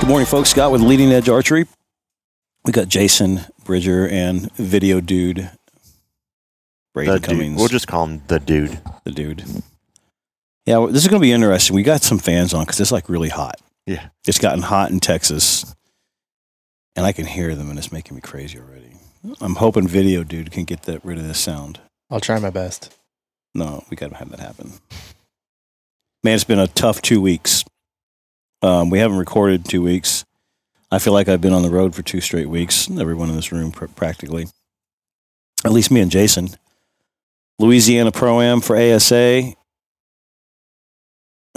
Good morning, folks. Scott with Leading Edge Archery. We got Jason Bridger and video dude Braden The dude. Cummings. We'll just call him the dude. the dude. Yeah, well, this is going to be interesting. We got some fans on because it's like really hot. Yeah. It's gotten hot in Texas, and I can hear them, and it's making me crazy already. I'm hoping video dude can get that rid of this sound. I'll try my best. No, we got to have that happen. Man, it's been a tough two weeks. Um, we haven't recorded two weeks. I feel like I've been on the road for two straight weeks. Everyone in this room, pr- practically, at least me and Jason. Louisiana Pro Am for ASA.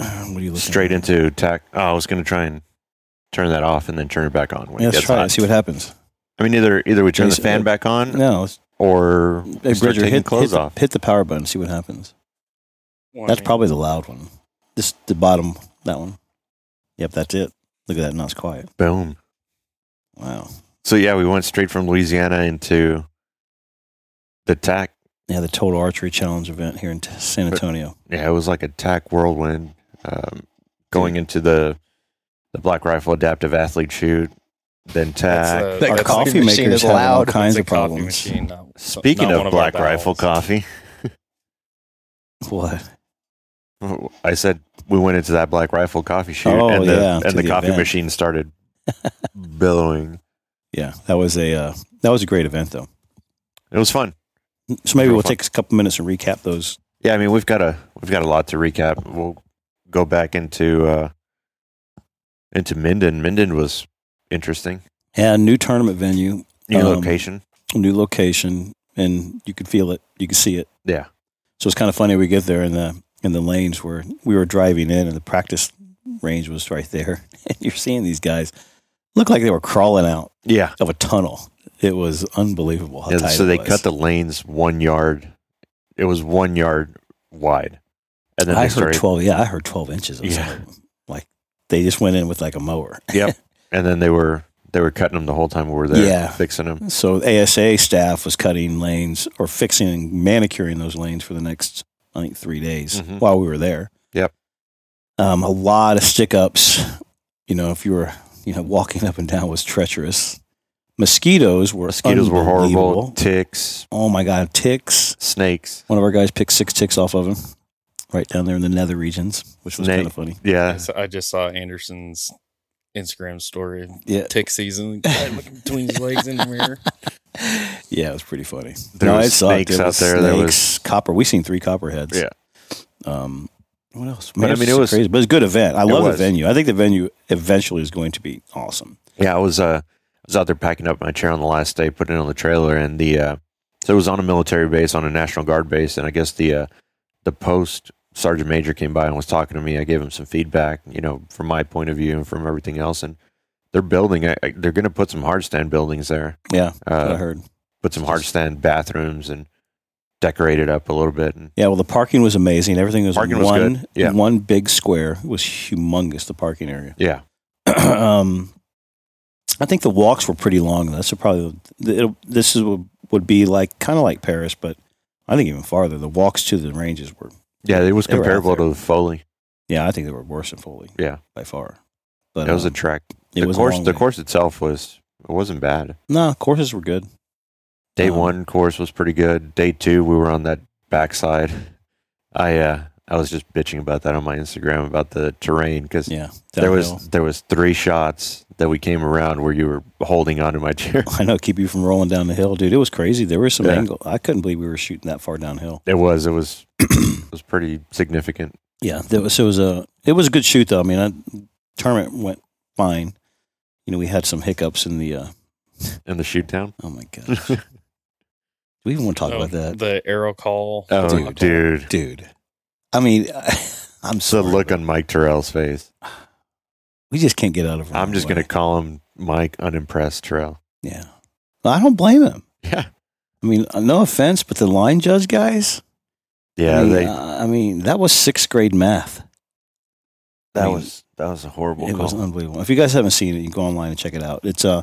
Uh, What are you looking Straight into tack. Oh, I was going to try and turn that off and then turn it back on. When Yeah, it let's gets try hot. it. See what happens. I mean, either either we turn the Jason, fan uh, back on No, it's- or hey, start Bridger, taking hit, clothes hit, off. hit the power button. See what happens. That's probably the loud one. This the bottom that one. Yep, that's it. Look at that. Now it's quiet. Boom. Wow. So yeah, we went straight from Louisiana into the tack. Yeah, the Total Archery Challenge event here in T- San Antonio. Yeah, it was like a tack whirlwind. Um, going into the the Black Rifle Adaptive Athlete Shoot, then tack. Uh, That's a- Our that's a coffee machine makers that's have all loud. kinds It's a of coffee problems. machine, not- Speaking not one of Black our Rifle bowels. Coffee, What? I said we went into that Black Rifle Coffee shoot, Oh, and the, yeah, to and the, the coffee event. machine started billowing. Yeah, that was a uh, that was a great event though. It was fun. So maybe Real we'll fun. take a couple minutes and recap those. Yeah, I mean we've got a we've got a lot to recap. We'll go back into uh, into Minden. Minden was interesting. Yeah, new tournament venue, New Um, location. new location, and you could feel it, you could see it. Yeah. So it's kind of funny we get there in the in the lanes where we were driving in, and the practice range was right there, and you're seeing these guys look like they were crawling out Yeah. of a tunnel. It was unbelievable. How yeah tight so it they was. cut the lanes one yard. It was one yard wide, and then I they heard started. twelve. Yeah, I heard twelve inches. Of Yeah. something. like they just went in with like a mower. Yep. and then they were they were cutting them the whole time we were there. Yeah. Fixing them. So ASA staff was cutting lanes or fixing and manicuring those lanes for the next, I think, three days Mhm. while we were there. Yep. Um, a lot of stick ups. You know, if you were, you know, walking up and down was treacherous. Mosquitoes were Mosquitoes were horrible. unbelievable. Ticks, Oh my god, ticks! snakes. One of our guys picked six ticks off of him, right down there in the nether regions, which was Snake. kind of funny. Yeah. So I just saw Anderson's Instagram story. Yeah. Tick season. Guy looking between his legs in the mirror. Yeah, it was pretty funny. There no, was it sucked. snakes It out was there. There was- snakes, copper. We seen three copperheads. Yeah. Um, what else? But, I mean, it just was- crazy, but it's a good event. I It love the was. venue. I think the venue eventually is going to be awesome. Yeah, I was uh, I was out there packing up my chair on the last day, putting it on the trailer, and the uh, so it was on a military base, on a National Guard base, and I guess the uh, the post sergeant major came by and was talking to me. I gave him some feedback, you know, from my point of view and from everything else, and they're building. I, I- they're going to put some hardstand buildings there, Yeah, what I uh, heard. put some hardstand bathrooms, and decorate it up a little bit. And Yeah, well, the parking was amazing. Everything was Parking in was one good. Yeah. one big square. It was humongous. The parking area. yeah, um, I think the walks were pretty long. That's probably it'll, this is would be like kind of like Paris, but I think even farther. The walks to the ranges were yeah, it was They were out comparable there. to Foley. Yeah, I think they were worse than Foley. Yeah. by far. But That was a um, track. it the was a course, long the way. course itself was it wasn't bad. No, courses were good. Day Um, one course was pretty good. Day two, we were on that backside. I uh, I was just bitching about that on my Instagram about the terrain because Yeah, there downhill. was there was three shots that we came around where you were holding onto my chair. I know keep you from rolling down the hill, dude. It was crazy. There was some Yeah. angle. I couldn't believe we were shooting that far downhill. It was it was it was pretty significant. Yeah, there was. It was a. It was a good shoot though. I mean, I, tournament went fine. You know, we had some hiccups in the. Uh, in the shoot down. oh my god, we even want to talk So about that, Um, The arrow call. Oh, Dude. dude, dude. I mean, I'm the so look on Mike Terrell's face. we just can't get out of. our I'm own just way. gonna call him Mike Unimpressed Terrell. Yeah, I don't blame him. Yeah, I mean, no offense, but the line judge guys. yeah. I mean, they, uh, I mean, that was sixth grade math. that I mean, was that was a horrible it call. was unbelievable. If you guys haven't seen it, you can go online and check it out. It's uh,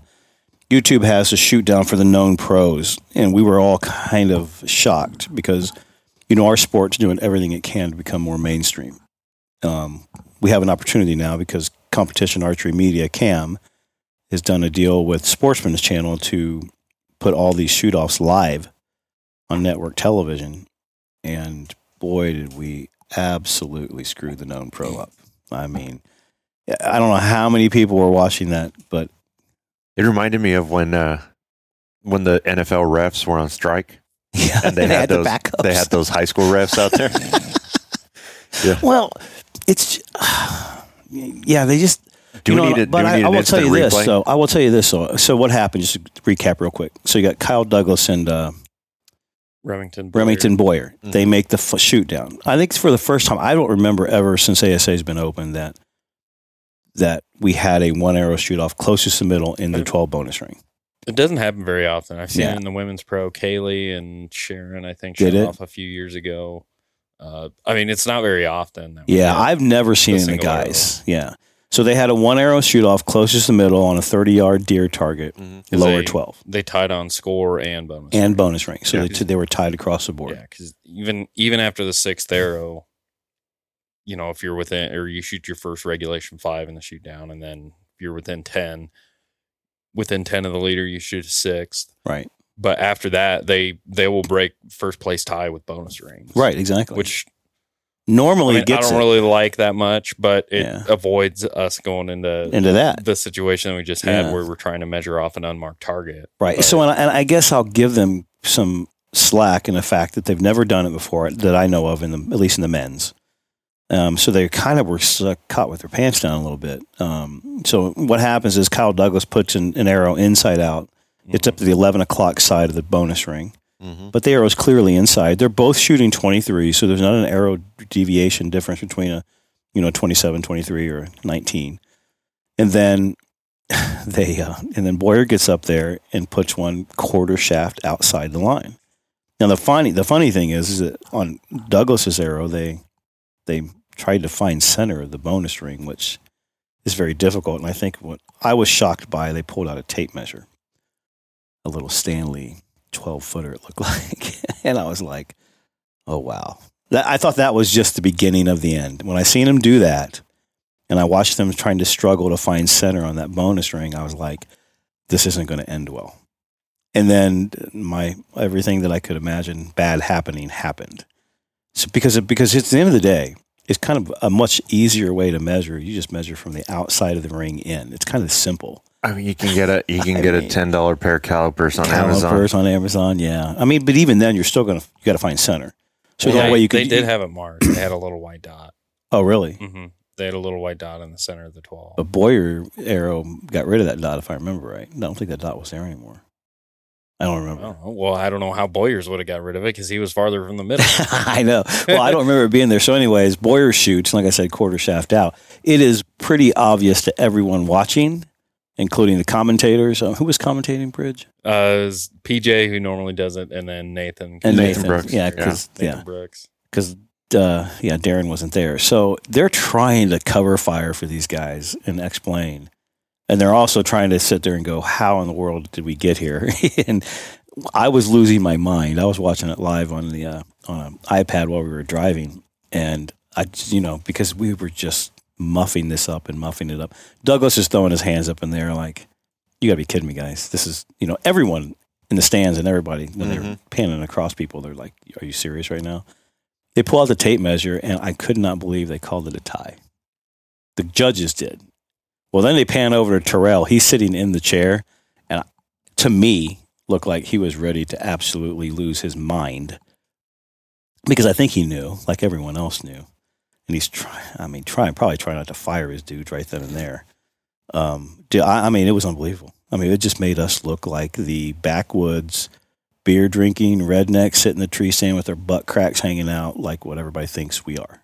YouTube has a shoot down for the known pros, and we were all kind of shocked because you know our sport's doing everything it can to become more mainstream. Um, we have an opportunity now because Competition Archery Media, CAM, has done a deal with Sportsman's Channel to put all these shoot offs live on network television. And boy, did we absolutely screw the known pro up. I mean, I don't know how many people were watching that, but It reminded me of when uh, when the NFL refs were on strike. yeah, And they had those- backups. They had those high school refs out there. Well, it's yeah, they just Do you we know, need a, do but we I, need I an will tell instant you replay? this. So I will tell you this. So, so what happened? Just to recap real quick. So you got Kyle Douglas and uh, Remington. Boyer. Remington Boyer. Mhm. They make the f- shoot down. I think for the first time, I don't remember ever since ASA has been open that that we had a one arrow shoot off closest to middle in the Mhm. twelve bonus ring. It doesn't happen very often. I've seen Yeah. it in the women's pro. Kaylee and Sharon, I think, Did showed it? off a few years ago. Uh, I mean, it's not very often. That we Yeah, get- I've never seen The it in the single arrow. guys. Yeah. So they had a one arrow shoot off closest to middle on a thirty yard deer target, Mhm. Is lower a- twelve they tied on score and bonus and bonus ring. So Yeah. they, t- they were tied across the board. Yeah, because even even after the sixth arrow, you know, if you're within or you shoot your first regulation five in the shoot down, and then if you're within ten, within ten of the leader, you shoot a sixth. Right. But after that, they they will break first place tie with bonus rings. Right. Exactly. Which I, normally mean, I gets don't it really like that much, but it Yeah. avoids us going into into that. the situation that we just had Yeah. where we're trying to measure off an unmarked target. Right. But- so, and I, and I guess I'll give them some slack in the fact that they've never done it before that I know of, in the, at least in the men's. Um, so they kind of were stuck, caught with their pants down a little bit. Um, so what happens is Kyle Douglas puts an, an arrow inside out. mm-hmm. It's up to the 11 o'clock side of the bonus ring, Mhm. but the arrow is clearly inside. They're both shooting 23, so there's not an arrow deviation difference between a, you know, 27, 23, or 19. And then they uh, and then Boyer gets up there and puts one quarter shaft outside the line. Now the funny the funny thing is, is that on Douglas's arrow they they tried to find center of the bonus ring, which is very difficult. And I think what I was shocked by, they pulled out a tape measure, a little Stanley twelve footer. It looked like, and I was like, oh wow. That, I thought that was just the beginning of the end. When I seen him do that, and I watched them trying to struggle to find center on that bonus ring, I was like, this isn't going to end well. And then my everything that I could imagine bad happening happened. So because because it's the end of the day, it's kind of a much easier way to measure. You just measure from the outside of the ring in. It's kind of simple. I mean, you can get a you can I get a mean- ten dollar pair of calipers on Amazon. Calipers on Amazon, yeah. I mean, but even then, you're still gonna you got to find center. So the Well, only they, way you they could e did have it marked. They had a little white dot. oh really? hmm They had a little white dot in the center of the twelve. But Boyer arrow got rid of that dot, if I remember right. I don't think that dot was there anymore. I don't remember. Oh, well, I don't know how Boyers would have got rid of it because he was farther from the middle. I know. Well, I don't remember it being there. So, anyways, Boyer shoots, like I said, quarter shaft out. It is pretty obvious to everyone watching, including the commentators. Uh, who was commentating Bridge? Uh, it's PJ, who normally does it, and then Nathan. And Nathan Brooks. Yeah, Yeah. because Nathan yeah, Brooks. because uh, yeah, Darren wasn't there. So they're trying to cover fire for these guys and explain, and they're also trying to sit there and go, "How in the world did we get here?" and I was losing my mind. I was watching it live on the uh, on an iPad while we were driving, and I, j- you know, because we were just muffing this up and muffing it up. Douglas is throwing his hands up in the air, like, "You got to be kidding me, guys! This is, you know, everyone." In the stands and everybody, when they're Mhm. panning across people, they're like, "Are you serious right now?" They pull out the tape measure, and I could not believe they called it a tie. The judges did. Well, then they pan over to Terrell. He's sitting in the chair, and to me, looked like he was ready to absolutely lose his mind because I think he knew, like everyone else knew, and he's trying. I mean, trying probably trying not to fire his dude right then and there. Um, dude, I, I mean, it was unbelievable. I mean, it just made us look like the backwoods beer drinking rednecks sitting in the tree stand with their butt cracks hanging out, like what everybody thinks we are.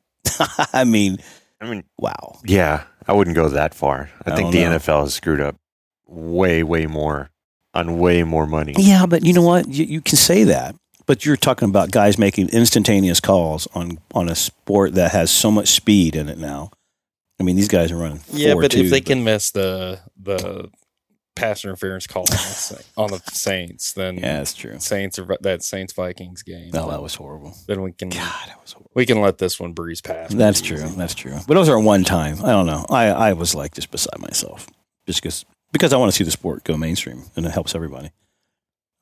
I mean, I mean, wow. yeah, I wouldn't go that far. I, I think don't the know. NFL has screwed up way, way more on way more money. Yeah, but you know what? You, you can say that, but you're talking about guys making instantaneous calls on on a sport that has so much speed in it now. I mean, these guys are running. Yeah, but 4.2, if they can miss the the pass interference call on the, Sa- on the Saints, then Yeah, that's true. Saints are that Saints Vikings game. No, that was horrible. then we can God, that was horrible. we can let this one breeze past. That's pretty true. easy. That's true. But those are one time. I don't know. I, I was like just beside myself just because because I want to see the sport go mainstream and it helps everybody.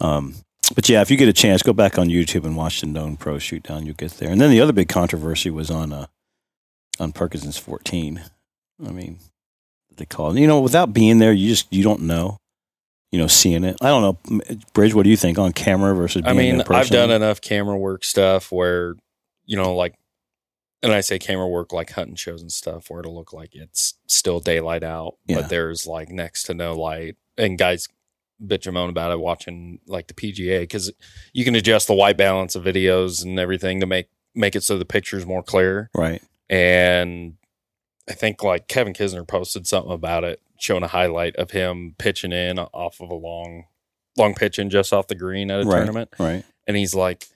Um, but yeah, if you get a chance, go back on YouTube and watch the known pro shoot down. You'll get there. And then the other big controversy was on uh, on Perkins's 14. I mean, they call it. You know, without being there, you just you don't know. You know, seeing it. I don't know, Bridge. What do you think on camera versus? I Being mean, in person? I've done enough camera work stuff where, you know, like, and I say camera work like hunting shows and stuff where it'll look like it's still daylight out, Yeah. but there's like next to no light. And guys bitch and moan about it watching like the PGA because you can adjust the white balance of videos and everything to make make it so the picture's more clear. right. And I think like Kevin Kisner posted something about it, showing a highlight of him pitching in off of a long, long pitch in just off the green at a Right. tournament Right. and he's like,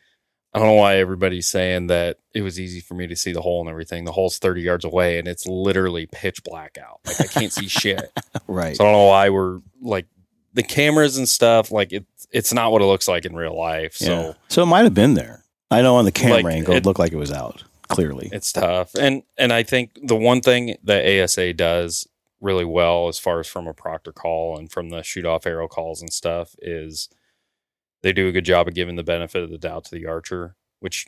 I don't know why everybody's saying that it was easy for me to see the hole and everything. The hole's 30 yards away and it's literally pitch black out. Like I can't see shit. Right. So I don't know why we're like the cameras and stuff, like it it's not what it looks like in real life. So Yeah. so it might have been there. I know on the camera Like, angle, it it- looked like it was out. Clearly, it's tough. And and I think the one thing that ASA does really well as far as from a proctor call and from the shoot off arrow calls and stuff is they do a good job of giving the benefit of the doubt to the archer, which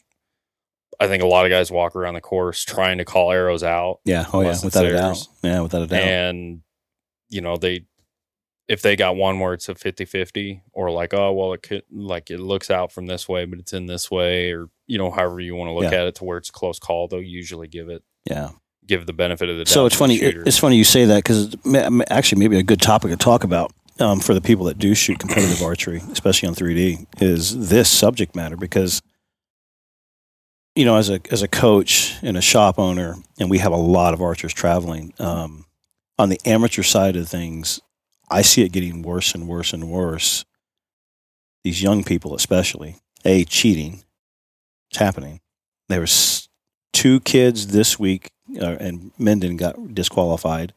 I think a lot of guys walk around the course trying to call arrows out yeah. Oh yeah, Unless it's without a doubt. theirs. Yeah, without a doubt. and you know they if they got one where it's a 50-50 or like oh well it could like it looks out from this way but it's in this way or you know however you want to look Yeah. at it to where it's a close call they'll usually give it yeah. give the benefit of the doubt So it's to the funny. shooter. it- It's funny you say that because actually, maybe a good topic to talk about um, for the people that do shoot competitive archery, especially on 3D, is this subject matter because you know, as a as a coach and a shop owner, and we have a lot of archers traveling. Um, on the amateur side of things, I see it getting worse and worse and worse. These young people, especially, a cheating, it's happening. There was two kids this week, uh, and Menden got disqualified. Oh,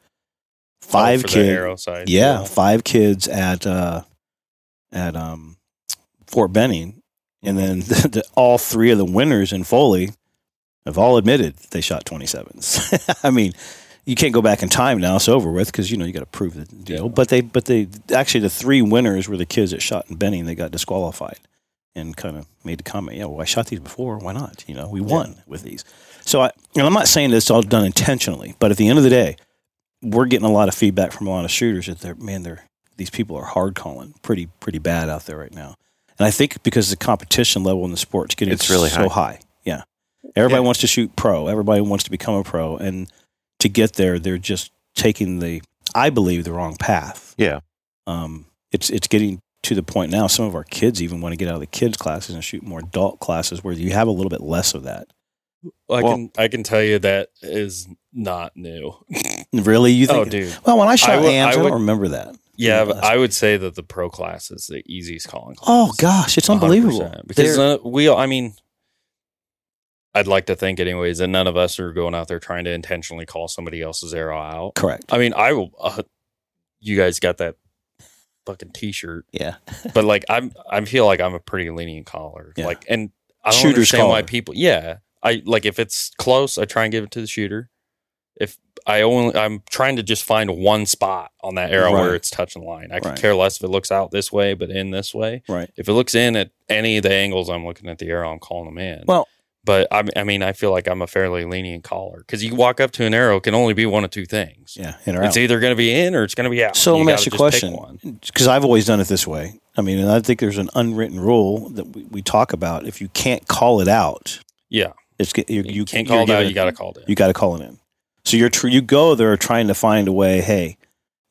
Five for the kids, arrow side yeah, five kids at uh, at um, Fort Benning, and then the, the, all three of the winners in Foley have all admitted that they shot twenty sevens. I mean, you can't go back in time now; it's over with because you know you got to prove the deal. Yeah. But they, but they actually the three winners were the kids that shot in Benning. They got disqualified and kind of made the comment, "Yeah, well, I shot these before. Why not? You know, we won with these." So I, and I'm not saying this all done intentionally, but at the end of the day, we're getting a lot of feedback from a lot of shooters that they're man, they're these people are hard calling pretty pretty bad out there right now. And I think because the competition level in the sport's getting It's really so high. high. Yeah. Everybody Yeah. wants to shoot pro. Everybody wants to become a pro. And to get there, they're just taking the I believe the wrong path. Yeah. Um it's it's getting to the point now some of our kids even want to get out of the kids classes and shoot more adult classes where you have a little bit less of that. i Well- can i can tell you that is not new Really? You oh think dude Well, when I shot would- AMs, I I, would- don't remember that. yeah but Last i would say that the pro class is the easiest calling class. Oh gosh, it's unbelievable. 100%. They're- Because none- we, I mean, I'd like to think, anyways, that none of us are going out there trying to intentionally call somebody else's arrow out. correct. I mean, I will. Uh, you guys got that fucking T-shirt, Yeah. but like, I'm, I feel like I'm a pretty lenient caller. Yeah. Like, and I don't Shooter's understand why caller. people. Yeah, I like if it's close, I try and give it to the shooter. If I only, I'm trying to just find one spot on that arrow Right. where it's touching line. I could Right. care less if it looks out this way, but in this way Right. if it looks in at any of the angles I'm looking at the arrow, I'm calling them in. Well- but I, I mean, I feel like I'm a fairly lenient caller because you walk up to an arrow it can only be one of two things. Yeah. In or It's out. either going to be in or it's going to be out. So let me gotta ask you a just question. pick one. Because I've always done it this way. I mean, and I think there's an unwritten rule that we, we talk about. If you can't call it out, Yeah, it's get- you, you, you can't you're call it out. given- You got to call it in. you got to call it in. So you're tr- you go there trying to find a way. Hey,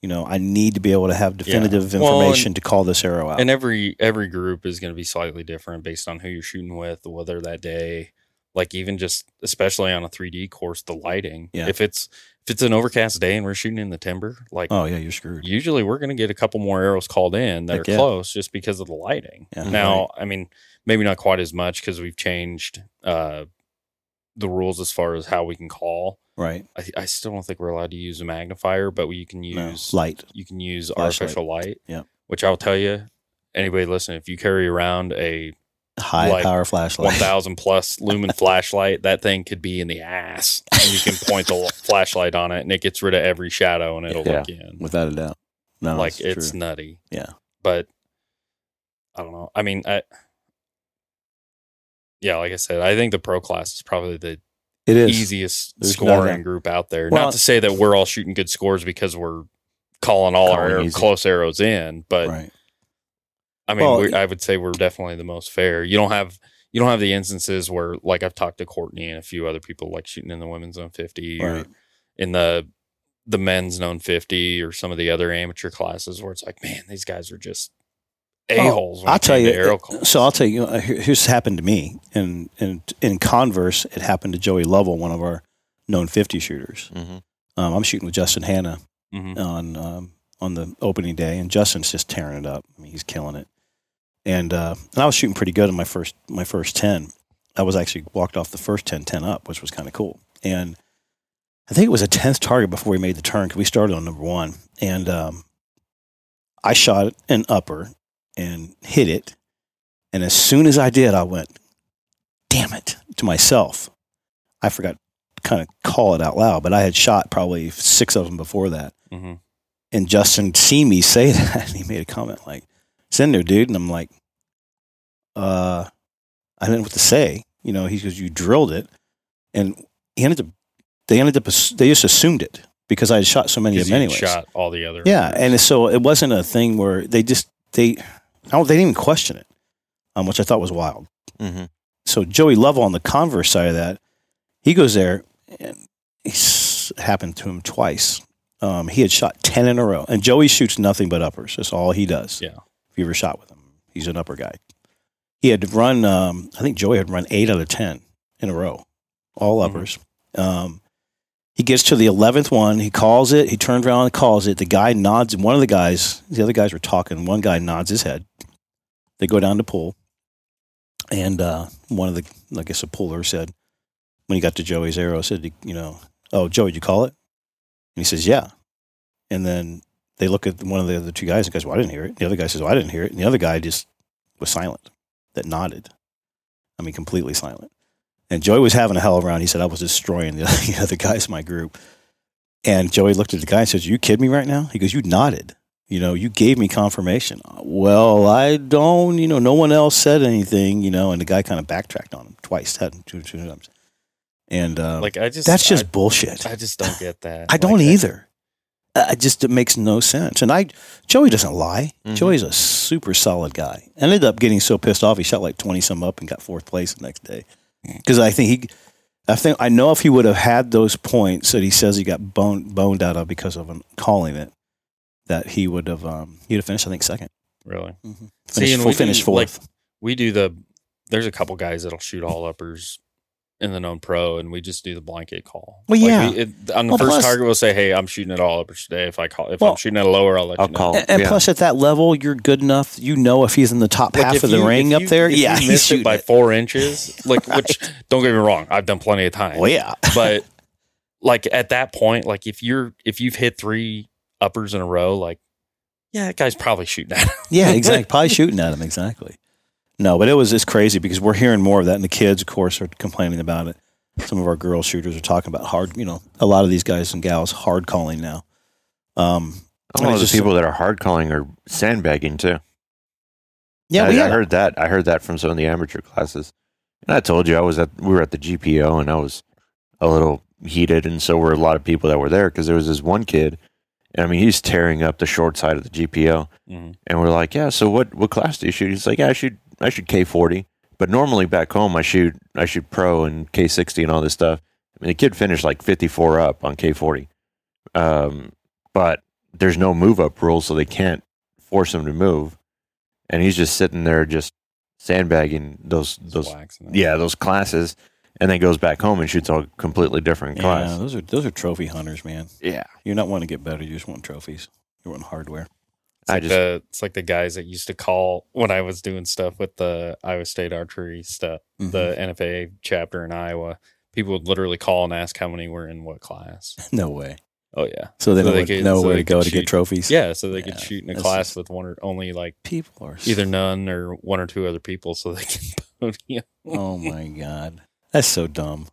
you know, I need to be able to have definitive Well, and- information to call this arrow out. and every every group is going to be slightly different based on who you're shooting with, the weather that day. Like even just especially on a 3D course, the lighting. Yeah. If it's if it's an overcast day and we're shooting in the timber, like oh yeah, you're screwed. usually we're going to get a couple more arrows called in that Heck are yeah. close just because of the lighting. Yeah. Now, I mean, maybe not quite as much because we've changed uh, the rules as far as how we can call. right? I, I still don't think we're allowed to use a magnifier, but you can No. use Light. you can use Flashlight. artificial light. Yep. Which I'll tell you, anybody listen, if you carry around a High Like power one flashlight. thousand plus lumen flashlight, that thing could be in the ass, and you can point the l- flashlight on it, and it gets rid of every shadow, and it'll Yeah. look in. Without a doubt. No, like it's it's true. nutty. Yeah. But I don't know. I mean, I yeah, like I said, I think the pro class is probably the it is easiest There's scoring nothing. group out there. Well- Not to say that we're all shooting good scores because we're calling all our Calling arrow- easy. close arrows in, but right. I mean, Well, we, I would say we're definitely the most fair. You don't have you don't have the instances where, like, I've talked to Courtney and a few other people, like shooting in the women's own fifty or Right. in the the men's known 50 or some of the other amateur classes where it's like, man, these guys are just a-holes. when I'll it tell came you. uh, to arrow calls. So I'll tell you. uh, here- Here's happened to me, and and in converse, it happened to Joey Lovell, one of our known fifty shooters. Mhm. Um, I'm shooting with Justin Hanna Mhm. on um, on the opening day, and Justin's just tearing it up. I mean, he's killing it. And uh, and I was shooting pretty good in my first my first ten. I was actually walked off the first 10, 10 up, which was kind of cool. And I think it was a tenth target before we made the turn because we started on number one, and um, I shot an upper and hit it. And as soon as I did, I went, "Damn it!" to myself. I forgot to kind of call it out loud, but I had shot probably six of them before that Mhm. and Justin see me say that, and he made a comment like, "It's in there, dude." And I'm like, "Uh, I didn't know what to say." You know, he goes, "You drilled it," and he ended up. They ended up. ass- They just assumed it because I had shot so many of 'Cause them you had anyways. shot all the other. Yeah, and so it wasn't a thing where they just they, I don't, they didn't even question it, um, which I thought was wild Mhm. so Joey Lovell on the converse side of that, he goes there and it's happened to him twice. Um, he had shot 10 in a row and Joey shoots nothing but uppers. That's all he does. Yeah. If you ever shot with him, he's an upper guy. He had run, um, I think Joey had run eight out of 10 in a row, all Mhm. uppers. Um, he gets to the 11th one. He calls it. He turns around and calls it. The guy nods. One of the guys, the other guys were talking. One guy nods his head. They go down to pool. And uh, one of the, I guess, a puller said, when he got to Joey's arrow, said, you know, oh, Joey, did you call it? And he says, yeah. And then they look at one of the other two guys and goes, well, I didn't hear it. The other guy says, well, I didn't hear it. And the other guy just was silent, that nodded. I mean, completely silent. And Joey was having a hell of a round. He said, I was destroying the other, the other guys in my group. And Joey looked at the guy and says, you kidding me right now? He goes, you nodded. You know, you gave me confirmation. Uh, Well, I don't, you know, no one else said anything, you know, and the guy kind of backtracked on him twice, had two, two times. And um, Like I just that's just bullshit. I, I just don't get that. I Like, don't that- either. I I just it makes no sense. And I, Joey doesn't lie. Mhm. Mm-hmm. Joey's a super solid guy. Ended up getting so pissed off, he shot like twenty some up and got fourth place the next day. Mm. Because I think he, I think I know if he would have had those points that he says he got boned boned out of because of him calling it, that he would have um he'd have finished I think second. Really. Finished, and full, we do, finished like, fourth. We do the. There's a couple guys that'll shoot all uppers in the known pro, and we just do the blanket call. Well, Like, yeah. we- it, on the Well, first plus- target, we'll say, "Hey, I'm shooting at all uppers today. If I call, if Well, I'm shooting at a lower, I'll let I'll you know." call. and and yeah. plus, at that level, you're good enough. You know if he's in the top Like, half if of the you- ring if up you- there. if you Yeah, he's missed it shooting by it. four inches. Like, which don't get me wrong, I've done plenty of times. Well, Oh, yeah, but like at that point, like if you're if you've hit three uppers in a row, like yeah, that guy's probably shooting at. Yeah, exactly. Probably shooting at him. Exactly. No, but it was just crazy because we're hearing more of that, and the kids, of course, are complaining about it. Some of our girl shooters are talking about hard. You know, a lot of these guys and gals hard calling now. Um, a lot it's of the just- people that are hard calling are sandbagging too. yeah, I, we I had, heard that. I heard that from some of the amateur classes. And I told you I was at we were at the GPO and I was a little heated, and so were a lot of people that were there because there was this one kid. And I mean, he's tearing up the short side of the GPO, Mm-hmm. and we're like, "Yeah, so what? What class do you shoot?" He's like, "Yeah, I shoot I shoot K forty, but normally back home I shoot I shoot pro and K sixty and all this stuff." I mean, the kid finished like fifty four up on K forty, um, but there's no move up rule, so they can't force him to move, and he's just sitting there just sandbagging those those yeah those classes, and then goes back home and shoots a completely different yeah, class. those are those are trophy hunters, man. Yeah, You're not wanting to get better. You just want trophies. You want hardware. It's I like, just the, it's like the guys that used to call when I Mm-hmm. was doing stuff with the Iowa State archery stuff, the NFA chapter in Iowa. people would literally call and ask how many were in what class. No way. Oh yeah, So they So know, they where- could- know so where they to go could to get shoot. trophies. yeah. So they Yeah, could shoot in a that's class just- with one or only like People are either none or one or two other people, so they can podium. oh my god, that's so dumb,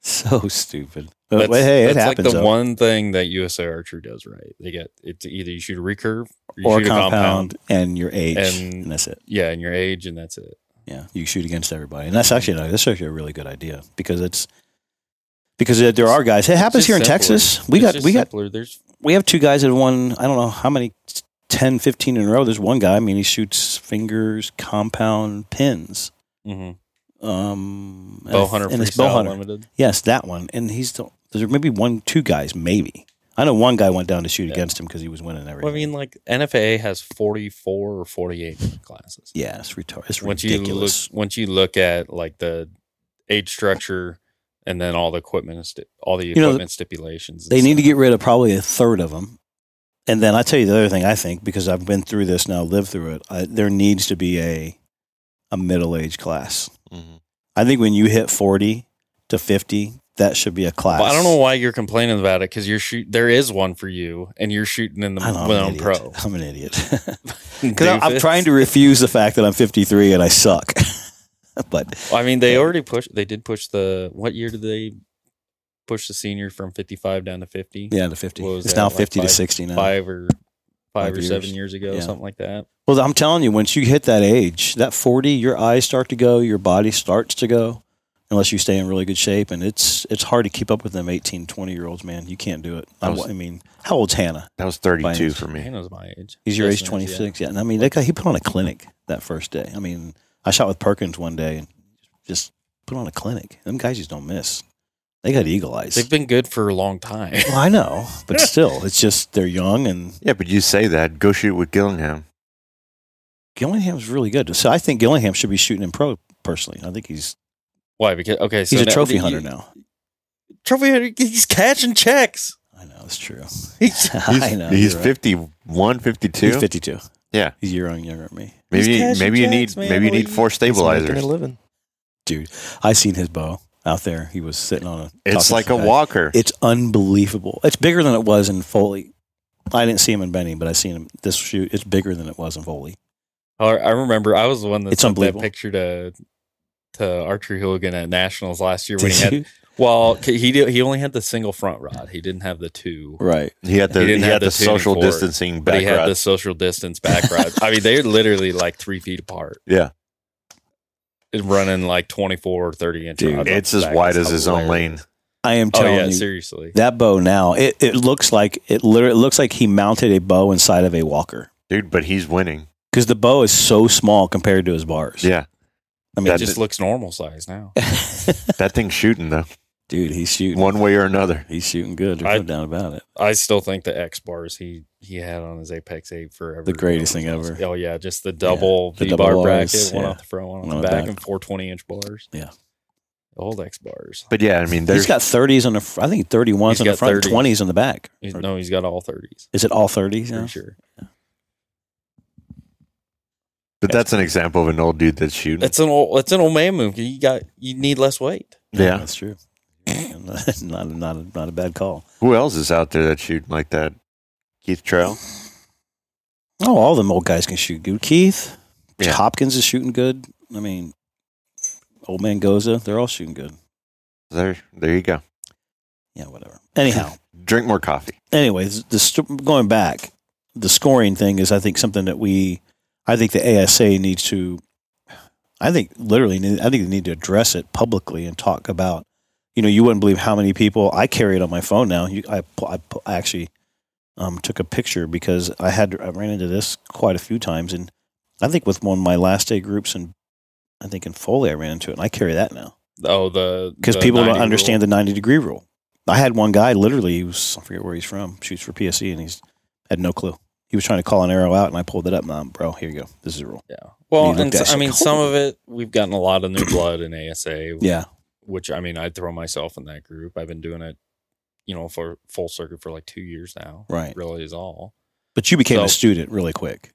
so stupid. But, That's, but hey, it that's happens. Like the though. one thing that USA Archery does right, they get it's either you shoot a recurve or you or shoot compound, a compound. and your age, and, And- that's it. Yeah, and your age, and that's it. Yeah, you shoot against everybody, and that's actually that's actually a really good idea because it's because there there are guys. It happens It's just here in simpler. Texas. We It's got just we got simpler. There's we have two guys that have won i don't know how many 10 15 in a row there's one guy i mean he shoots fingers compound pins mm-hmm. um and bow it's- hunter and it's freestyle bow hunter limited. yes that one and he's the, there's maybe one two guys maybe i know one guy went down to shoot Yeah. against him because he was winning everything Well, I mean, like NFA has 44 or 48 different classes. yeah it's retarded it's Once ridiculous you look, once you look at like the age structure, and then all the equipment, and sti- all the You know, equipment stipulations. and they need to stuff. get rid of probably a third of them and then i tell you the other thing i think because i've been through this now lived through it I, there needs to be a a middle age class hmm I think when you hit 40 to 50, that should be a class. But I don't know why you're complaining about it because you're shoot. There is one for you, and you're shooting in the I know, I'm, an Millennium idiot. Pro. I'm an idiot. Because I'm Doofus. trying to refuse the fact that I'm 53 and I suck. but Well, I mean, they already pushed. They did push the. What year did they push the senior from 55 down to 50? yeah, to 50. What was It's that, now like 50 five- to 60 now. Five or five, Five or years. seven years ago, Yeah. something like that. Well, I'm telling you, once you hit that age, that 40, your eyes start to go, your body starts to go, unless you stay in really good shape. And it's it's hard to keep up with them 18, 20 year olds, man. You can't do it. I, I was- I mean, how old's Hannah? That was 32 Finals. for me. Hannah's my age. He's your age Justin twenty is, yeah. six. Yeah. and I mean that guy. He put on a clinic that first day. I mean, I shot with Perkins one day and just put on a clinic. Them guys just don't miss. They got eagle eyes. They've been good for a long time. Well, I know, but still, it's just they're young and Yeah, but you say that. Go shoot with Gillingham. Gillingham's really good. So I think Gillingham should be shooting in pro. Personally, I think he's Why? Because okay, so he's a now- trophy you- hunter now. Trophy hunter. He's catching checks. I know it's true. He's, He's, I know he's you're right. 51, 52. He's fifty two. Yeah. he's a year on younger than me, Maybe He's cashing maybe you need checks, man. maybe you What need do four He's making stabilizers. a living. dude. I seen his bow out there. He was sitting on a. It's talking like to a the guy. walker. It's unbelievable. It's bigger than it was in Foley. I didn't see him in Benny, but I seen him this shoot. It's bigger than it was in Foley. I I remember I was the one that It's sent that unbelievable. picture to to archery hooligan at nationals last year when Did he had you? well c- he did, he only had the single front rod he didn't have the two Right. He had the He he, didn't have had the the tuning social fork, distancing but he back had rod. the social distance back rod I mean they're literally like three feet apart yeah, It's running like 24 or 30 inch Dude, rods off it's the as back. wide as his own hilarious. lane. I am oh telling yeah you seriously that bow now. It, it looks like it literally it looks like he mounted a bow inside of a walker dude. But he's winning. because the bow is so small compared to his bars. Yeah, I mean, it that- just looks normal size now just- that thing's shooting though, dude, he's shooting. one way or another. He's shooting good. There's I- no doubt about it. I still think the X bars he he had on his Apex 8 forever. The greatest thing was- ever. Oh, yeah. Just the double the V double bar bars, bracket, one yeah. off the front, one One on the on back, back. and four 20 inch bars. Yeah. Old X bars. But yeah, I mean, He's there's got thirties on the. fr- I think thirty ones He's on the got front, 30s. twenties on the back. He's- Or- no, he's got all 30s. Is it all thirties? Pretty now? sure. but that's an example of an old dude that's shooting. That's an old that's an old man move. You got you need less weight. yeah. that's true. not not a, not a bad call. Who else is out there that's shooting like that? Keith Trail. Oh, all them old guys can shoot good. Keith, Yeah. Hopkins is shooting good. I mean, old man Goza, they're all shooting good. There, there you go. Yeah, whatever. Anyhow, Drink more coffee. anyways, the st- going back, the scoring thing is, I think something that we, I think the ASA needs to, I think literally, need- I think they need to address it publicly and talk about. You know, you wouldn't believe how many people I carry it on my phone now. You, I, pu- I, pu- I actually um, took a picture because I had I ran into this quite a few times, and I think with one of my last day groups, and I think in Foley I ran into it, and I carry that now Oh, the because the people don't 90 rule. understand the 90 degree rule. I had one guy literally, he was, I forget where he's from, shoots for PSC, and he's had no clue. He was trying to call an arrow out, and I pulled it up. And I'm, bro, here you go. This is the rule. Yeah. Well, You look and at so- that I mean, shit. some of it we've gotten a lot of new blood in ASA. Yeah. which I mean, I throw myself in that group. I've been doing it, you know, for full circuit for like two years now. Right. Really is all. But you became So- a student really quick.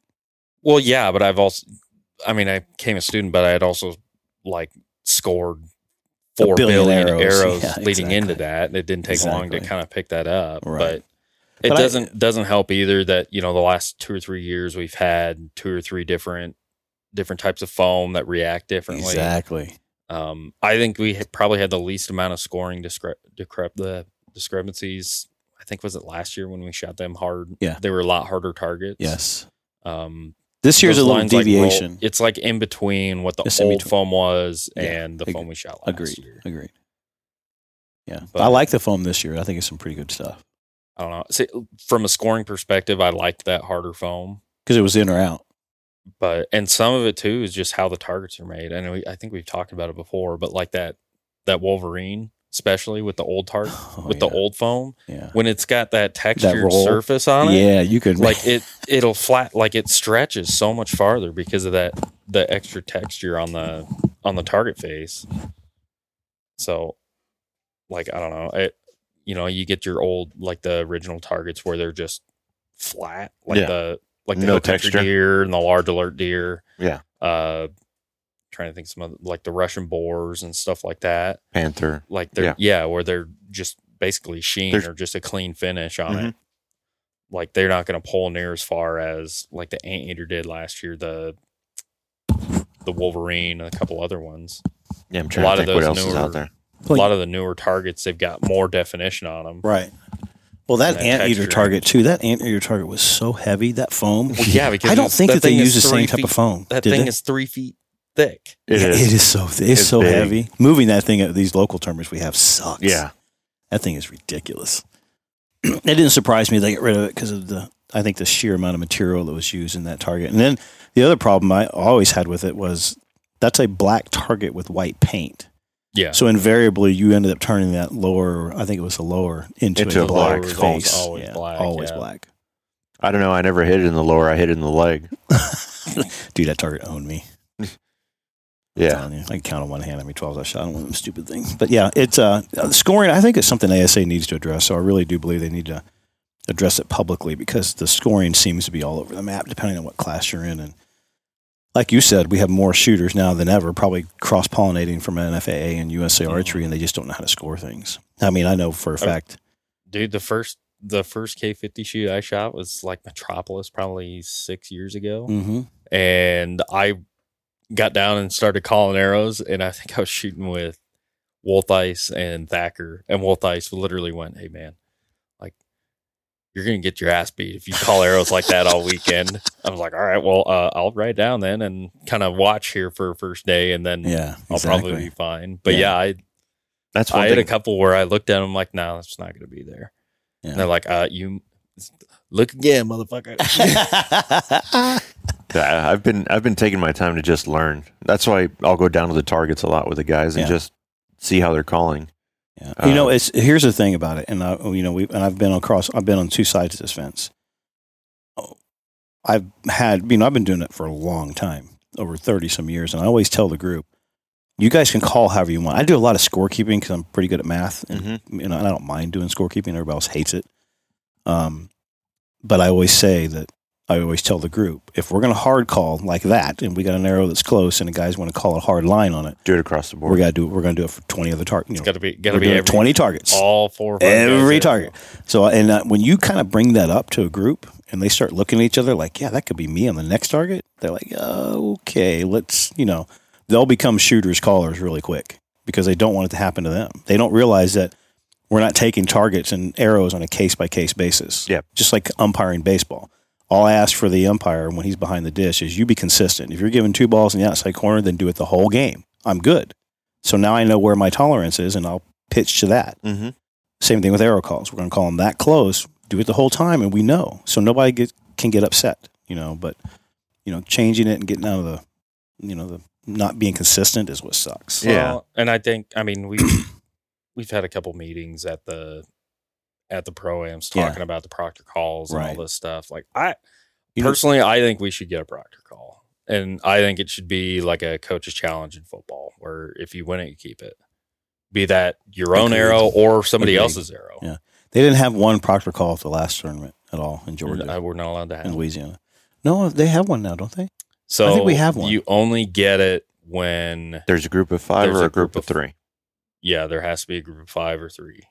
Well, yeah, but I've also, I mean, I came a student, but I had also like scored four billion billion arrows. arrows, Yeah, leading exactly. into that. It didn't take long to Exactly. kind of pick that up, Right. but it But I- doesn't doesn't help either that you know the last two or three years we've had two or three different different types of foam that react differently. Exactly. Um, I think we had probably had the least amount of scoring discre- decrep- the discrepancies. I think was it last year when we shot them hard? Yeah. they were a lot harder targets. Yes. Um, This year's those a little lines, like, roll- deviation. it's like in between what the It's in old between. foam was Yeah, and the ag- foam we shot last agreed. year. Agreed. Yeah, But- I like the foam this year. I think it's some pretty good stuff I don't know. See, from a scoring perspective, I liked that harder foam, because it was in or out. but and some of it too is just how the targets are made. And we, I think we've talked about it before, but like that that Wolverine, especially with the old target, Oh, with yeah. the old foam, yeah, when it's got that textured roll. surface on it, yeah, you could like it it'll flat like it stretches so much farther because of that the extra texture on the on the target face so like i don't know it you know you get your old like the original targets where they're just flat like Yeah. the like the No no texture texture. deer and the large alert deer Yeah. uh trying to think some other like the russian boars and stuff like that Panther. like they're yeah, where they're just basically sheen There's- or just a clean finish on Mhm. it. Mm-hmm. Like they're not going to pull near as far as like the anteater did last year, the the Wolverine and a couple other ones. Yeah, I'm trying to lot of think what those else is is newer- out out there. there. Well, a lot of the newer targets they've got more definition on them. right. Well, that, that anteater texture. target too. That anteater target was so heavy. That foam. Well, yeah, because I don't it's- think that that they thing is use the same three type feet- of foam. that did thing they? is three feet thick. It Yeah, is. it is so th- it's, It's so big. heavy. Moving that thing at these local terminals we have sucks. Yeah. that thing is ridiculous. it didn't surprise me they got rid of it because of the I think the sheer amount of material that was used in that target. And then the other problem I always had with it was that's a black target with white paint. Yeah, So invariably you ended up turning that lower I think it was the lower into, Into a, a black black face. foam. Always black, Always yeah. black. I don't know. I never hit it in the lower. I hit it in the leg. Dude, that target owned me. Yeah. telling you. I can count on one hand how many 12s I shot on one of them stupid things. But yeah, it's uh, scoring. I think it's something ASA needs to address. So I really do believe they need to address it publicly because the scoring seems to be all over the map, depending on what class you're in. And like you said, we have more shooters now than ever, probably cross pollinating from NFAA and USA Mhm. Archery, and they just don't know how to score things. I mean, I know for a Okay. fact. dude, the first the first K fifty shoot I shot was like Metropolis, probably six years ago. Mm-hmm. and I got down and started calling arrows, and I think I was shooting with Wolf Ice and Thacker, and Wolf Ice literally went, "Hey man, like you're gonna get your ass beat if you call arrows like that all weekend." I was like, "All right, well, uh, I'll write down then and kind of watch here for first day, and then Yeah, I'll exactly. probably be fine." But Yeah. yeah, I That's I one had a thing. couple where I looked at them like, "No, that's not gonna be there." Yeah. And they're like, "Uh, you." Look again, motherfucker. that I've been I've been taking my time to just learn. That's why I'll go down to the targets a lot with the guys and Yeah. just see how they're calling. Yeah. you know, Uh, it's here's the thing about it, and I, you know, we and I've been across, I've been on two sides of this fence. Oh, I've had, you know, I've been doing it for a long time, over thirty some years, and I always tell the group, you guys can call however you want. I do a lot of scorekeeping because I'm pretty good at math, and Mhm. you know, and I don't mind doing scorekeeping. Everybody else hates it. Um, but I always say that I always tell the group if we're going to hard call like that, and we got an arrow that's close, and the guys want to call a hard line on it, Do it across the we're board. gonna do we're going to do it for twenty other targets. You know, gotta be, gotta we're be doing every, twenty targets. all four, or five guys every there. target. So, and uh, when you kind of bring that up to a group and they start looking at each other like, yeah, that could be me on the next target, they're like, okay, let's, you know, they'll become shooters, callers really quick because they don't want it to happen to them. They don't realize that we're not taking targets and arrows on a case by case basis. Yep. Just like umpiring baseball. All I ask for the umpire when he's behind the dish is you be consistent. If you're giving two balls in the outside corner, then do it the whole game. I'm good. So now I know where my tolerance is and I'll pitch to that. Mm-hmm. Same thing with arrow calls. We're going to call them that close, do it the whole time, and we know. So nobody get, can get upset, you know. But, you know, changing it and getting out of the, you know, the not being consistent is what sucks. Yeah. Well, and I think I mean we we've had a couple meetings at the at the proams Yeah. talking about the proctor calls Right. and all this stuff. Like I You know- personally, I think we should get a proctor call, and I think it should be like a coach's challenge in football, where if you win it, you keep it. Be that your own Agreed. arrow or somebody Agreed. else's arrow. Yeah. They didn't have one proctor call at the last tournament at all in Georgia, I- We're not allowed to have. in it. Louisiana. No, they have one now, don't they? So I think we have one. You only get it when There's a group of five There's or a a group group of of- three. yeah, there has to be a group of five or three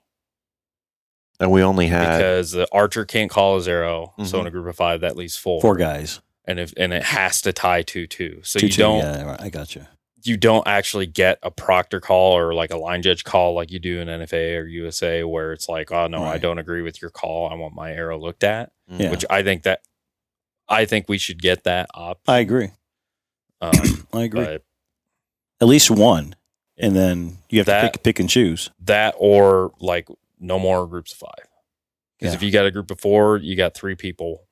And we only Uh, had because the archer can't call his arrow. So in a group of five, that leaves four. Mm-hmm. Four guys. and if and it has to tie two two. So Two, you two. don't Yeah, right. I got you. you don't actually get a proctor call or like a line judge call like you do in NFA or USA where it's like, oh no, I Right. don't agree with your call. I want my arrow looked at. Yeah. Which I think that I think we should get that up. I agree. Um, I agree. but At least one, and then you have to That- pick, pick and choose. that or like no more groups of five. Because if you got a group of four, you got three people,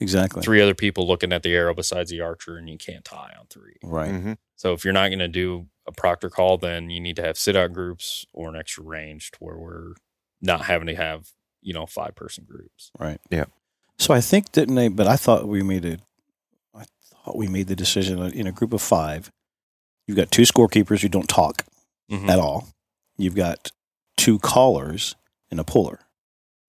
Exactly. three other people looking at the arrow besides the archer, and you can't tie on three. Right. Mhm. So if you're not going to do a proctor call, then you need to have sit out groups or an extra range to where we're not having to have, you know, five person groups. So I think didn't they? But I thought we made it. I thought we made the decision that in a group of five. You've got two scorekeepers who don't talk Mhm. at all. You've got two callers and a puller.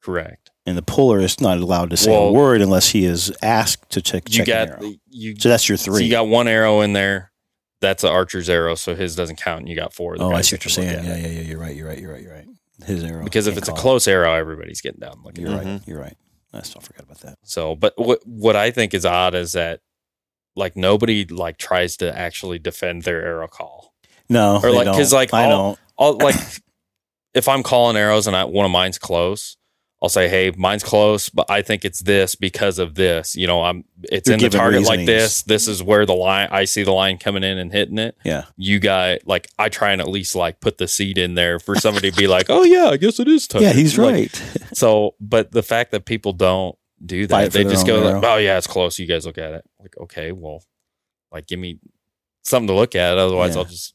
Correct. And the puller is not allowed to say a Well- word unless he is asked to check. You check an got arrow. you, so that's your so three. you got one arrow in there. That's an archer's arrow, so his doesn't count. And you got four. of the oh, I guys see what you're that can saying. look Yeah, at it. yeah, yeah. You're right. You're right. You're right. You're right. His arrow. Because if can't it's a call it. close mm-hmm. arrow, everybody's getting down looking. you're at it. right. Mhm. You're right. I still forgot about that. So, but what what I think is odd is that like nobody like tries to actually defend their arrow call. No, Or they like- 'cause don't. like I all- don't. I'll like if I'm calling arrows and I one of mine's close, I'll say, "Hey, mine's close, but I think it's this because of this." You know, I'm it's You're in the giving target like reasonings. this. This is where the line I see the line coming in and hitting it. Yeah. You guy like I try and at least like put the seed in there for somebody to be like, "Oh yeah, I guess it is time." Yeah, he's Like, right. So, but the fact that people don't do Fight that, for they their just own go like, arrow. "Oh yeah, it's close." You guys look at it like, "Okay, well, like give me something to look at." Otherwise, Yeah. I'll just.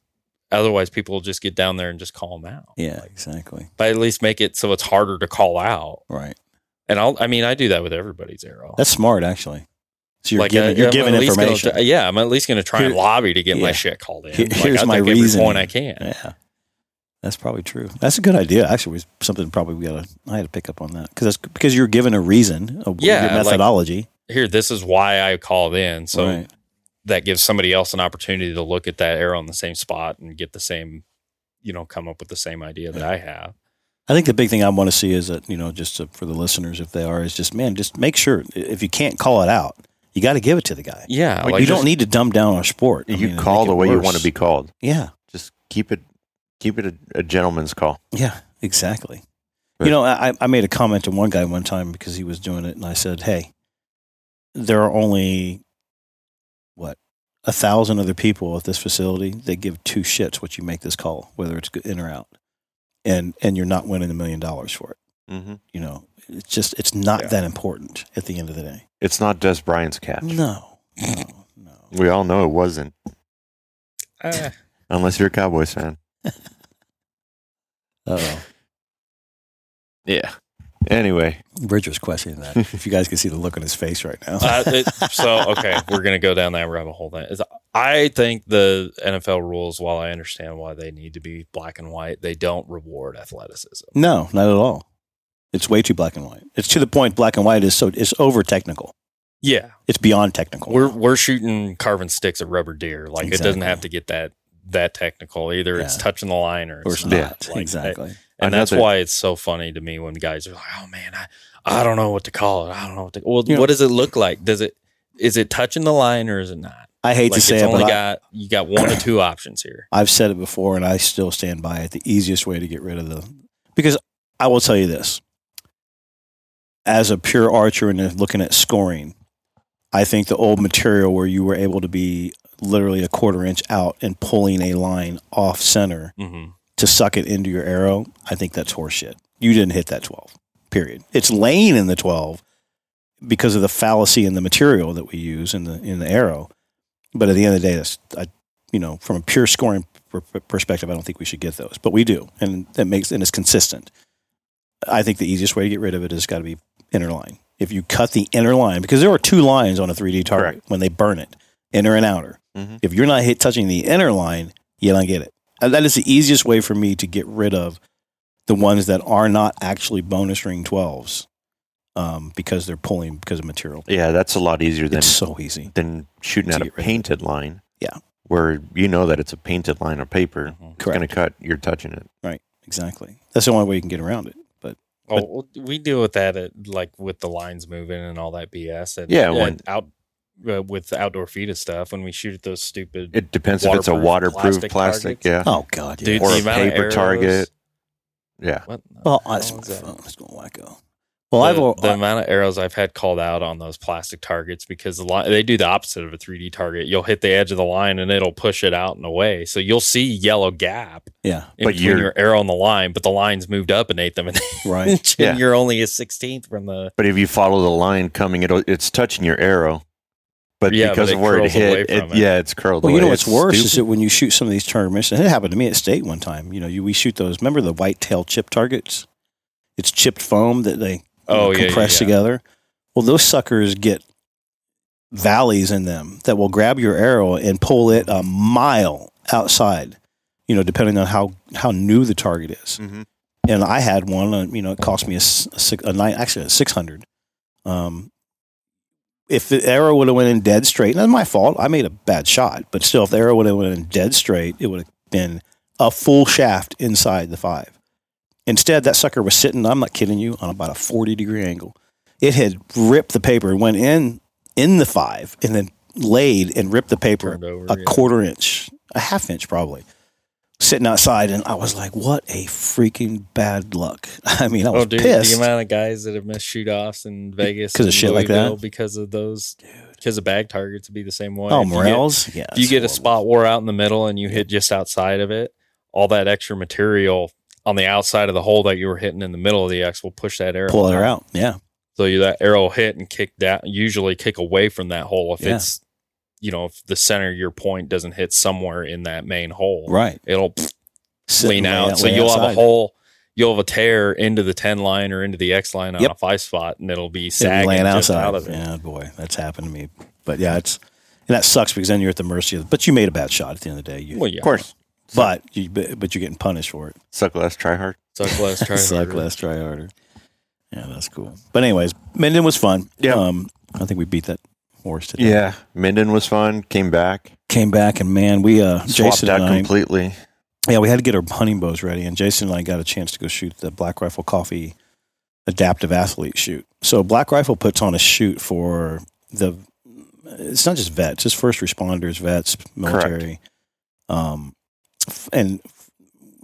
Otherwise, people will just get down there and just call them out. yeah, Like, exactly. but at least make it so it's harder to call out. Right. And I'll, I mean, I do that with everybody's arrow. That's smart, actually. So you're I- giving, you're I'm giving uh, um, at least gonna information. try- yeah, I'm at least going to try and Here- lobby to get my yeah. shit called in. Here- Like, here's I'll my take reasoning. every point I can. yeah, that's probably true. That's a good idea. Actually, was something probably we gotta. I had to pick up on that because that's because you're given a reason, a, Yeah, your like- methodology. Here, this is why I called in. So right. that gives somebody else an opportunity to look at that arrow in the same spot and get the same, you know, come up with the same idea that I have. I think the big thing I want to see is that you know, just to, for the listeners, if they are, is just man, just make sure if you can't call it out, you got to give it to the guy. Yeah. Well, you Like don't need to dumb down a sport. I you mean, call make the it way you worse. want to be called. Yeah. Just keep it keep it a, a gentleman's call. Yeah, exactly. Right. You know, I, I made a comment to one guy one time because he was doing it, and I said, "Hey, there are only what a thousand other people at this facility that give two shits what you make this call, whether it's good in or out, and and you're not winning a million dollars for it. Mm-hmm. You know, it's just it's not Yeah. that important at the end of the day. It's not Des Bryant's catch. No, no, no. We all know it wasn't, Ah, unless you're a Cowboys fan. Oh, Yeah. Anyway, Bridger's questioning that. if you guys can see the look on his face right now, uh, it- so okay, we're gonna go down that rabbit hole. Then Is- I think the NFL rules, while I understand why they need to be black and white, they don't reward athleticism. No, not at all. It's way too black and white. It's to the point black and white is so it's over technical. Yeah, It's beyond technical. we're we're shooting carving sticks at rubber deer. Like it doesn't Exactly. have to get that that technical. Either it's Yeah. touching the line or or it's it's not. not. Like, exactly. and that's Another- why it's so funny to me when guys are like, "Oh man, I, I don't know what to call it. I don't know what to." Well, You know- what does it look like? Does it is it touching the line or is it not? I hate to like say it's it, only but I, got you got one or two options here. I've said it before and I still stand by it. The easiest way to get rid of the because I will tell you this. As a pure archer and if looking at scoring, I think the old material where you were able to be literally a quarter inch out and pulling a line off center hmm to suck it into your arrow, I think that's horseshit. You didn't hit that 12, period. It's laying in the 12 because of the fallacy in the material that we use in the in the arrow. But at the end of the day, that's, I, you know, from a pure scoring per- per- perspective, I don't think we should get those, but we do, and that makes and it's consistent. I think the easiest way to get rid of it has got to be inner line. If you cut the inner line, because there are two lines on a 3D target when they burn it, inner and outer. Mhm. If you're not hit touching the inner line, you don't get it. And that is the easiest way for me to get rid of the ones that are not actually bonus ring 12s um, because they're pulling because of material. yeah, that's a lot easier than It's so easy. than shooting to at a get rid of it. painted line. Yeah. where you know that it's a painted line of paper. Mhm. It's going to cut. You're touching it. Exactly. That's the only way you can get around it. But Oh, well, we deal with that at, like with the lines moving and all that BS. And, Yeah, and when- out uh, with outdoor feed stuff when we shoot at those stupid It depends if it's a Waterproof waterproof plastic plastic. targets. yeah. oh god, yeah. dude, Or the a amount of paper arrows- target. Yeah. What? Well, How that's long my is that? phone. It's going wacko. Well, I've the, al- the amount of arrows I've had called out on those plastic targets because the line, they do the opposite of a 3D target. You'll hit the edge of the line and it'll push it out and away. So you'll see yellow gap yeah, in But between you're- your arrow and the line, but the line's moved up an eighth of an right. inch, Yeah. and you're only a sixteenth from the. But if you follow the line coming, it'll it's touching your arrow. But Yeah, but because it of where it curls away hit, it, from it. yeah, it's curled. Well, you away. know what's It's worse is stupid. that when you shoot some of these tournaments, and it happened to me at state one time. You know, you, we shoot those. Remember the white tail chip targets? It's chipped foam that they you Oh, know, yeah, yeah, compress yeah. together. Well, those suckers get valleys in them that will grab your arrow and pull it a mile outside. You know, depending on how how new the target is. Mhm. and I had one. Uh, you know, it cost me a, s- a six, a nine, actually a six hundred. Um, if the arrow would have went in dead straight, not my fault. I made a bad shot, but still, if the arrow would have went in dead straight, it would have been a full shaft inside the five. Instead, that sucker was sitting. I'm not kidding you, on about a forty degree angle. It had ripped the paper, went in in the five, and then laid and ripped the paper Turned over, a yeah. quarter inch, a half inch probably, sitting outside, and I was like, "What a freaking bad luck!" I mean, I was Oh, dude, the pissed. amount of guys that have missed shoot offs in Vegas 'Cause of and shit like that? Louisville because of those because of bag targets would be the same way. Oh, If you get- morels! yeah, if you it's get a horrible. spot wore out in the middle and you hit just outside of it, all that extra material on the outside of the hole that you were hitting in the middle of the X will push that arrow. pull it out. Yeah, So you that arrow will hit and kick down usually kick away from that hole if Yeah. it's you know, if the center of your point doesn't hit somewhere in that main hole. right. It'll Sitting lean way out. So way you'll have a outside. hole you'll have a tear into the ten line or into the X line on Yep. a five spot and it'll be It'd be sagging laying just outside. out of it. Yeah, boy, that's happened to me. But yeah, it's and that sucks because then you're at the mercy of. But you made a bad shot at the end of the day. You, Well, yeah. Of course, but you but you're getting punished for it. suck less, try hard. Suck less, try Suck harder. less, try harder. Yeah, that's cool. But anyways, Minden was fun. Yeah. um, I think we beat that horse today. Yeah, Minden was fun. Came back, came back and man, we uh, swapped Jason out and I, completely. yeah, we had to get our hunting bows ready, and Jason and I got a chance to go shoot the Black Rifle Coffee Adaptive Athlete Shoot. So Black Rifle puts on a shoot for the. It's not just vets; it's first responders, vets, military, um, f- and f-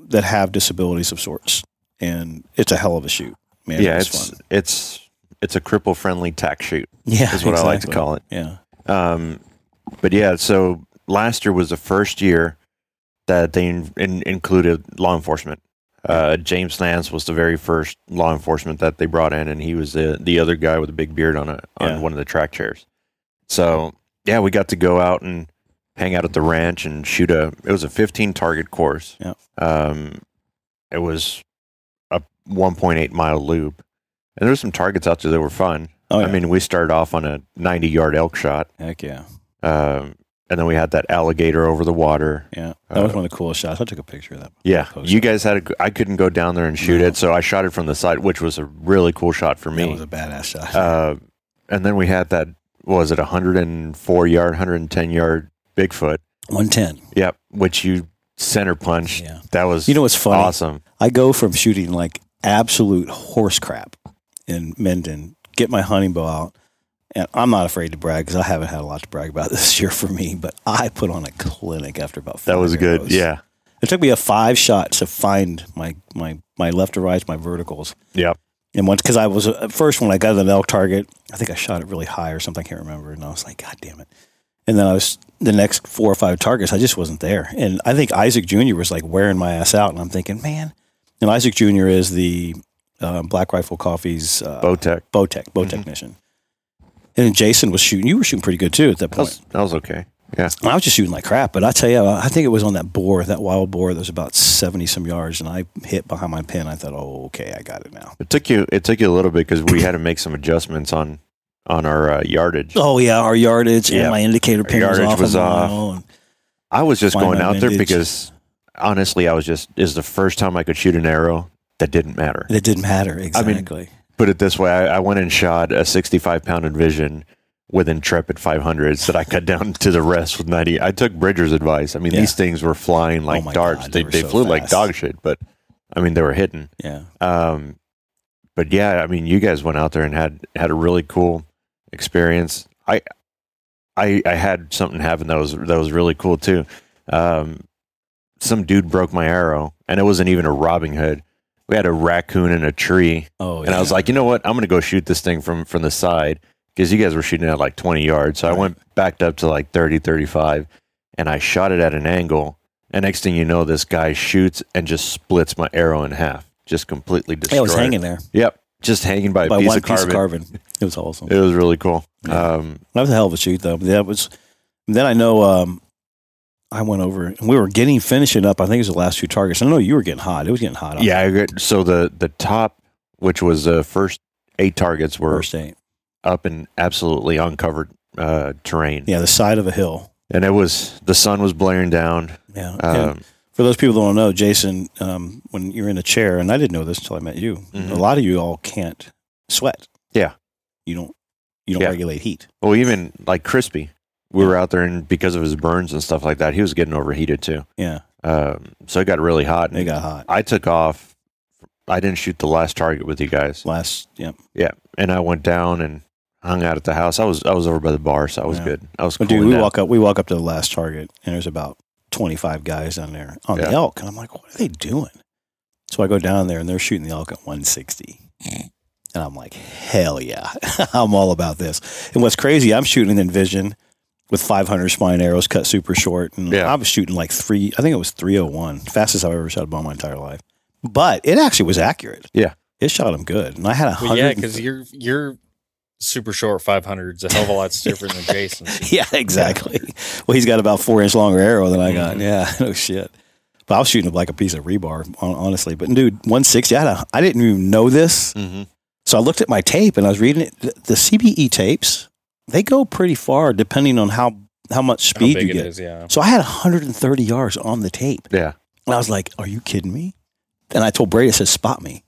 that have disabilities of sorts. And it's a hell of a shoot, man. yeah, it's, it's fun. it's it's a cripple friendly tack shoot Yeah, is what I like to exactly. call it. Yeah, Um, but yeah, so last year was the first year that they in, in, included law enforcement. Uh, James Nance was the very first law enforcement that they brought in, and he was the the other guy with a big beard on a on Yeah. one of the track chairs. So yeah, we got to go out and hang out at the ranch and shoot a. It was a 15 target course. Yeah. Um, it was a 1.8 mile loop, and there were some targets out there that were fun. oh yeah, I mean, we started off on a 90 yard elk shot. heck yeah, Um, and then we had that alligator over the water. yeah. That was Uh, one of the coolest shots. I took a picture of that. Yeah, Post you guys had. A, I couldn't go down there and shoot No. it, so I shot it from the side, which was a really cool shot for That me. was a badass shot. uh, and then we had that. what Was it 104 yard, 110 yard Bigfoot? One ten. Yep, which you center punched. Yeah. That was You know what's funny? awesome. I go from shooting like absolute horse crap in Menden, get my hunting bow out, and I'm not afraid to brag because I haven't had a lot to brag about this year for me. But I put on a clinic after about five That was good. arrows. Yeah, it took me a five shot to find my my my left to right, my verticals. Yep. And once, because I was uh, at first when I got an elk target, I think I shot it really high or something. I can't remember. And I was like, God damn it. And then I was the next four or five targets, I just wasn't there. And I think Isaac Jr. was like wearing my ass out. And I'm thinking, man. And Isaac Jr. is the um, Black Rifle Coffee's uh, bow, Bowtech. tech, bow Mhm. technician. And then Jason was shooting. You were shooting pretty good too at that That point. was, that was okay. And I was just shooting like crap, but I tell you, I think it was on that boar, that wild boar that was about 70 some yards, and I hit behind my pin. I thought, oh, okay, I got it now. It took you. It took you a little bit because we had to make some adjustments on on our uh, yardage. Oh, yeah, our yardage Yeah. and my indicator pin was yardage off. was a off. mile, and- I was just Find going my out there vintage. because honestly, I was just is the first time I could shoot an arrow that didn't matter. and it didn't matter. Exactly. Put it this way, I, I went and shot a 65 pound Envision with intrepid 500s that I cut down to the rest with 90. I took Bridger's advice. I mean, Yeah. Oh these things were flying like my darts. God, they they were they so flew like fast. dog shit, but I mean, they were hitting. Yeah. Um, but yeah, I mean, you guys went out there and had had a really cool experience. I I I had something happen that was that was really cool too. Um, some dude broke my arrow, and it wasn't even a Robin Hood. We had a raccoon in a tree, Oh, and I was like, you know what? I'm gonna go shoot this thing from from the side because you guys were shooting at like 20 yards. So I Right. went backed up to like 30, 35, and I shot it at an angle. And next thing you know, this guy shoots and just splits my arrow in half, just completely destroyed. it was hanging there Yep, just hanging by a by piece, one of, piece carbon. of carbon. It was awesome. It was really cool. Yeah. Um, That was a hell of a shoot, though. That was. Then I know um, I went over and we were getting finishing up. I think it was the last two targets. I know you were getting hot. It was getting hot. on yeah. I agree. So the the top, which was the first eight targets, the were first eight. up in absolutely uncovered uh, terrain, Yeah, the side of a hill. and it was the sun was blaring down. Yeah. And Um, for those people that don't know, Jason, um, when you're in a chair, and I didn't know this until I met you. Mhm. A lot of you all can't sweat. Yeah. You don't. You don't Yeah. regulate heat. Well, even like crispy, we were out there, and because of his burns and stuff like that, he was getting overheated too. Yeah, Um, so it got really hot. they got hot. I took off. I didn't shoot the last target with you guys. Last, yeah. and I went down and hung out at the house. I was I was over by the bar, so I was Yeah. good. I was But cool. dude, we walk up. We walk up to the last target, and there's about 25 guys down there on the Yeah. elk, and I'm like, what are they doing? So I go down there, and they're shooting the elk at 160, and I'm like, hell yeah, I'm all about this. And what's crazy, I'm shooting an Envision with 500 spine arrows cut super short, and Yeah. I was shooting like three. I think it was 301, fastest I've ever shot a bow in my entire life. But it actually was accurate. Yeah. it shot him good, and I had a Well, hundred. yeah, because you're you're super short 500s a hell of a lot stiffer than Jason's. Yeah, exactly. Well, he's got about four inch longer arrow than I got. Mhm. Yeah, no shit. But I was shooting like a piece of rebar, hon- honestly. But dude, 160, I, had a, I didn't even know this. hmm So I looked at my tape and I was reading it. The, the CBE tapes, they go pretty far depending on how, how much How speed big you it get. is, yeah. So I had 130 yards on the tape. Yeah. And I was like, are you kidding me? And I told Brady, I said, spot me.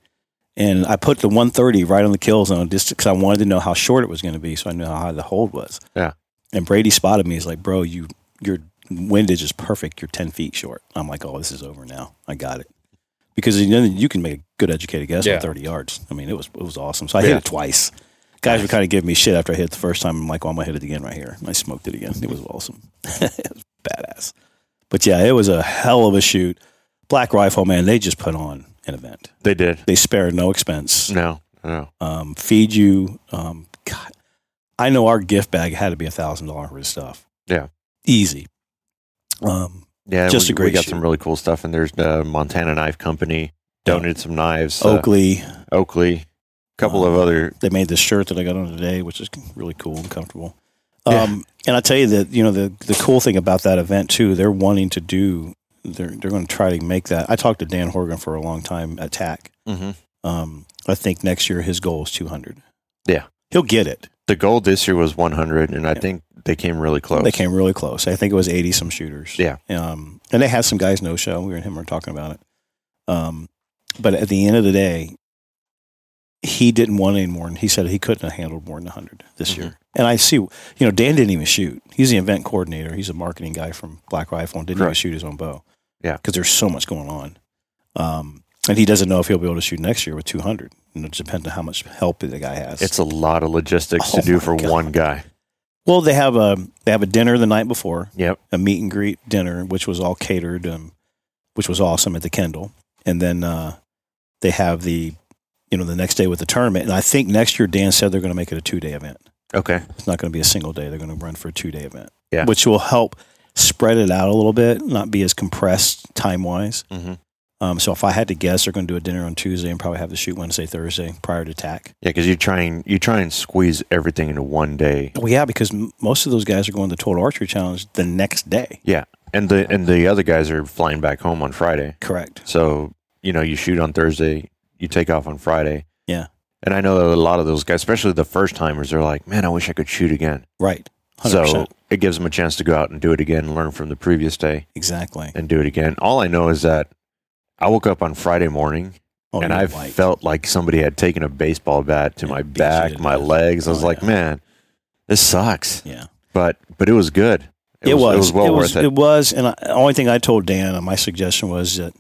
And I put the 130 right on the kill zone just because I wanted to know how short it was going to be. So I knew how high the hold was. Yeah. And Brady spotted me. He's like, bro, you, your windage is perfect. You're 10 feet short. I'm like, oh, this is over now. I got it. Because you, know, you can make a good educated guess Yeah. on 30 yards. I mean, it was, it was awesome. So I hit Yeah. it twice. Guys were kind of giving me shit after I hit it the first time. I'm like, well, I'm going to hit it again right here. And I smoked it again. It was awesome. it was badass. But yeah, it was a hell of a shoot. Black Rifle, man, they just put on an event. They did. They spare no expense. No, no. Um, feed you. Um, God, I know our gift bag had to be a thousand dollars worth of stuff. Yeah. easy. Um, Yeah, Just we, a great we got shoot. some really cool stuff. And there's the Montana Knife Company donated some knives. uh, Oakley, uh, Oakley, a couple of other. they made this shirt that I got on today, which is really cool and comfortable. Yeah. Um, and I tell you that you know the the cool thing about that event too, they're wanting to do. They're they're going to try to make that. I talked to Dan Horgan for a long time at TAC. hmm Um, I think next year his goal is 200. Yeah. He'll get it. The goal this year was 100, and I Yeah. think they came really close. They came really close. I think it was 80 some shooters. Yeah. Um, and they had some guys no show. We were and him were talking about it. Um, but at the end of the day, he didn't want any more. And he said he couldn't have handled more than 100 this Mhm. year. And I see, you know, Dan didn't even shoot. He's the event coordinator. He's a marketing guy from Black Rifle and didn't even Correct. shoot his own bow. Yeah. Because there's so much going on. Um, and he doesn't know if he'll be able to shoot next year with 200. And it depends on how much help the guy has. It's a lot of logistics Oh to do my for God. one guy. Well, they have a they have a dinner the night before, Yep. a meet and greet dinner, which was all catered, um, which was awesome at the Kendall, and then uh, they have the you know the next day with the tournament, and I think next year Dan said they're going to make it a two day event. Okay. It's not going to be a single day. They're going to run for a two day event, Yeah. which will help spread it out a little bit, not be as compressed time wise. hmm Um, so if I had to guess, they're going to do a dinner on Tuesday and probably have the shoot Wednesday, Thursday prior to tack. Yeah, because you try and you try and squeeze everything into one day. Well, yeah, because m- most of those guys are going to the Total Archery Challenge the next day. And the and the other guys are flying back home on Friday. Correct. So, you know, you shoot on Thursday, you take off on Friday. Yeah. And I know that a lot of those guys, especially the first timers, they're like, man, I wish I could shoot again. Right. 100%. So it gives them a chance to go out and do it again, and learn from the previous day exactly. and do it again. All I know is that I woke up on Friday morning Oh, and you're I right. felt like somebody had taken a baseball bat to Yeah, my beat you to back, my death. legs. I was Oh, like, yeah. man, This sucks. Yeah. But but it was good. It, was, It was well worth it. It was, and I, the only thing I told Dan, uh, my suggestion was that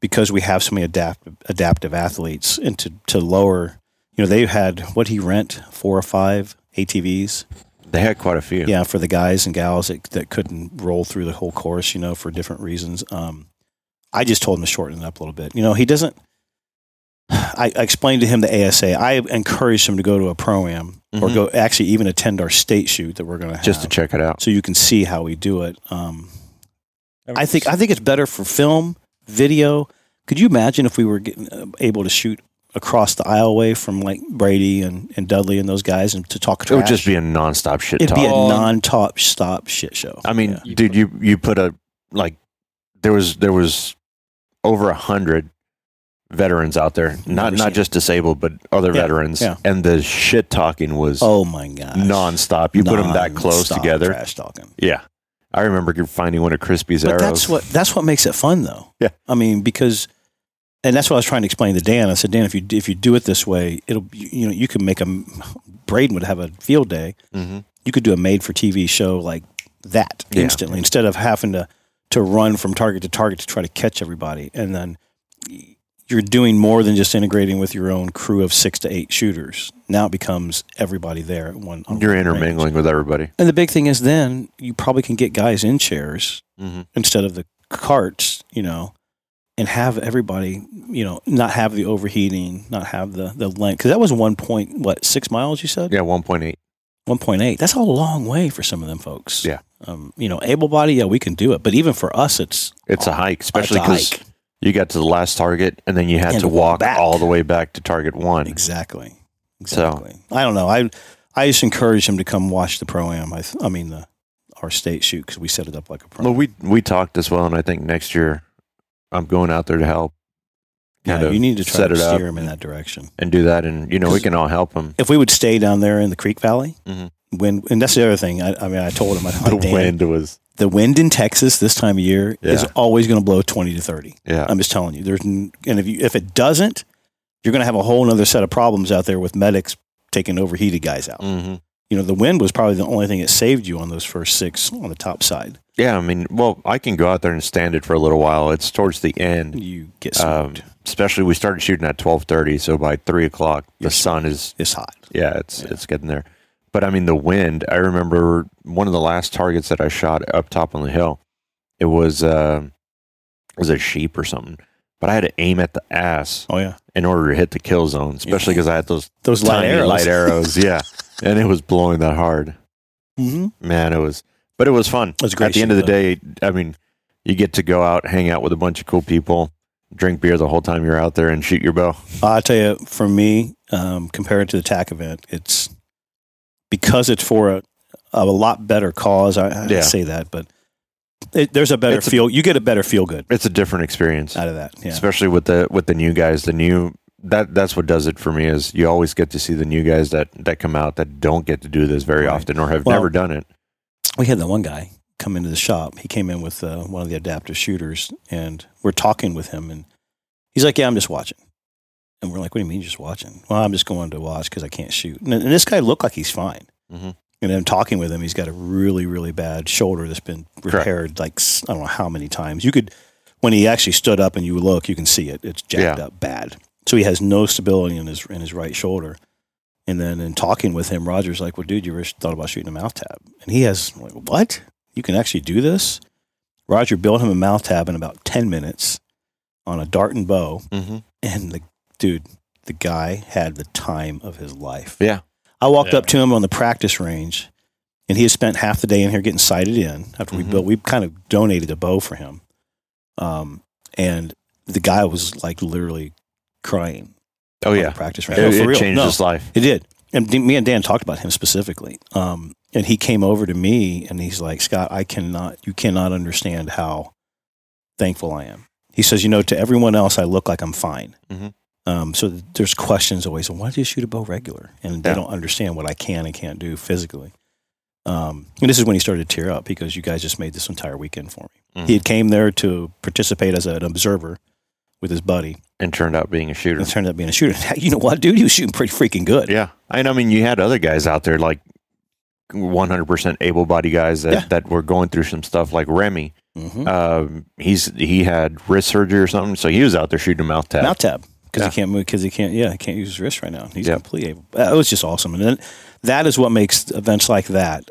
because we have so many adaptive adaptive athletes, and to to lower, you know, they had what he rent four or five ATVs, They had quite a few. yeah, for the guys and gals that that couldn't roll through the whole course, you know, for different reasons. Um, I just told him to shorten it up a little bit. You know, he doesn't. I, I explained to him the ASA. I encouraged him to go to a pro am or Mhm. go actually even attend our state shoot that we're going to have Just to check it out. so you can see how we do it. Um, I think I think it's better for film, video. Could you imagine if we were getting, uh, able to shoot across the aisleway from like Brady and, and Dudley and those guys and to talk It trash? would just be a nonstop shit It'd talk. be a Oh. non-top stop shit show. I mean, Yeah. You dude, put- you you put a like there was there was over a hundred veterans out there, not Never not seen just disabled, but other Yeah, veterans, yeah. and the shit talking was oh my god, nonstop. You put 'em put them that close together, trash talking. yeah. I remember finding one of Crispy's But arrows. that's what that's what makes it fun, though. Yeah. I mean, because, and that's what I was trying to explain to Dan. I said, Dan, if you if you do it this way, it'll you you know you can make a Braden would have a field day. Mhm. you could do a made for TV show like that Yeah. instantly instead of having to to run from target to target to try to catch everybody and then you're doing more than just integrating with your own crew of 6 to 8 shooters now it becomes everybody there at one on You're one range. intermingling with everybody. and the big thing is then you probably can get guys in chairs Mhm. instead of the carts you know and have everybody you know not have the overheating not have the the length cuz that was 1. Point, what 6 miles you said Yeah, one point eight. 1.8 that's a long way for some of them folks Yeah. um, you know able body yeah we can do it but even for us Oh, it's It's a hike, especially because hike. you got to the last target and then you had And to walk back. all the way back to target one. exactly So- exactly i don't know i i just encourage him to come watch the pro am i, th- I mean the our state shoot because we set it up like a pro Well, we we talked as well, and I think next year I'm going out there to help kind yeah, of you need to try set to it up. steer him in that direction and do that, and you know we can all help them. if we would stay down there in the creek valley Mhm. when and that's the other thing i, I mean i told him I, The I, Dan, wind was the wind in texas this time of year is Yeah. always going to blow 20 to 30 yeah, I'm just telling you. There's n- and if you if it doesn't, you're going to have a whole other set of problems out there with medics taking overheated guys out. hmm You know, the wind was probably the only thing that saved you on those first six on the top side. yeah. I mean, well, I can go out there and stand it for a little while. It's towards the end, You get um, smoked. especially we started shooting at twelve thirty, so by three o'clock the Yes. sun is it's hot. yeah, it's Yeah. it's getting there. But I mean, the wind. I remember one of the last targets that I shot up top on the hill. It was uh, it was a sheep or something, but I had to aim at the ass Oh yeah, in order to hit the kill zone, especially because I had those those light tiny arrows. light arrows. Yeah, and it was blowing that hard, hmm man. It was, but it was fun. That's great At the end of the day, I mean, you get to go out, hang out with a bunch of cool people, drink beer the whole time you're out there, and shoot your bow. I tell you, for me, um, compared to the TAC event, it's because it's for a, a lot better cause. I, I Yeah. say that, but it, there's a better It's a- feel. you get a better feel good It's a different experience, out of that. Uh, Yeah. especially with the with the new guys. The new that that's what does it for me is you always get to see the new guys that that come out that don't get to do this very Right. often or have Well, never done it. we had that one guy come into the shop. He came in with uh, one of the adaptive shooters, and we're talking with him, and he's like, "Yeah, I'm just watching." And we're like, "What do you mean, just watching?" Well, I'm just going to watch because I can't shoot. And, and this guy looked like he's fine. Mhm. And then talking with him, he's got a really, really bad shoulder that's been repaired like s- I don't know how many times. You could, when he actually stood up and you look, you can see it. It's jacked Yeah. up bad. So he has no stability in his in his right shoulder. And then in talking with him, Roger's like, "Well, dude, you ever thought about shooting a mouth tab?" And he has like, "What? You can actually do this?" Roger built him a mouth tab in about ten minutes on a dart and bow, Mm-hmm. and the dude, the guy had the time of his life. Yeah. I walked Yeah. up to him on the practice range, and he had spent half the day in here getting sighted in after we Mhm. built. We kind of donated a bow for him, um, and the guy was like literally crying. Oh on the yeah, practice it, range. No, for it real. changed No. his life. It did. And D- me and Dan talked about him specifically. Um, and he came over to me and he's like, Scott, I cannot, you cannot understand how thankful I am. He says, you know, to everyone else, I look like I'm fine. Mhm. Um, so th- there's questions always. Why do you shoot a bow regular? And they Yeah. don't understand what I can and can't do physically. Um, and this is when he started to tear up because you guys just made this entire weekend for me. Mhm. He had came there to participate as an observer with his buddy. And turned out being a shooter. And it turned out being a shooter. You know what, dude? He was shooting pretty freaking good. Yeah, and I mean, you had other guys out there like 100% able-bodied guys that, Yeah. that were going through some stuff like Remy. Mm-hmm. Um, he's he had wrist surgery or something, so he was out there shooting mouth tap. Mouth tab because Yeah. he can't move because he can't. Yeah, he can't use his wrist right now. He's Yep. completely able. Uh, It was just awesome, and then that is what makes events like that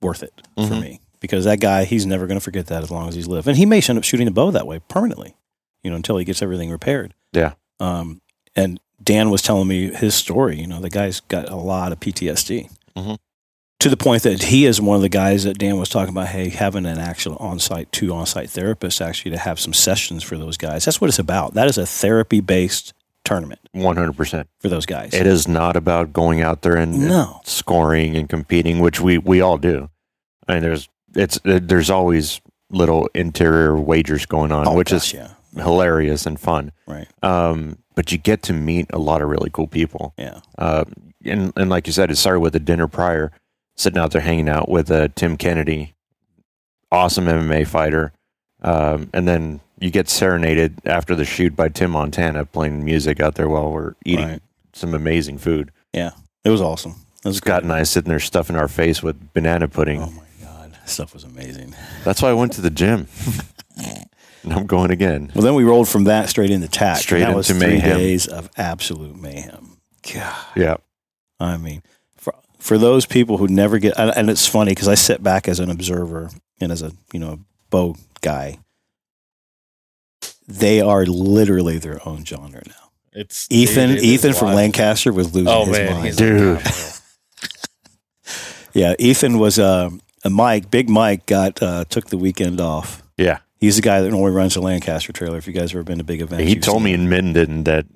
worth it for Mhm. me because that guy he's never going to forget that as long as he's lived, and he may end up shooting the bow that way permanently, you know, until he gets everything repaired. Yeah. Um, and Dan was telling me his story. You know, the guy's got a lot of PTSD. Mhm. To the point that he is one of the guys that Dan was talking about. Hey, having an actual on-site, two on-site therapists actually to have some sessions for those guys. That's what it's about. That is a therapy-based tournament 100%. for those guys. It is not about going out there and, and No, scoring and competing, which we we all do. I mean, there's it's there's always little interior wagers going on, Oh, which gosh, is yeah, hilarious and fun. right, Um, but you get to meet a lot of really cool people. yeah, Uh, and and like you said, it started with a dinner prior, sitting out there hanging out with uh, Tim Kennedy, awesome MMA fighter. Um, and then you get serenaded after the shoot by Tim Montana playing music out there while we're eating Right. some amazing food. It was awesome. It was great. Scott and I sitting there stuffing our face with banana pudding. Oh my god, stuff was amazing. That's why I went to the gym. and I'm going again. Well, then we rolled from that straight into tack. Straight that was into three mayhem. days of absolute mayhem. God, Yeah. I mean, for for those people who never get, and, and it's funny because I sit back as an observer and as a you know bow guy, they are literally their own genre now. It's Ethan, it- it is Ethan from wild. Lancaster was losing Oh his man, mind. he's Dude. Yeah, Ethan was uh, a Mike. Big Mike got uh, took the weekend off. Yeah. He's the guy that only runs the Lancaster trailer. If you guys ever been to big events, he you've told seen me it. in Minden that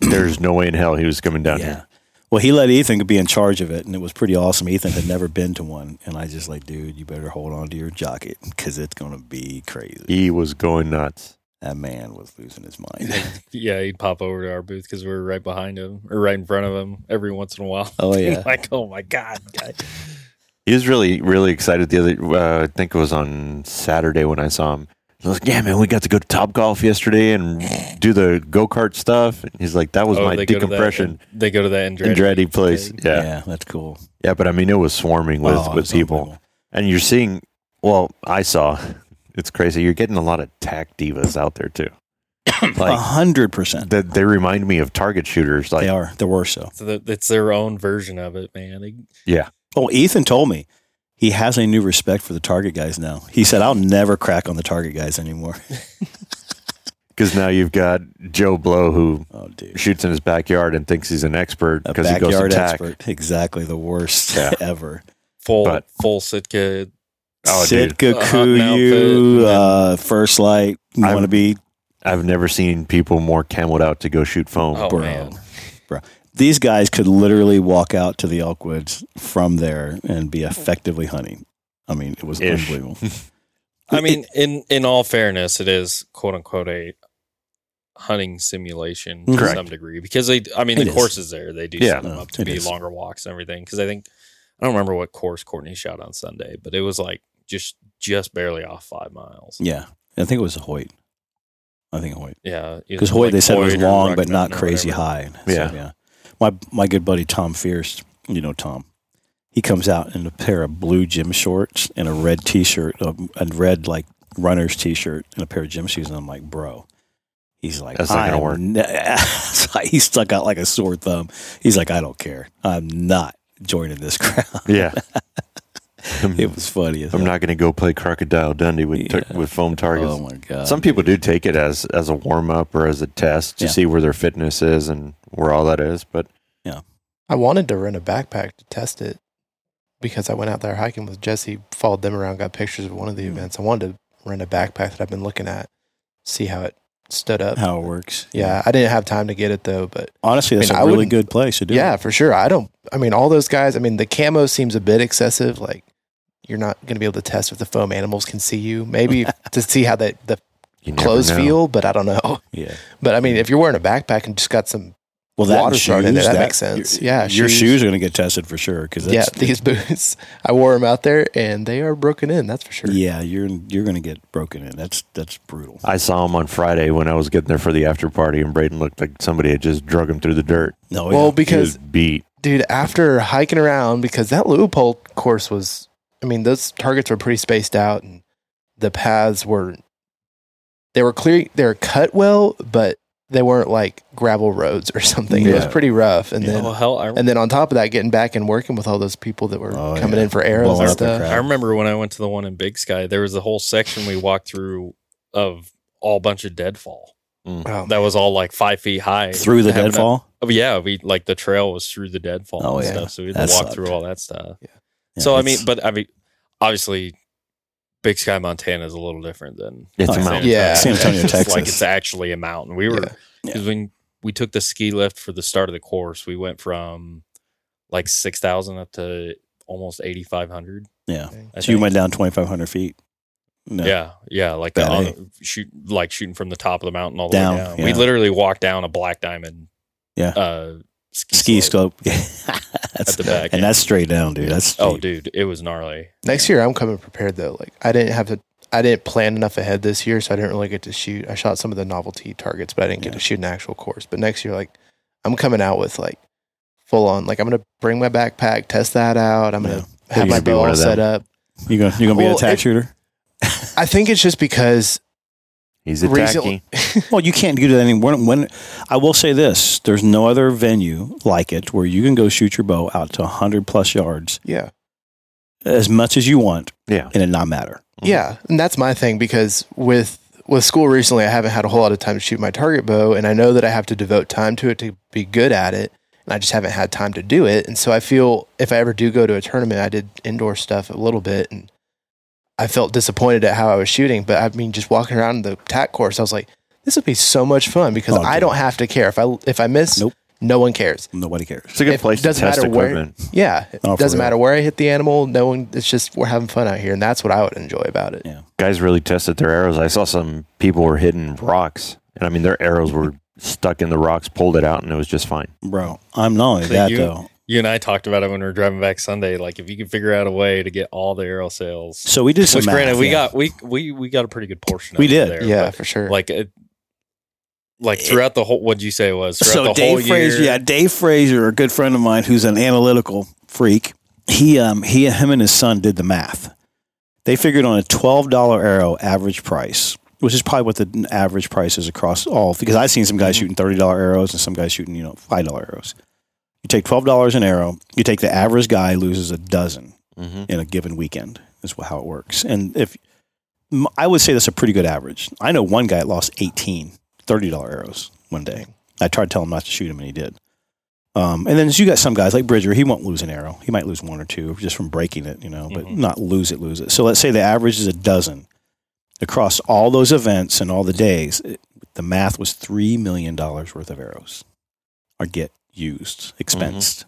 there's no way in hell he was coming down yeah. here. Well, he let Ethan be in charge of it, and it was pretty awesome. Ethan had never been to one, and I just like, dude, you better hold on to your jacket because it's gonna be crazy. He was going nuts. That man was losing his mind. Like, yeah, he'd pop over to our booth because we were right behind him or right in front of him every once in a while. oh yeah, like, oh my god, guy. He was really, really excited the other, uh, I think it was on Saturday when I saw him. I was like, yeah, man, we got to go to Top Golf yesterday and do the go kart stuff. And he's like, that was Oh, my they go to that- decompression they go to that and Andretti. dready place. thing. Yeah. yeah. that's cool. But I mean, it was swarming with, Oh, with it's people. unbelievable. And you're seeing, well, I saw, it's crazy. You're getting a lot of tack divas out there too. A like hundred percent. that, they remind me of target shooters. Oh. They Like, are. There were so. So that, it's their own version of it, man. They- Oh, Ethan told me he has a new respect for the target guys now. He said, I'll never crack on the target guys anymore. because now you've got Joe Blow who Oh, dude. shoots in his backyard and thinks he's an expert A because he goes to backyard tack. expert. Exactly the worst Yeah. ever. full But- full Sitka. Oh, dude. Sitka A hunting Kuyu, outfit, uh, First Light, I'm- want to be. I've never seen people more cameled out to go shoot foam. Oh bro. man, These guys could literally walk out to the Elkwoods from there and be effectively hunting. I mean, it was Ish. unbelievable. I mean, in in all fairness, it is quote unquote a hunting simulation to Correct. some degree because they. I mean, It the is. courses there they do Yeah. set them No, up to it be is. longer walks and everything. Because I think I don't remember what course Courtney shot on Sunday, but it was like just just barely off five miles. yeah. I think it was Hoyt. I think Hoyt. Yeah, Because Hoyt, they said it was Hoyt or long Rock but not Mountain or crazy whatever. high. So, Yeah. yeah. My my good buddy Tom Fierce, you know Tom, he comes out in a pair of blue gym shorts and a red T-shirt, a, a red like runner's T-shirt and a pair of gym shoes, and I'm like, bro. He's like, That's not gonna "I am work." ne- It's like he stuck out like a sore thumb. He's like, I don't care. I'm not joining this crowd. Yeah. I'm, It was funny. as Hmm. I'm hell. not going to go play Crocodile Dundee with, tar- Yeah. with foam targets. Oh my god. Some people do take it as as a warm up or as a test to Yeah. see where their fitness is and where all that is. But I wanted to rent a backpack to test it because I went out there hiking with Jesse, followed them around, got pictures of one of the Hmm. events. I wanted to rent a backpack that I've been looking at, see how it stood up. how it works. yeah, I didn't have time to get it though, but Honestly, I that's mean, I a really wouldn't- good place to do. yeah, It. for sure. I don't. I mean, all those guys. I mean, the camo seems a bit excessive. Like, you're not going to be able to test if the foam animals can see you. Maybe to see how that the you never clothes know. feel, but I don't know. Yeah. But I mean, if you're wearing a backpack and just got some, Well, that water and started in there. shoes, That makes sense. Your, Yeah, your shoes. shoes, are going to get tested for sure. Because yeah, these boots. I wore them out there, and they are broken in. That's for sure. yeah, you're you're going to get broken in. That's that's brutal. I saw him on Friday when I was getting there for the after party, and Braden looked like somebody had just drug him through the dirt. No, well, yeah. He because was beat. dude, after hiking around, because that Leupold course was, I mean, those targets were pretty spaced out and the paths were, they were clear, they were cut well, but they weren't like gravel roads or something. It was Yeah. pretty rough. And then, well, Oh, hell, I, and then on top of that, getting back and working with all those people that were Oh, coming yeah. in for arrows Blowing and up the stuff. crowd. I remember when I went to the one in Big Sky, there was a whole section we walked through of all bunch of deadfall. Oh, That was all like five feet high. Through the Having a- deadfall? Oh, yeah, we like the trail was through the deadfall Oh, and yeah. stuff, so we That had to walk sucked. through all that stuff. Yeah, so I mean, that's- but I mean, obviously, Big Sky, Montana is a little different than It's Oh, a yeah. mountain. Yeah. San Antonio, It's Texas. Like it's actually a mountain. We were Yeah. because when we took the ski lift for the start of the course, we went from like six thousand up to almost eighty five hundred. yeah. I So you think. went down 2,500 feet. No. Yeah, yeah, like the Bad, on, eh? shoot, like shooting from the top of the mountain all the Down, way down. yeah. We literally walked down a black diamond. Yeah. uh, ski, Ski slope. slope. that's, At the back, And yeah. that's straight down, dude. That's Oh, steep. dude, it was gnarly. Next year, I'm coming prepared though. Like I didn't have to, I didn't plan enough ahead this year, so I didn't really get to shoot. I shot some of the novelty targets, but I didn't get to shoot an actual course. But next year, like I'm coming out with like full on. Like I'm gonna bring my backpack, test that out. I'm gonna have You my should be bow one all of set them. up. You gonna you gonna be Well, a tack it- shooter? I think it's just because He's a Recently- tacky. Well, you can't do that anymore. When, when I will say this, there's no other venue like it where you can go shoot your bow out to 100 plus yards yeah, as much as you want, Yeah. and it not matter. Mhm. yeah, and that's my thing because with with school recently, I haven't had a whole lot of time to shoot my target bow, and I know that I have to devote time to it to be good at it. and I just haven't had time to do it. And so I feel if I ever do go to a tournament, I did indoor stuff a little bit and I felt disappointed at how I was shooting. But I mean, just walking around the tack course, I was like, this would be so much fun because Oh, I dude. don't have to care. If I if I miss, Nope. no one cares. Nobody cares. It's a good It place to doesn't test matter where- equipment. Yeah. It Oh, for doesn't real. matter where I hit the animal, no one it's just we're having fun out here and that's what I would enjoy about it. Yeah. Guys really tested their arrows. I saw some people were hitting rocks, and I mean their arrows were stuck in the rocks, pulled it out, and it was just fine. Bro, I'm not only So that you- though. You and I talked about it when we were driving back Sunday. Like if you could figure out a way to get all the arrow sales, So we did some which math, granted we yeah. got we we we got a pretty good portion. We of it did. there, Yeah, but, for sure. like it, like throughout the whole. What'd you say it was throughout so the Dave whole year? Fraser, yeah, Dave Fraser, a good friend of mine who's an analytical freak. He um he him and his son did the math. They figured on a twelve dollar arrow average price, which is probably what the average price is across all. Because I've seen some guys Mm-hmm. shooting thirty dollar arrows and some guys shooting you know five dollar arrows. You take twelve dollars an arrow. You take the average guy loses a dozen Mm-hmm. in a given weekend. Is wh- how it works. And if m- I would say that's a pretty good average. I know one guy lost 18 $30 arrows one day. I tried to tell him not to shoot him, and he did. Um, and then you got some guys like Bridger. He won't lose an arrow. He might lose one or two just from breaking it, you know, but Mhm. not lose it, lose it. So let's say the average is a dozen across all those events and all the days. It, the math was three million dollars worth of arrows are get used, Mm-hmm. expensed.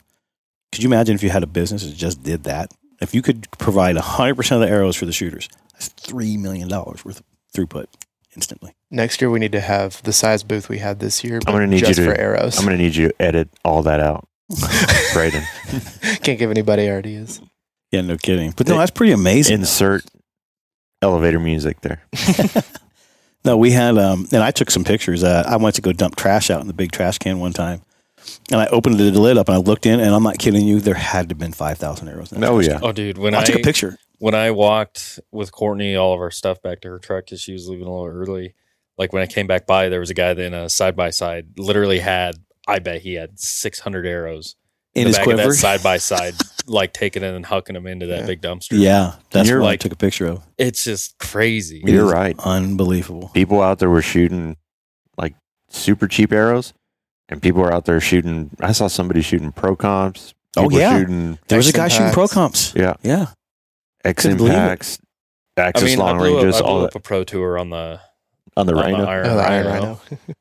Could you imagine if you had a business that just did that? If you could provide hundred percent of the arrows for the shooters, that's three million dollars worth of throughput instantly. Next year we need to have the size booth we had this year, but gonna need you just to- for arrows. I'm going to need you to edit all that out, Braden. Can't give anybody ideas. Yeah, no kidding. But no, that's pretty amazing. Insert elevator music there. No, we had, um, and I took some pictures. Uh, I went to go dump trash out in the big trash can one time, and I opened the lid up and I looked in, and I'm not kidding you, there had to have been five thousand arrows. In that Oh, trash yeah. can. Oh, dude, when I I, took a picture. when I walked with Courtney all of our stuff back to her truck because she was leaving a little early. Like when I came back by, there was a guy that in a side by side literally had. I bet he had 600 arrows in his back of quiver. that side by side, like taking it and hucking them into that Yeah. big dumpster. Yeah, that's You're what I like- took a picture of. it's just crazy. It You're is right. Unbelievable. People out there were shooting like super cheap arrows, and people were out there shooting. I saw somebody shooting pro comps. Oh, People were yeah. shooting There was a Action guy shooting pro packs. comps. yeah Yeah, X Couldn't believe it. impacts, I Axis mean, I long blew, ranges, up, I blew all up that a pro tour on the, on the on the rhino. Iron, Oh, the Iron Rhino. Rhino.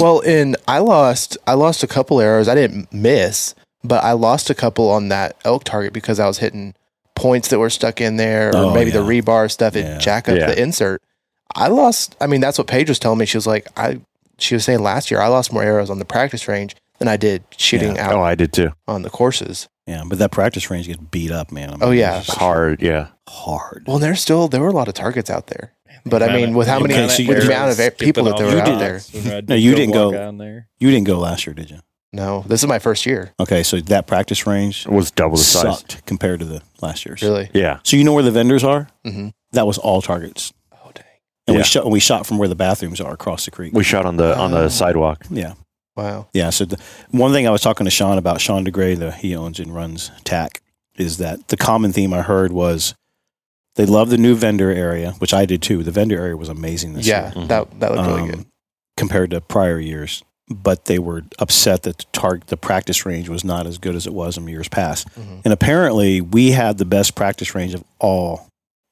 well, and I lost. I lost a couple arrows. I didn't miss, but I lost a couple on that elk target because I was hitting points that were stuck in there, or Oh, maybe the yeah. rebar stuff. It Yeah. jack up Yeah. the insert. I lost. I mean, that's what Paige was telling me. She was like, I. She was saying last year I lost more arrows on the practice range than I did shooting out Oh, I did too. on the courses. yeah. But that practice range gets beat up, man. I mean, Oh, yeah. it's just Hard, yeah. hard. Well, there's still there were a lot of targets out there, but I Amount mean, of- with how Okay, many so you with the did- amount of skipping people that off there you were did- out there. blocks when I'd No, you didn't walk go- down there. You didn't go last year, did you? No, this is my first year. Okay, so that practice range It was double the size. sucked compared to the last year's. Really? Yeah. So you know where the vendors are? Mm-hmm. That was all targets, Oh dang! and Yeah. we shot. We shot from where the bathrooms are across the creek. We shot on the on Oh. the sidewalk. yeah, Wow. yeah. So the, one thing I was talking to Sean about, Sean DeGray, the he owns and runs TAC, is that the common theme I heard was they love the new vendor area, which I did too. The vendor area was amazing this year. yeah, year. that that looked um, really good. compared to prior years, but they were upset that the target the practice range was not as good as it was in years past. Mhm. And apparently, we had the best practice range of all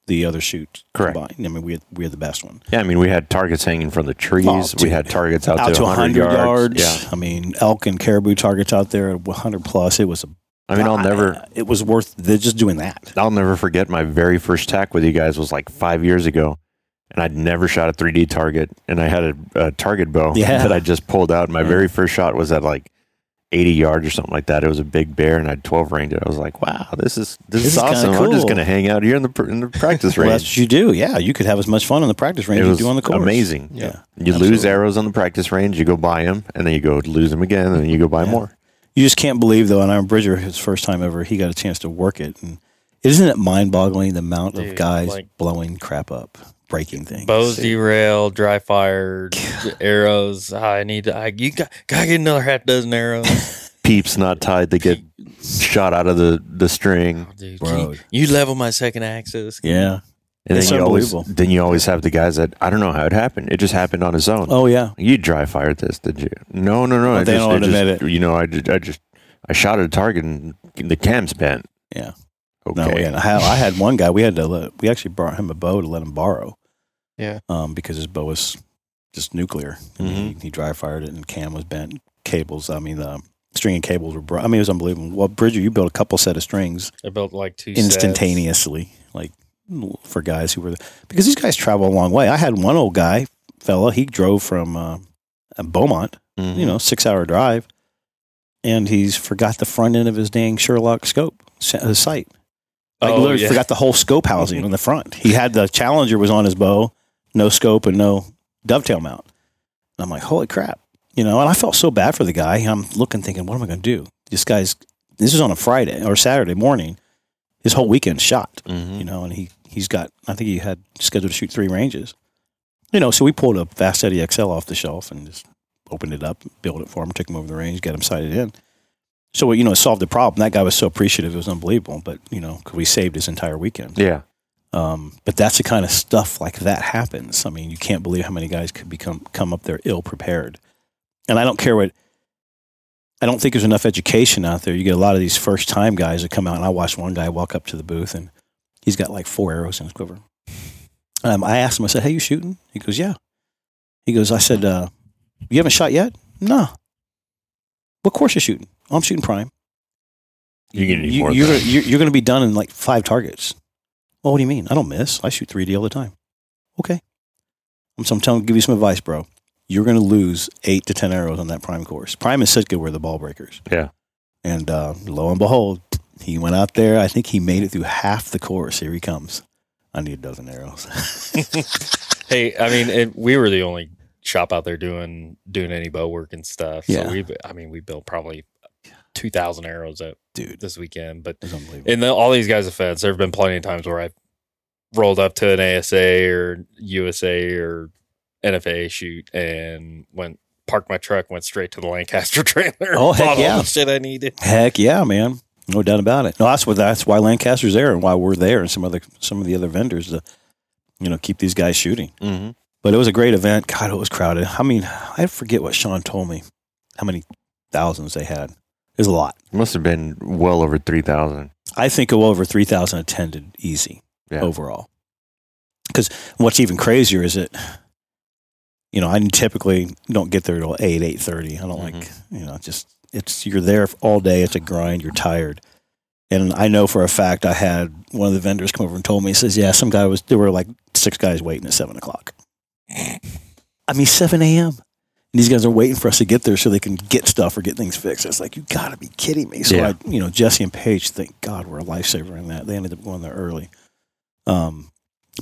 the other shoots Correct. combined. I mean, we had, we had the best one. Yeah, I mean, we had targets hanging from the trees. Oh, we dude. had targets out, Out, there to 100 yards. Yeah, I mean, elk and caribou targets out there at 100 plus. It was a. I mean, I'll never, uh, It was worth the, just doing that. I'll never forget my very first tack with you guys was like five years ago, and I'd never shot a 3D target, and I had a, a target bow Yeah. that I just pulled out. And my Yeah. very first shot was at like 80 yards or something like that. It was a big bear, and I 12 ranged it. I was like, wow, this is this, This is is kinda awesome. I'm just cool. gonna hang out here in the pr- in the practice Well, range. that's what you do. Yeah, you could have as much fun on the practice range it as you was do on the course. amazing. Yeah. You lose Absolutely. arrows on the practice range, you go buy them, and then you go lose them again, and then you go buy Yeah. more. You just can't believe though, and I remember Bridger his first time ever, he got a chance to work it and isn't it mind boggling the amount of Dude, guys like- blowing crap up, breaking things. Bows derail, dry fire, arrows. ah, I need to. I, you got, gotta get another half dozen arrows. Peeps not tied, they get shot out of the, the string. Dude, can Bro. you, you level my second axis. Yeah. And It's then you always unbelievable. then you always have the guys that I don't know how it happened. It just happened on his own. Oh yeah. You dry fired this, did you? No, no, no. But I they just, don't I just- admit You know, I just, I just I shot at a target and the cam's bent. Yeah. Okay. No, yeah. I had, I had one guy. We had to let, we actually brought him a bow to let him borrow. Yeah. Um, because his bow was just nuclear. I mean, he, he dry fired it, and cam was bent. Cables. I mean, the string and cables were. Bro- I mean, it was unbelievable. Well, Bridger, you built a couple set of strings. I built like two sets. instantaneously, like for guys who were because these guys travel a long way. I had one old guy fella; he drove from uh, Beaumont, Mhm. you know, six hour drive, and he's forgot the front end of his dang Sherlock scope s- uh, sight. Like, Oh, literally yeah. forgot the whole scope housing on the front. He had the Challenger was on his bow, no scope and no dovetail mount. And I'm like, holy crap, you know. And I felt so bad for the guy. I'm looking, thinking, what am I going to do? This guy's. This is on a Friday or Saturday morning. His whole weekend shot Mhm. you know, and he he's got I think he had scheduled to shoot three ranges. You know, so we pulled a Fast Eddie XL off the shelf and just opened it up, built it for him, took him over the range, got him sighted in. So you know, it solved the problem. That guy was so appreciative; it was unbelievable. But you know, 'cause we saved his entire weekend. Yeah. Um, but that's the kind of stuff like that happens. I mean, you can't believe how many guys could become come up there ill prepared. And I don't care what. I don't think there's enough education out there. You get a lot of these first time guys that come out, and I watched one guy walk up to the booth, and he's got like four arrows in his quiver. Um, I asked him, I said, "Hey, you shooting?" He goes, "Yeah." He goes, "I said, uh, you haven't shot yet? No. What course you shooting? "Oh, I'm shooting prime. You're gonna need You- more of you're, that. you're, you're going to be done in like five targets. Well, what do you mean? I don't miss. I shoot 3D all the time. Okay. I'm, so I'm telling, give you some advice, bro. You're going to lose eight to 10 arrows on that prime course. Prime and Sitka were the ball breakers. Yeah. And uh, lo and behold, he went out there. I think he made it through half the course. Here he comes. I need a dozen arrows. Mm-hmm. Hey, I mean, it, we were the only shop out there doing doing any bow work and stuff. Yeah. So we, I mean, we built probably two thousand arrows up Dude, it this weekend. But was unbelievable. and then all these guys have feds. There have been plenty of times where I've rolled up to an ASA or USA or NFA shoot and went parked my truck, went straight to the Lancaster trailer. Oh, heck bought yeah. All the shit I needed. Heck yeah, man. No doubt about it. No, that's what that's why Lancaster's there and why we're there and some other some of the other vendors to you know keep these guys shooting. Mhm. But it was a great event. God, it was crowded. I mean, I forget what Sean told me. How many thousands they had? It was a lot. Must have been well over three thousand. I think well over three thousand attended easy Yeah. overall. Because what's even crazier is that you know I typically don't get there till eight eight thirty. I don't like you know just it's you're there all day. It's a grind. You're tired. And I know for a fact I had one of the vendors come over and told me he says yeah some guy was there were like six guys waiting at seven o'clock. I mean seven a.m. And these guys are waiting for us to get there so they can get stuff or get things fixed. It's like, you got to be kidding me. So, Yeah. I, you know, Jesse and Paige, thank God, were a lifesaver in that. They ended up going there early. Um,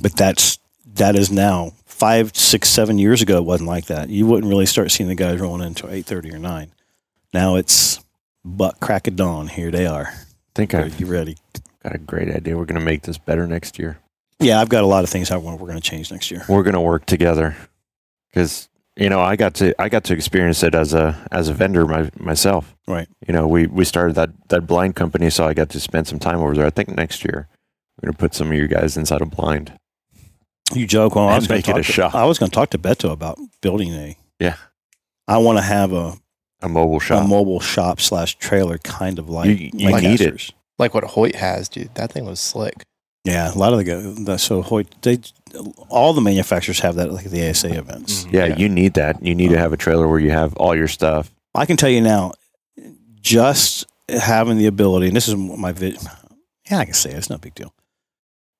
but that's, that is now five, six, seven years ago. It wasn't like that. You wouldn't really start seeing the guys rolling in until 8.30 or 9. Now it's butt crack of dawn. Here they are. think Are I've you ready? got a great idea. We're going to make this better next year. Yeah, I've got a lot of things I want. We're going to change next year. We're going to work together because you know I got to I got to experience it as a as a vendor my, myself. Right. You know we we started that that blind company, so I got to spend some time over there. I think next year we're going to put some of you guys inside a blind. You joke. Well, I And was gonna make it talk a to- shop. I was going to talk to Beto about building a. Yeah. I want to have a, A mobile a shop. mobile shop slash trailer kind of like You- you like need it. Astor's. Like what Hoyt has, dude. That thing was slick. Yeah, a lot of the go- the so Hoyt they all the manufacturers have that at, like the ASA events. Mhm. yeah, you need that. You need Uh-huh. to have a trailer where you have all your stuff. I can tell you now, just having the ability, and this is my vid. Yeah, I can say it, it's no big deal.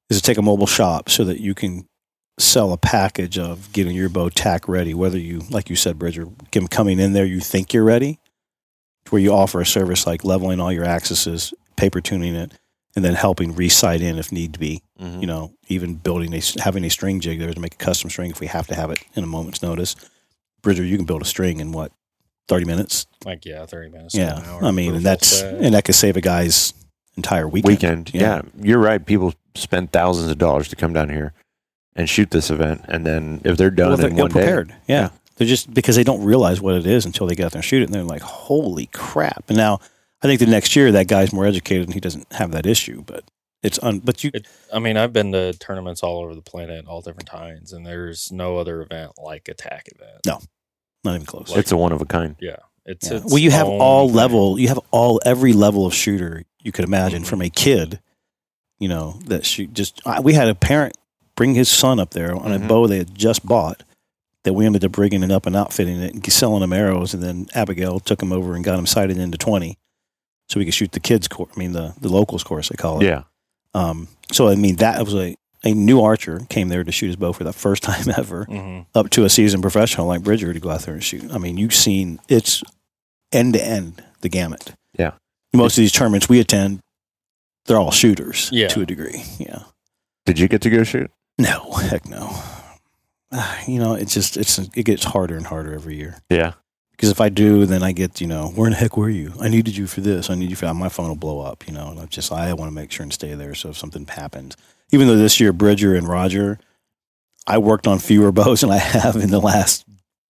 Is to take a mobile shop so that you can sell a package of getting your bow tack ready. Whether you, like you said, Bridger, can- coming in there, you think you're ready, to where you offer a service like leveling all your axes, paper tuning it, and then helping re-sight in if need be. You know, even building a having a string jig there to make a custom string if we have to have it in a moment's notice. Bridger, you can build a string in what thirty minutes, Like yeah, thirty minutes. to yeah, an hour I for mean, a and full that's set. and that could save a guy's entire weekend. weekend. Yeah. Yeah. you're right. People spend thousands of dollars to come down here and shoot this event, and then if they're done Well, they're in one prepared. Yeah. Yeah. they're just because they don't realize what it is until they get out there and shoot it, and they're like, "Holy crap!" And now I think the next year that guy's more educated and he doesn't have that issue. But it's un. But you, It- I mean, I've been to tournaments all over the planet, all different kinds, and there's no other event like attack event. not even close. day, it's a one of a kind. It's, Yeah. its well, you have own all thing. level. You have all every level of shooter you could imagine Mhm. from a kid. You know that shoot. Just I, we had a parent bring his son up there on a Mhm. bow they had just bought that we ended up rigging it up and outfitting it and selling him arrows, and then Abigail took him over and got him sighted into twenty, so we could shoot the kids' course. I mean the the locals' course they call it. Yeah, Um. So I mean that was a a new archer came there to shoot his bow for the first time ever Mhm. up to a seasoned professional like Bridger to go out there and shoot. I mean, you've seen it's end to end the gamut. Yeah. Most of these tournaments we attend, they're all shooters Yeah. to a degree. Yeah. did you get to go shoot? No, heck no. Ah, You know, it's just it's it gets harder and harder every year. Yeah, Because if I do, then I get you know where in the heck were you? I needed you for this. I need you for that. My phone will blow up. You know, and I just I want to make sure and stay there. So if something happens, even though this year Bridger and Roger, I worked on fewer bows than I have in the last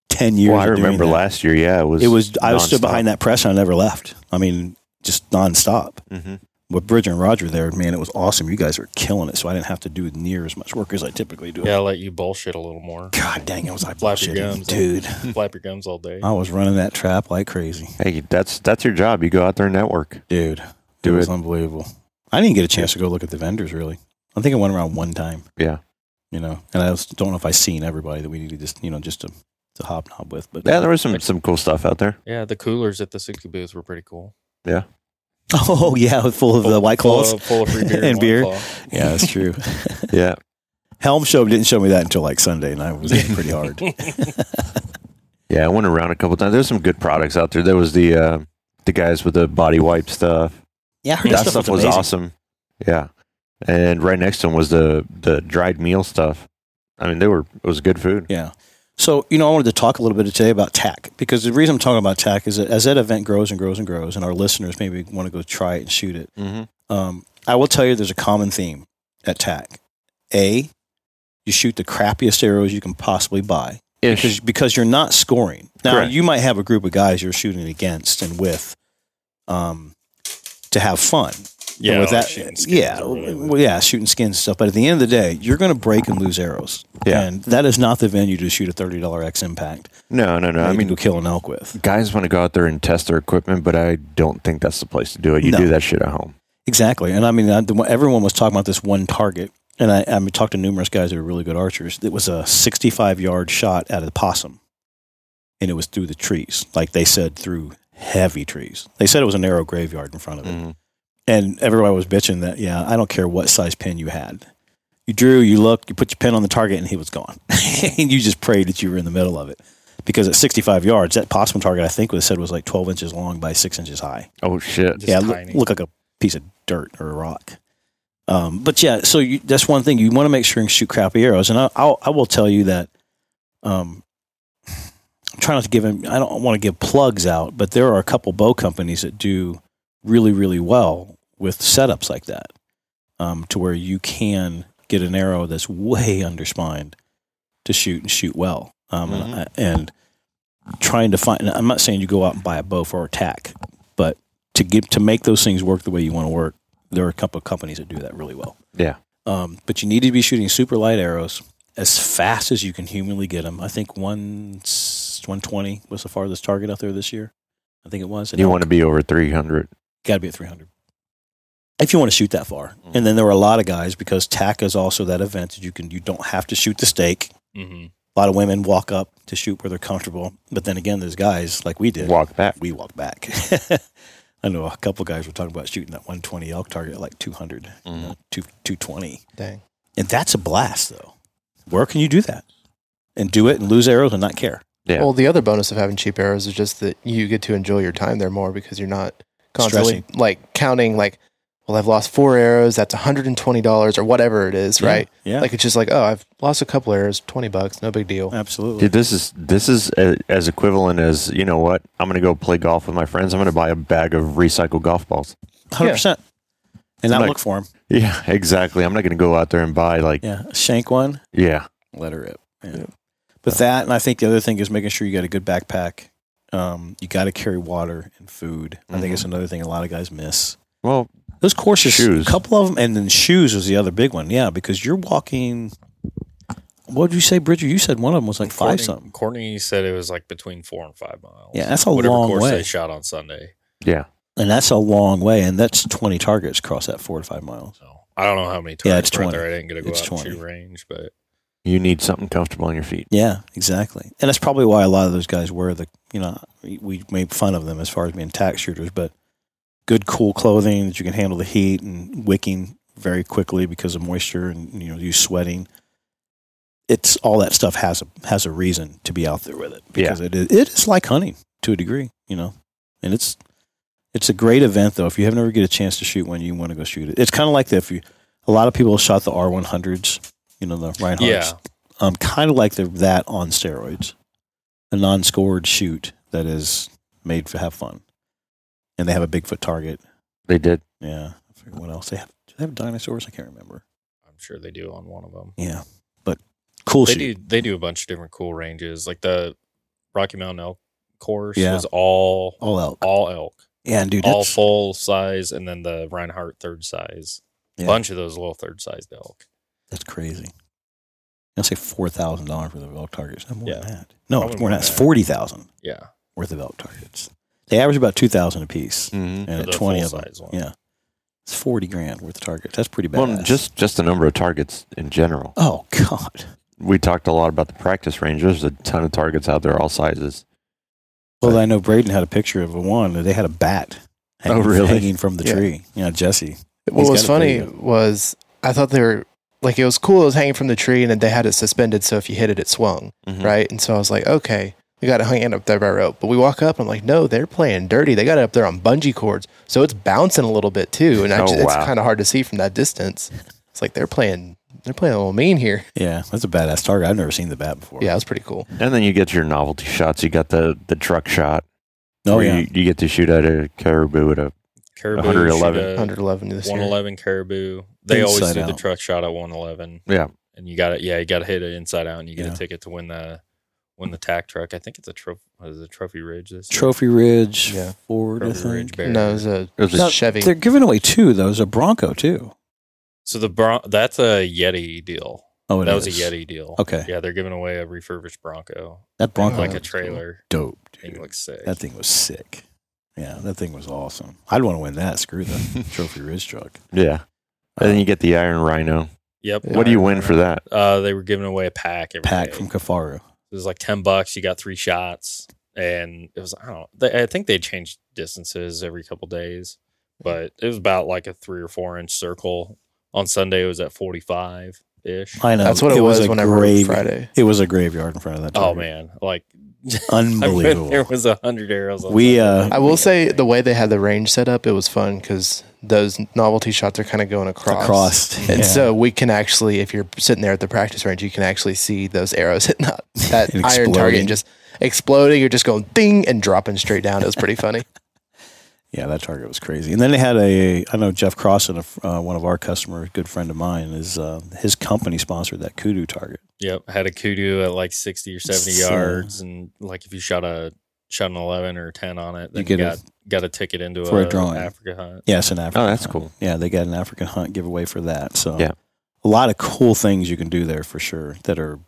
ten years. well, I of doing remember that. last year. Yeah, it was It was I was stood nonstop. behind that press and I never left. I mean, just nonstop. Mhm. With Bridger and Roger there, man, it was awesome. You guys were killing it, so I didn't have to do near as much work as I typically do. Yeah, I'll let you bullshit a little more. God dang, it was I Flap your bullshitting, gums. dude. Flap your gums all day. I was running that trap like crazy. Hey, that's that's your job. You go out there and network. Dude, Do it was it. unbelievable. I didn't get a chance to go look at the vendors really. I think I went around one time, Yeah, you know, and I was, don't know if I seen everybody that we needed just you know just to to hobnob with. But yeah, there was some some cool stuff out there. Yeah, the coolers at the 60 booths were pretty cool. oh yeah, full of the white claws. Full of, full of free beer And White beer. Claw. Yeah, that's true. Yeah, Helm show didn't show me that until like Sunday, and I was hitting pretty hard. yeah, I went around a couple times. There's some good products out there. There was the uh, the guys with the body wipe stuff. Yeah, That that stuff, was amazing. awesome. Yeah, and right next to him was the the dried meal stuff. I mean, they were it was good food. Yeah. So, you know, I wanted to talk a little bit today about TAC because the reason I'm talking about TAC is that as that event grows and grows and grows, and our listeners maybe want to go try it and shoot it, Mm-hmm. Um, I will tell you there's a common theme at TAC. A, you shoot the crappiest arrows you can possibly buy because, because you're not scoring. Now, Correct. you might have a group of guys you're shooting against and with um, to have fun. Yeah, And with like that, shooting skins yeah, or whatever. well, yeah, shooting skins and stuff. But at the end of the day, you're going to break and lose arrows. Yeah. And that is not the venue to shoot a $30 X impact. No, no, no. that I you can mean, go kill an elk with. guys want to go out there and test their equipment, but I don't think that's the place to do it. You No. do that shit at home. Exactly, and I mean, I, the, one- everyone was talking about this one target, and I, I mean, talked to numerous guys that are really good archers. It was a 65 yard shot at a possum, and it was through the trees, like they said, through heavy trees. They said it was a narrow graveyard in front of it, Mm. and everybody was bitching that, yeah, I don't care what size pin you had. You drew, you looked, you put your pin on the target, and he was gone. and you just prayed that you were in the middle of it. Because at 65 yards, that possum target, I think was said was like 12 inches long by six inches high Oh shit! Just yeah, look, tiny. look like a piece of dirt or a rock. Um, but yeah, so you, that's one thing you want to make sure and shoot crappy arrows. And I, I'll, I will tell you that um, I'm trying not to give him. I don't want to give plugs out, but there are a couple bow companies that do really, really well with setups like that, um, to where you can get an arrow that's way underspined to shoot and shoot well. Um, and, I- and trying to find. I'm not saying you go out and buy a bow for attack, but to get to make those things work the way you want to work, there are a couple of companies that do that really well. Yeah. Um, but you need to be shooting super light arrows as fast as you can humanly get them. I think one s- 120 was the farthest target out there this year. I think it was. You want to be over 300. got to be at 300 if you want to shoot that far. Mm. And then there were a lot of guys because TAC is also that event that you can you don't have to shoot the stake. hmm A lot of women walk up to shoot where they're comfortable, but then again, there's guys like we did Walk back. we walked back. I know a couple guys were talking about shooting that 120 elk target at like 200, you know, two, 220. Dang. And that's a blast, though. Where can you do that? And do it and lose arrows and not care. Yeah. Well, the other bonus of having cheap arrows is just that you get to enjoy your time there more because you're not constantly like counting like, well, I've lost four arrows. That's $120 or whatever it is, right? Yeah. Like it's just like, oh, I've lost a couple arrows, 20 bucks, no big deal. absolutely. Dude, this is this is a, as equivalent as you know what? I'm gonna go play golf with my friends. I'm gonna buy a bag of recycled golf balls. 100%. And not Like- look for them. Yeah, exactly. I'm not gonna go out there and buy like Yeah. Shank one, yeah. let her rip. Yeah. Yeah. But that, and I think the other thing is making sure you got a good backpack. Um, you got to carry water and food. I think it's another thing a lot of guys miss. Well, Those courses, Shoes. a couple of them, and then shoes was the other big one. Yeah, because you're walking. What did you say, Bridger? You said one of them was like five Courtney, something. Courtney said it was like between four and five miles. Yeah, that's a whatever long course way, they shot on Sunday. yeah. and that's a long way, and that's twenty targets across that four to five miles. So I don't know how many Yeah, it's targets were out 20. there. I didn't get to go It's out and 20. shoot range, but You need something comfortable on your feet. Yeah, exactly, and that's probably why a lot of those guys wear the. You know, we- we made fun of them as far as being tax shooters, but good, cool clothing that you can handle the heat and wicking very quickly because of moisture and you know you sweating. It's all that stuff has a has a reason to be out there with it because it is it is like hunting to a degree, you know, and it's it's a great event though. If you have never get a chance to shoot one, you want to go shoot it. It's kind of like the, if you a lot of people shot the R one hundreds, you know, the Reinhardts. yeah, Um, kind of like the, that on steroids, a non-scored shoot that is made to have fun, and they have a Bigfoot target. They did. Yeah, I forget what else they have. Do they have dinosaurs? I can't remember. I'm sure they do on one of them. Yeah, but cool They shoot. do. They do a bunch of different cool ranges, like the Rocky Mountain Elk course Yeah. was all All elk. all elk, yeah, dude. all that's- full size, and then the Reinhardt third size. Yeah. Bunch of those little third sized elk. That's crazy. I'll say four thousand dollars worth of elk targets. No, more Yeah. than that. No, Probably it's more than more that. It's than that. forty thousand Yeah, worth of elk targets. They average about two thousand apiece, Mm-hmm. and Mm, the at twenty of them. full-size one. Yeah, it's forty grand worth of targets. That's pretty bad. Well, just just the number of targets in general. oh god. We talked a lot about the practice range. There's a ton of targets out there, all sizes. Well, I know Braden had a picture of one. and They had a bat. Oh, really? Hanging from the Yeah. tree. Yeah, Jesse. What He's was got a funny pretty was I thought they were like, it was cool. It was hanging from the tree and then they had it suspended. So if you hit it, it swung. Mm-hmm. right? And so I was like, okay, we got it hanging up there by rope. But we walk up, and I'm like, no, they're playing dirty. They got it up there on bungee cords, so it's bouncing a little bit too, and I Oh, ju- wow. it's kind of hard to see from that distance. It's like they're playing, they're playing a little mean here. Yeah, that's a badass target. I've never seen the bat before. Yeah, it was pretty cool. And then you get your novelty shots. You got the the truck shot. Oh, where yeah. You, you get to shoot at a caribou at a caribou. 111. 111. 111 this year. 111 caribou. They always Inside do the out. truck shot at 111, yeah. and you got it. Yeah, you got to hit it inside out, and you get Yeah. a ticket to win the win the tack truck. I think it's a trophy. What is it? Trophy Ridge. This year? Trophy Ridge Yeah. Ford, I Trophy think. Ridge Bear. No, it was a It was a No, Chevy. They're giving away two, though. There's a Bronco, too. So the Bron- that's a Yeti deal. Oh, it that was is. a Yeti deal. Okay. Yeah, they're giving away a refurbished Bronco, That Bronco like a was trailer. dope, Thing dude. looks sick. That thing was sick. Yeah, that thing was awesome. I'd want to win that. Screw the Trophy Ridge truck. yeah. And then you get the iron rhino. yep. What do you win for that? Uh, they were giving away a pack. Every Pack day. from Kafaru. it was like ten bucks. You got three shots, and it was I don't. know. They, I think they changed distances every couple days, but it was about like a three or four inch circle. On Sunday, it was at forty five ish. I know. That's what it, was, a when I rode grave- Friday. It was a graveyard in front of that. Oh target. man, like I went, there Unbelievable. was a hundred arrows. on We, uh, that. I will say the way they had the range set up, it was fun because those novelty shots are kind of going across. Across. And Yeah. so we can actually, if you're sitting there at the practice range, you can actually see those arrows hitting that, that And iron target exploding. and just exploding or just going ding and dropping straight down. It was pretty funny. Yeah, that target was crazy. And then they had a, I know Jeff Crossan, a, f- uh, one of our customers, good friend of mine, is uh, his company sponsored that Kudu target. Yep, had a kudu at like sixty or seventy So- yards, and like if you shot a shot an eleven or a ten on it, then You you, get a- got got a ticket into for a a drawing. Africa hunt. Yes, in Africa. Oh, that's hunt. cool. Yeah, they got an African hunt giveaway for that. So Yeah. a lot of cool things you can do there for sure that are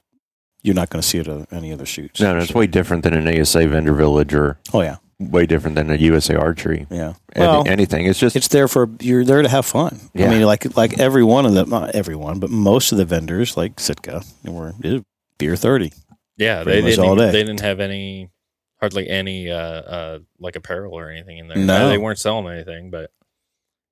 you're not going to see it at any other shoots. No, no, it's way different than an ASA vendor village or Oh yeah, way different than a USA archery. yeah. Any- Well, anything. It's just it's there for you're there to have fun. I Yeah. mean, like like every one of them, not everyone, but most of the vendors, like Sitka, were it was beer thirty. Yeah, Pretty they much didn't all day. they didn't have any hardly any uh uh like apparel or anything in there. No. they weren't selling anything, but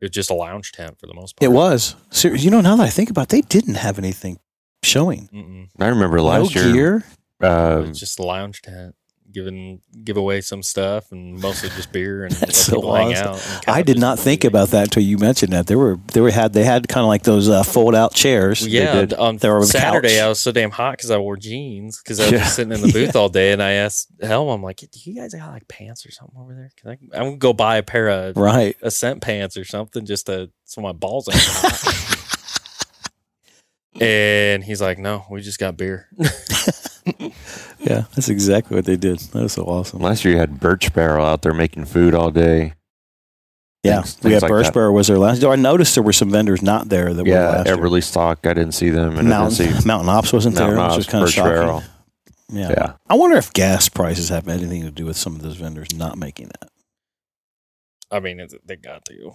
it was just a lounge tent for the most part. It was. Ser- you know, now that I think about, it, they didn't have anything showing. Mm-mm. I remember last no year. gear. It Uh, Um, was just a lounge tent. Giving give away some stuff and mostly just beer and let That's so people hang awesome. out. and I couches did not and think everything. about that until you mentioned that. There were they were had they had kind of like those uh, fold out chairs. Yeah, did. on They were on the Saturday couch. I was so damn hot because I wore jeans because I was Yeah. just sitting in the booth all day, and I asked Helm, I'm like, "Do you guys got like pants or something over there? Can I? I'm gonna go buy a pair of Right. ascent pants or something just to so my balls ain't hot." and he's like, "No, we just got beer." Yeah, that's exactly what they did. That was so awesome. last year you had Birch Barrel out there making food all day. Yeah, Things- we things had like Birch that. Bear was there last. I noticed there were some vendors not there that were Yeah, last year. Everly Stock. I didn't see them, and I didn't see Mountain, Mountain Ops wasn't Mountain there, Ops, which was kind of Birch shocking. Barrel. Yeah. Yeah. I wonder if gas prices have anything to do with some of those vendors not making that. I mean, it's, they got to.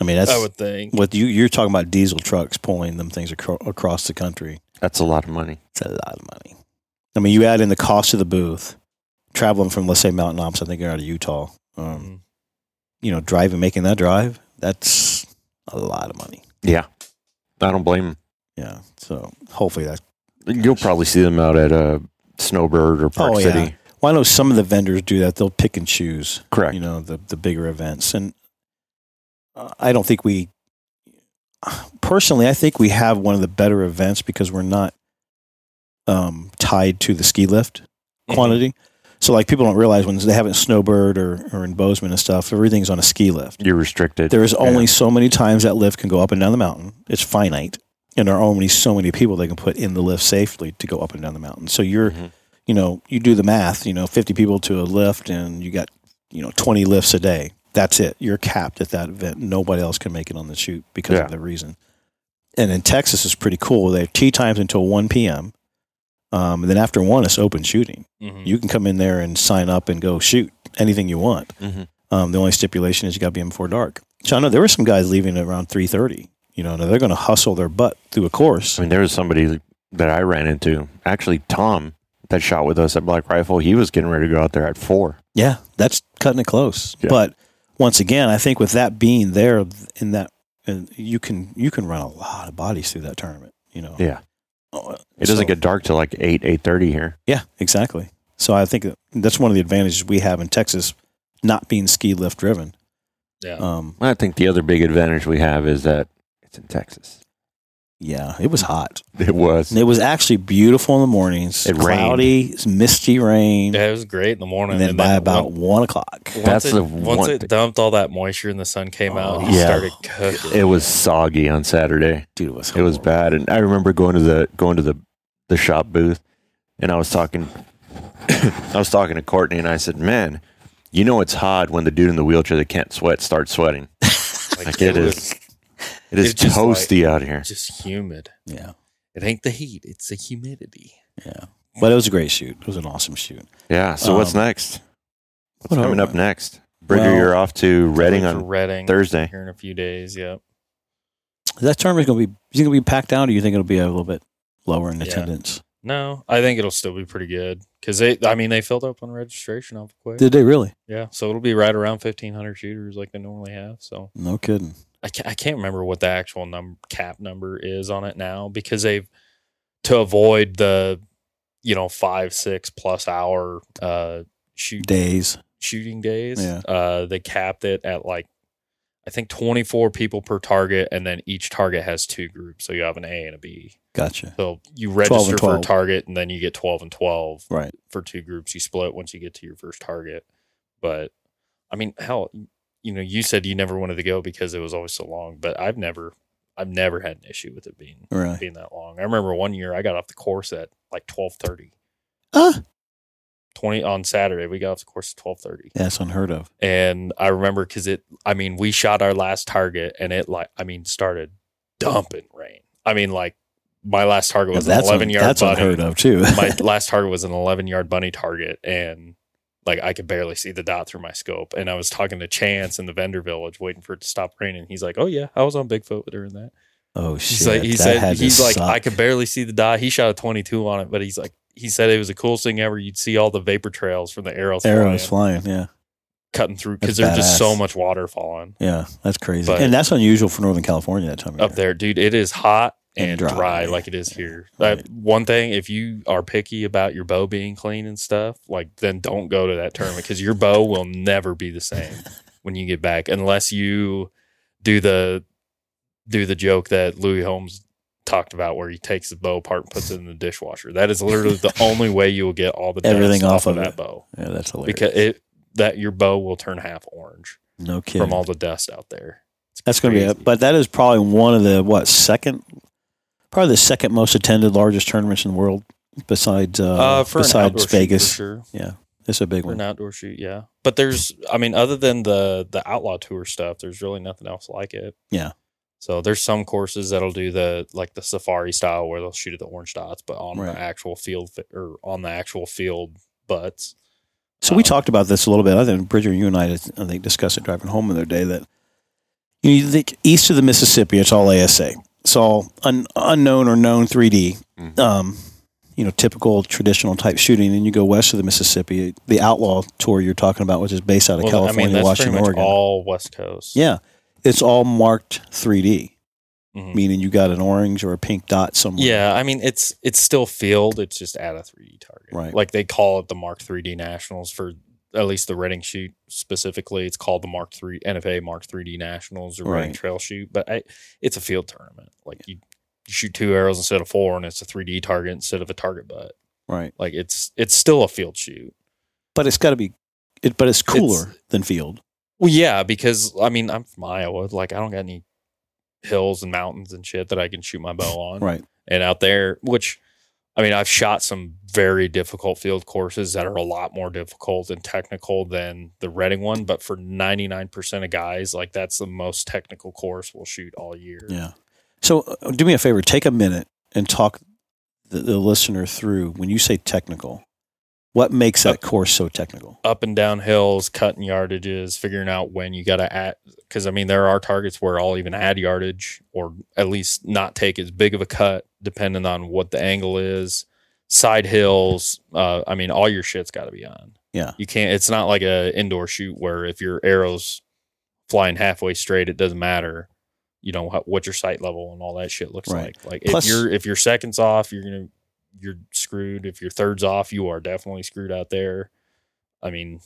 I mean, that's I would think. what you you're talking about. Diesel trucks pulling them things acro- across the country. That's a lot of money. It's a lot of money. I mean, you add in the cost of the booth, traveling from let's say Mountain Ops, I think out of Utah. Um, Mm. you know, driving, making that drive, that's a lot of money. Yeah, I don't blame Yeah. So hopefully that. them. You'll probably see them out at uh, Snowbird or Park Oh, yeah. City. Well, I know some of the vendors do that. They'll pick and choose. Correct. you know the the bigger events and uh, i don't think we personally i think we have one of the better events because we're not um tied to the ski lift quantity so like people don't realize when they haven't snowbird or, or in bozeman and stuff everything's on a ski lift You're restricted. there's only Yeah. so many times that lift can go up and down the mountain it's finite and there are only so many people they can put in the lift safely to go up and down the mountain so you're Mhm. you know, you do the math, you know, 50 people to a lift and you got, you know, 20 lifts a day. That's it. You're capped at that event. Nobody else can make it on the shoot because Yeah. of the reason. And in Texas, it's pretty cool. They have tea times until 1 p.m. Um, and then after one, it's open shooting. Mhm. You can come in there and sign up and go shoot anything you want. Mhm. Um, the only stipulation is you got to be in before dark. So I know there were some guys leaving at around 3:30. You know, now they're going to hustle their butt through a course. I mean, there was somebody that I ran into. Actually, Tom that shot with us at Black Rifle. He was getting ready to go out there at four. Yeah, that's cutting it close. Yeah. But once again, I think with that being there in that, and you can you can run a lot of bodies through that tournament. You know, Yeah. Oh, It doesn't so- get dark till like eight, eight thirty here. Yeah, exactly. So I think that- that's one of the advantages we have in Texas, not being ski lift driven. Yeah. Um, I think the other big advantage we have is that it's in Texas. yeah, it was hot. It was. And it was actually beautiful in the mornings. It rained. cloudy, misty rain, yeah, it was great in the morning. and then and by then about once- one o'clock, once That's it, the once one it thing. dumped all that moisture and the sun came out, Oh, he yeah. started cooking. It was soggy on Saturday. dude, it was It was horrible. bad, and I remember going to the going to the the shop booth, and I was talking, I was talking to Courtney, and I said, "Man, you know it's hot when the dude in the wheelchair that can't sweat starts sweating. Like it was is, it is it's just like- toasty out here. just humid. Yeah, It ain't the heat; it's the humidity. yeah. But it was a great shoot. It was an awesome shoot. Yeah. So what's Um, next? What's what are coming we- up next? Bridger, Well, you're off to Reading Like on Reading Thursday. here in a few days. Yep. that tournament's going to be you think it'll be packed out or you think it'll be a little bit lower in Yeah. attendance No, I think it'll still be pretty good because they. I mean, they filled up on registration off quick. did they really yeah, so it'll be right around fifteen hundred shooters like they normally have. So no kidding I can't, I can't remember what the actual num cap number is on it now because they've to avoid the you know five six plus hour uh shoot days. shooting days. Yeah. Uh, they capped it at like I think 24 people per target, and then each target has two groups. So you have an A and a B. Gotcha. So you 12 register and for a 12. target, and then you get 12 and 12 Right. for two groups. You split once you get to your first target. But I mean, hell, you know, you said you never wanted to go because it was always so long, but I've never, I've never had an issue with it being Right. being that long. I remember one year I got off the course at like 12:30, Ah, 20 on Saturday. We got off the course at 12:30. that's unheard of. and I remember because it, I mean, we shot our last target, and it like, I mean, started dumping rain. I mean, like my last target was an that's eleven un- yard that's bunny. unheard of too. my last target was an eleven yard bunny target, and like I could barely see the dot through my scope. And I was talking to Chance in the vendor village, waiting for it to stop raining. He's like, "Oh yeah, I was on Bigfoot during that." oh shit! He's like, he that said, had to he's like, suck. I could barely see the dot. He shot a twenty two on it, but he's like, he said it was the coolest thing ever. You'd see all the vapor trails from the arrows, arrows flying, flying. Yeah, cutting through because That's there's just so badass. much water falling. yeah, that's crazy, But- and that's unusual for Northern California that time of up year. there, dude. It is hot and, Oh, And dry. dry. like it is here. Right. That- one thing, if you are picky about your bow being clean and stuff, like then don't go to that tournament because your bow will never be the same when you get back, unless you do the do the joke that Louis Holmes talked about, where he takes the bow apart and puts it in the dishwasher. That is literally the only way you will get all the dust Everything off of that it. bow Yeah, that's hilarious. because it that your bow will turn half orange no kidding. from all the dust out there. It's That's going to be crazy. it. But that is probably one of the what second, probably the second most attended, largest tournaments in the world besides uh, uh, for an outdoor besides shoot, for Vegas. sure. It's a big for one. an outdoor shoot yeah but there's i mean other than the the outlaw tour stuff there's really nothing else like it Yeah. so there's some courses that'll do the like the safari style where they'll shoot at the orange dots but on Right. the actual field fi- or on the actual field butts So we um, talked about this a little bit. I think Bridger, you and I, I think discussed it driving home the other day that you, know, you think east of the Mississippi, it's all ASA. It's all un, unknown or known 3D, Mhm. Mm-hmm. um, you know, typical traditional type shooting. And you go west of the Mississippi, the Outlaw tour you're talking about, which is based out of Well, California, i mean that's Washington, pretty much Oregon. all west coast yeah, it's all marked 3D, Mhm. meaning you got an orange or a pink dot somewhere. yeah i mean it's it's still field it's just at a 3d target Right. like they call it the mark 3d nationals for at least the reading shoot specifically it's called the mark 3 nfa mark 3d nationals or reading Right. trail shoot but I, it's a field tournament like you, you shoot two arrows instead of four and it's a 3d target instead of a target butt right. like it's it's still a field shoot But it's got to be, it, but it's cooler than field. well yeah because i mean i'm from iowa like i don't got any hills and mountains and shit that i can shoot my bow on Right. and out there, which I mean, I've shot some very difficult field courses that are a lot more difficult and technical than the Reading one. But for 99% of guys, like that's the most technical course we'll shoot all year. Yeah. So uh, do me a favor, take a minute and talk the, the listener through when you say technical, what makes that course so technical? Up and down hills, cutting yardages, figuring out when you got to add. Because I mean, there are targets where I'll even add yardage or at least not take as big of a cut, depending on what the angle is. Side hills, uh, I mean, all your shit's got to be on. Yeah. you can't it's not like a indoor shoot where if your arrows flying halfway straight it doesn't matter you know how, what your sight level and all that shit looks Right. like like if Plus- you're if your seconds off you're gonna you're screwed if your thirds off you are definitely screwed out there i mean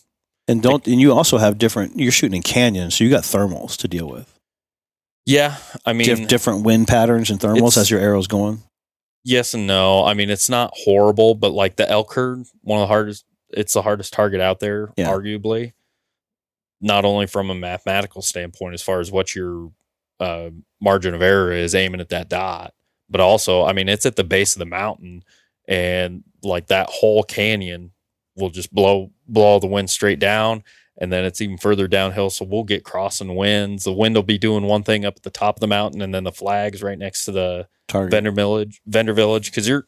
And don't and you also have different you're shooting in canyons, so you got thermals to deal with. yeah i mean Dif- different wind patterns and It's- thermals as your arrows going. yes and no i mean it's not horrible but like the elk herd one of the hardest it's the hardest target out there Yeah. arguably not only from a mathematical standpoint as far as what your uh, margin of error is aiming at that dot but also i mean it's at the base of the mountain and like that whole canyon will just blow blow the wind straight down and then it's even further downhill so we'll get crossing winds the wind will be doing one thing up at the top of the mountain and then the flags right next to the Target. vendor village vendor village because you're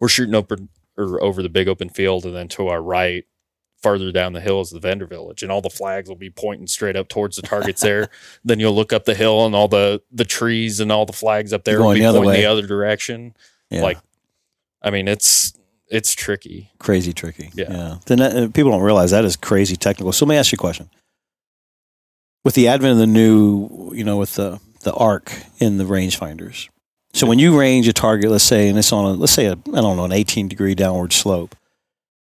we're shooting open or over the big open field and then to our right farther down the hill is the vendor village and all the flags will be pointing straight up towards the targets there then you'll look up the hill and all the the trees and all the flags up there will Going be the other pointing the way. other direction yeah. like- i mean it's it's tricky crazy tricky. Yeah. Then that, uh, people don't realize that is crazy technical. So let me ask you a question. With the advent of the new, you know, with the the arc in the rangefinders, So when you range a target, let's say, and it's on a let's say a I don't know an 18 degree downward slope,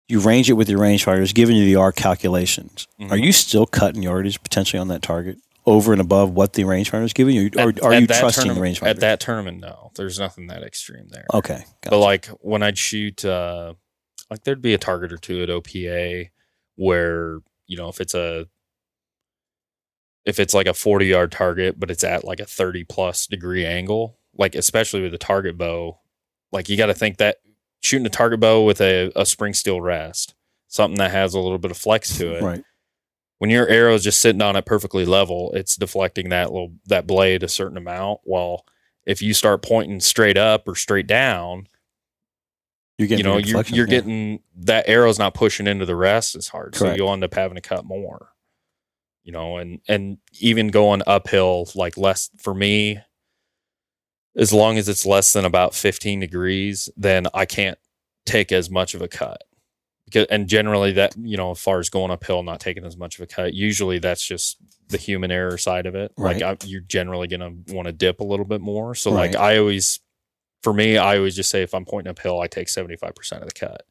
you range it with your rangefinder. It's giving you the arc calculations. Mhm. Are you still cutting yardage potentially on that target over and above what the rangefinder is giving you, or At- are at you that trusting the tournament- rangefinder? At that tournament, no. There's nothing that extreme there. okay, But gotcha. like when I'd shoot, uh, like there'd be a target or two at OPA where you know if it's a if it's like a forty yard target, but it's at like a thirty plus degree angle, like especially with a target bow, like you got to think that shooting a target bow with a, a spring steel rest, something that has a little bit of flex to it, right. when your arrow is just sitting on it perfectly level, it's deflecting that little that blade a certain amount. While if you start pointing straight up or straight down, You're getting you know your you're, reflection, you're yeah. getting that arrow's not pushing into the rest as hard, so Correct. you'll end up having to cut more. You know, and and even going uphill like less for me, as long as it's less than about 15 degrees, then I can't take as much of a cut. Because, and generally, that you know, as far as going uphill, not taking as much of a cut, usually that's just the human error side of it. Like I, you're generally gonna want to dip a little bit more. So like I always, for me, I always just say if I'm pointing uphill, I take 75 percent of the cut.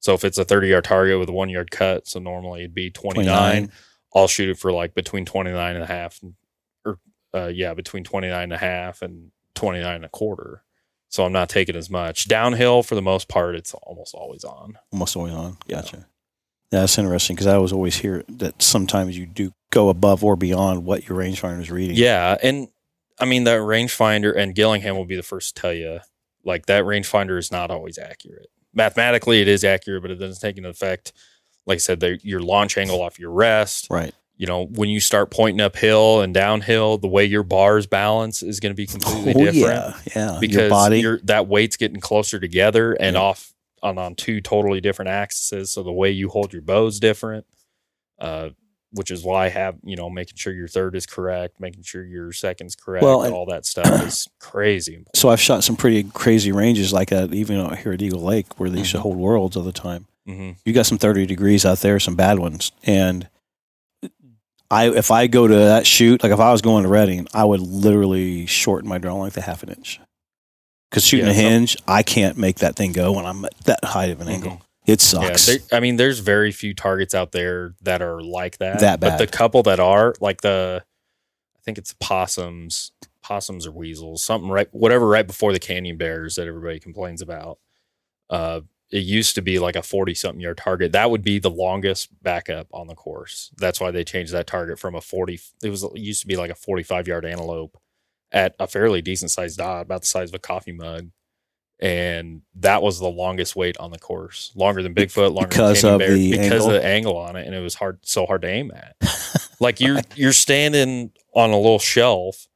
So if it's a 30 yard target with a one yard cut, so normally it'd be 29. 29. I'll shoot it for like between 29 and a half or uh, yeah, between 29 and a half and 29 and a quarter. So I'm not taking as much downhill for the most part. It's almost always on. almost always on. Yeah. Gotcha. Yeah, that's interesting because I was always hear that sometimes you do go above or beyond what your rangefinder is reading. Yeah. And I mean, that rangefinder and Gillingham will be the first to tell you like that rangefinder is not always accurate. Mathematically, it is accurate, but it doesn't take into effect, like I said, the, your launch angle off your rest. Right. You know, when you start pointing uphill and downhill, the way your bar's balance is going to be completely Oh different. yeah, yeah. because your body. you're- that weight's getting closer together and Yeah. off on on two totally different axes. So the way you hold your bow is different, uh, which is why I have you know making sure your third is correct, making sure your second's correct, Well, and- all that stuff is crazy. important. so I've shot some pretty crazy ranges like that, even out here at Eagle Lake where they used to Mhm. hold worlds all the time. Mhm. You got some thirty degrees out there, some bad ones, and I if I go to that shoot, like if I was going to Reading, I would literally shorten my draw length to half an inch. Because shooting Yeah, a some- Mm-hmm. hinge, I can't make that thing go when I'm at that height of an angle. It sucks. Yeah, there- I mean, there's very few targets out there that are like that. That But the bad. couple that are, like the, I think it's possums, possums or weasels, something right, whatever, right before the canyon bears that everybody complains about. Uh, it used to be like a 40 something yard target. That would be the longest backup on the course. That's why they changed that target from a 40. It was it used to be like a 45 yard antelope at a fairly decent sized dot, about the size of a coffee mug. And that was the longest wait on the course, longer than Bigfoot, longer because than of Canyon Bear, the because angle? of the angle on it, and it was hard, so hard to aim at. like you're you're standing on a little shelf,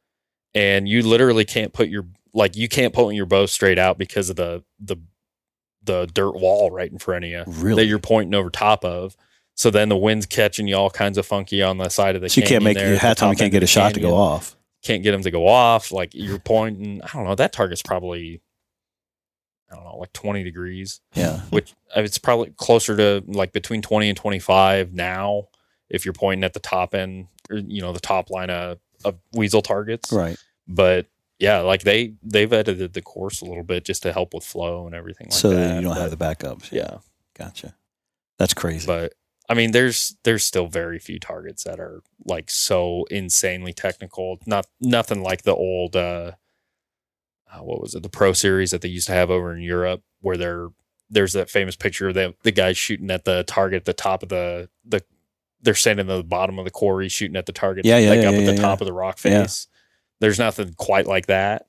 and you literally can't put your like you can't point your bow straight out because of the the the dirt wall right in front of you really. that you're pointing over top of. So then the wind's catching you all kinds of funky on the side of the. so you can't canyon make there you at the half time you top can't end get a of the shot to canyon. go off. Can't get them to go off. Like you're pointing. I don't know. That target's probably. I don't know, like 20 degrees, Yeah. which uh, it's probably closer to like between 20 and 25 now. If you're pointing at the top end, or, you know, the top line of, of weasel targets, Right. but yeah, like they they've edited the course a little bit just to help with flow and everything like so that. you don't have the but- backups. yeah. Gotcha. That's crazy. but I mean, there's there's still very few targets that are like so insanely technical. Not nothing like the old uh, uh, what was it, the Pro Series that they used to have over in Europe, where there there's that famous picture of the, the guy shooting at the target at the top of the the they're standing at the bottom of the quarry shooting at the target, Yeah, yeah, like yeah, up at yeah, the yeah. top of the rock Yeah. face. There's nothing quite like that,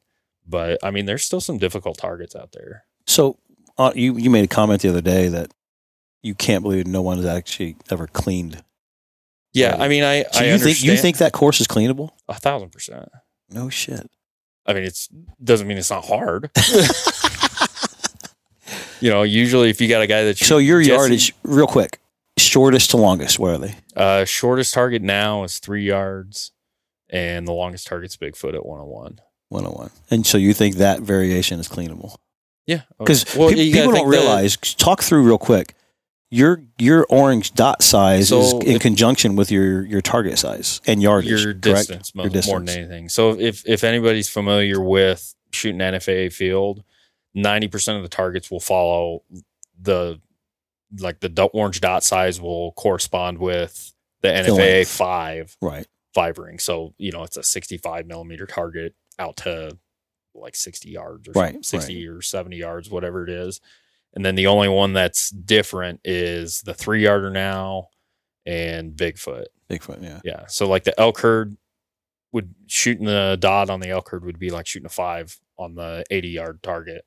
but I mean, there's still some difficult targets out there. so uh, you you made a comment the other day that you can't believe no one has actually ever cleaned. Yeah, Right. I mean, I So I you think you understand- think that course is cleanable? a thousand percent. No shit. I mean, it's doesn't mean it's not hard. you know, usually if you got a guy that So your Jesse- yardage, real quick, shortest to longest. Where are they? uh, shortest target now is three yards, and the longest target's Bigfoot at one hundred one. One hundred one. And so you think that variation is cleanable? Yeah, Because Well, you gotta people don't think that- realize. talk through real quick. Your your orange dot size is So in if- conjunction with your your target size and yardage. your correct? distance, mo- Your more than anything. So if if anybody's familiar with shooting NFA field, ninety percent of the targets will follow the like the do- orange dot size will correspond with the NFA length. five Right. five ring. So you know it's a sixty five millimeter target out to like sixty yards or Right, something, sixty or seventy yards, whatever it is. And then the only one that's different is the three yarder now and Bigfoot. Bigfoot. Yeah. Yeah. So like the elk herd would shooting the dot on the elk herd would be like shooting a five on the 80 yard target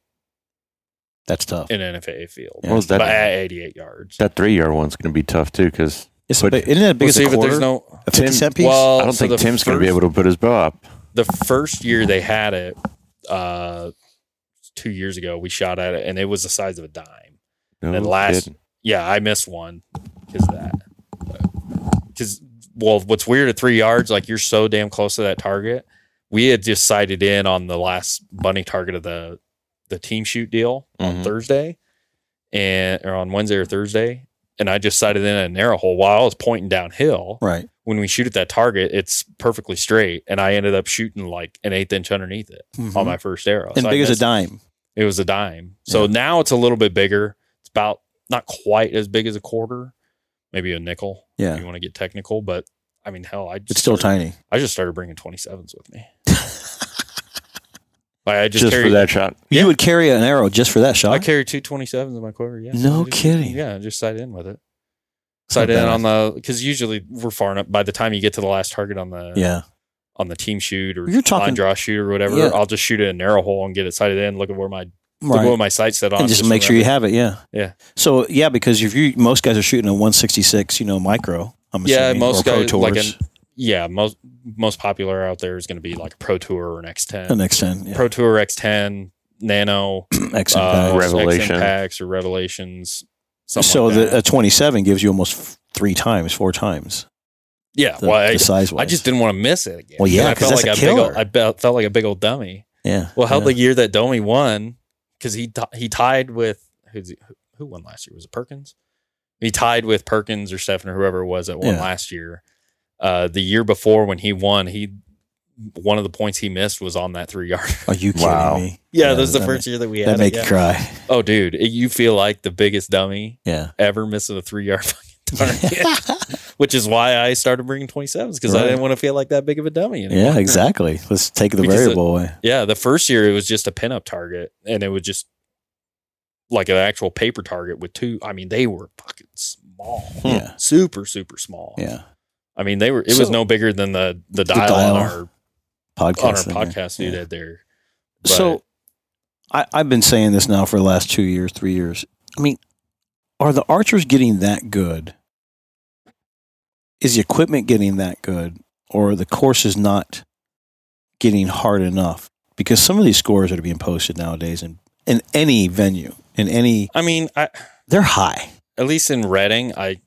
That's tough. in NFA field, Yeah. What was but that? at 88 yards. That three yard one's going to be tough too because It's But- a big, isn't that big We'll as a see, but quarter? there's no. a 50 Tim- cent piece? Well, I don't so think the Tim's going to be first- able to put his bow up. the first year they had it, uh, two years ago, we shot at it and it was the size of a dime. No then last- kidding. Yeah, I missed one because that. Because well, what's weird at three yards, like you're so damn close to that target. We had just sighted in on the last bunny target of the the team shoot deal on Mhm. Thursday, and or on Wednesday or Thursday, and I just sighted in at an arrow hole while I was pointing downhill Right. when we shoot at that target, it's perfectly straight, and I ended up shooting like an eighth inch underneath it on oh my first arrow. Mm-hmm. and So I big as a missed- dime. It was a dime. So Yeah. now it's a little bit bigger. It's about not quite as big as a quarter, maybe a nickel. Yeah. if you want to get technical, but I mean, hell, I just It's still started- tiny. I just started bringing twenty sevens with me. like I just, just carry for that shot. You would carry an arrow just for that shot. I carry two 27s in my quiver. Yeah. No I just- kidding. Yeah. I just side in with it. Not Side in bad. on the, because usually we're far enough. By the time you get to the last target on the, Yeah. on the team shoot or You're talking- line draw shoot or whatever, Yeah. I'll just shoot it in a narrow hole and get it sighted in. Look at where my look at Right. what my sight's set on. And just make sure you remember. have it. Yeah. Yeah. So, yeah, because if you, most guys are shooting a 166, you know, micro. I'm Yeah, assuming, most or Pro guys, like Tours, yeah most most popular out there is going to be like a Pro Tour or an X10, an X10, yeah. Pro Tour X10 Nano, X uh, impact. Revelation. X-Impacts or Revelations. Something So like the, uh, a that. 27 gives you almost f- three times, four times yeah, the, well, I, the size I just didn't want to miss it again. Well, yeah, I 'cause felt that's like a big old, killer. I be- felt like a big old dummy. Yeah. Well, how yeah. the year that Domi won, because he ti- he tied with who's who won last year was it Perkins? He tied with Perkins or Stefan or whoever it was that won Yeah. last year. Uh, the year before when he won, he one of the points he missed was on that three yard. Are you kidding Wow. me? yeah, that was the that first year that we Make, had. that it, make yeah. you cry. Oh, dude, it- you feel like the biggest dummy Yeah. ever missing a three yard fucking target, which is why I started bringing twenty sevens because I Right. didn't want to feel like that big of a dummy. Anymore. yeah, exactly. Let's take the Because it- variable away. Yeah, the first year it was just a pinup target, and it was just like an actual paper target with two. I mean, they were fucking small, Yeah. super super small. Yeah. I mean, they were. It was So- no bigger than the the dial, dial on our Podcast. on our in there. podcast dude Yeah. had there. so I, I've been saying this now for the last two years, three years. I mean, are the archers getting that good? Is the equipment getting that good? Or are the courses not getting hard enough? Because some of these scores that are being posted nowadays in, in any venue, in any, I mean, I they're high. at least in Reading, I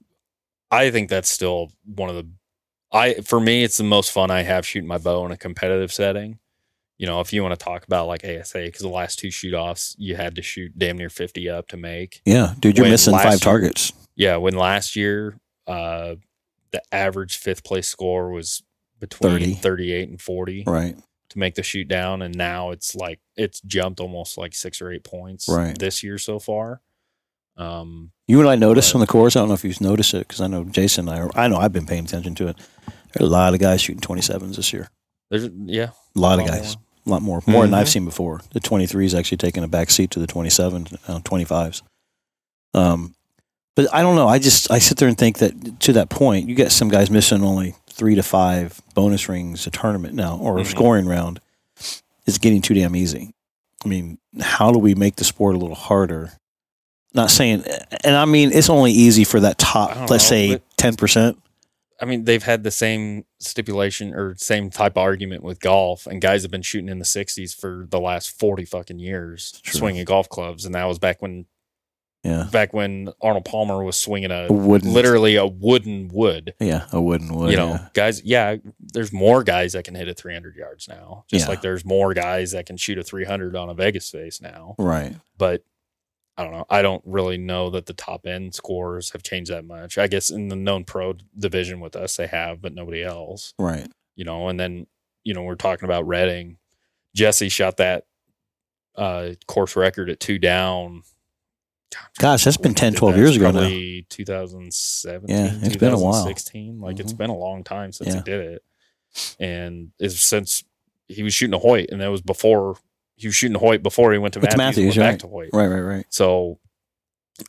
I think that's still one of the I for me it's the most fun I have shooting my bow in a competitive setting. You know, if you want to talk about like ASA, because the last two shoot offs you had to shoot damn near fifty up to make. Yeah, dude, you're When missing last five year- targets. Yeah, when last year uh the average fifth place score was between 30. 38 and 40 Right. to make the shoot down and now it's like it's jumped almost like 6 or 8 points Right. this year so far. Um You and I noticed Right. on the course. I don't know if you've noticed it because I know Jason and I. Are, I know I've been paying attention to it. There are a lot of guys shooting twenty sevens this year. there's yeah, A lot of Lot guys. A lot more, more than I've Mhm. Mm-hmm. seen before. The twenty three is actually taking a back seat to the twenty sevens, twenty fives. Um, but I don't know. I just I sit there and think that to that point, you got some guys missing only three to five bonus rings a tournament now or a Mhm. scoring round. It's getting too damn easy. I mean, how do we make the sport a little harder? Not saying, and I mean, it's only easy for that I top, don't let's know, say but- ten percent. I mean, they've had the same stipulation or same type of argument with golf, and guys have been shooting in the 60s for the last 40 fucking years, True. swinging golf clubs. And that was back when, Yeah, back when Arnold Palmer was swinging a a wooden, literally a wooden wood. yeah, a wooden wood. you know, yeah. guys, yeah, there's more guys that can hit at 300 yards now, just Yeah. like there's more guys that can shoot a 300 on a Vegas face now. right? But I don't know. I don't really know that the top end scores have changed that much. I guess in the known pro division with us, they have, but nobody else Right. you know, and then, you know, we're talking about Redding. Jesse shot that uh, course record at two down. God, I'm trying to Gosh, that's been remember when we 10, did 12 that. years It's ago now. Probably 2017. Yeah, it's been a while. 2016. Like it's Mhm. been a long time since Yeah. he did it, and it's since he was shooting a Hoyt, and that was before he was shooting a Hoyt before he went to Went Matthews, to Matthews, and went right. back to Hoyt. Right, right, right. So,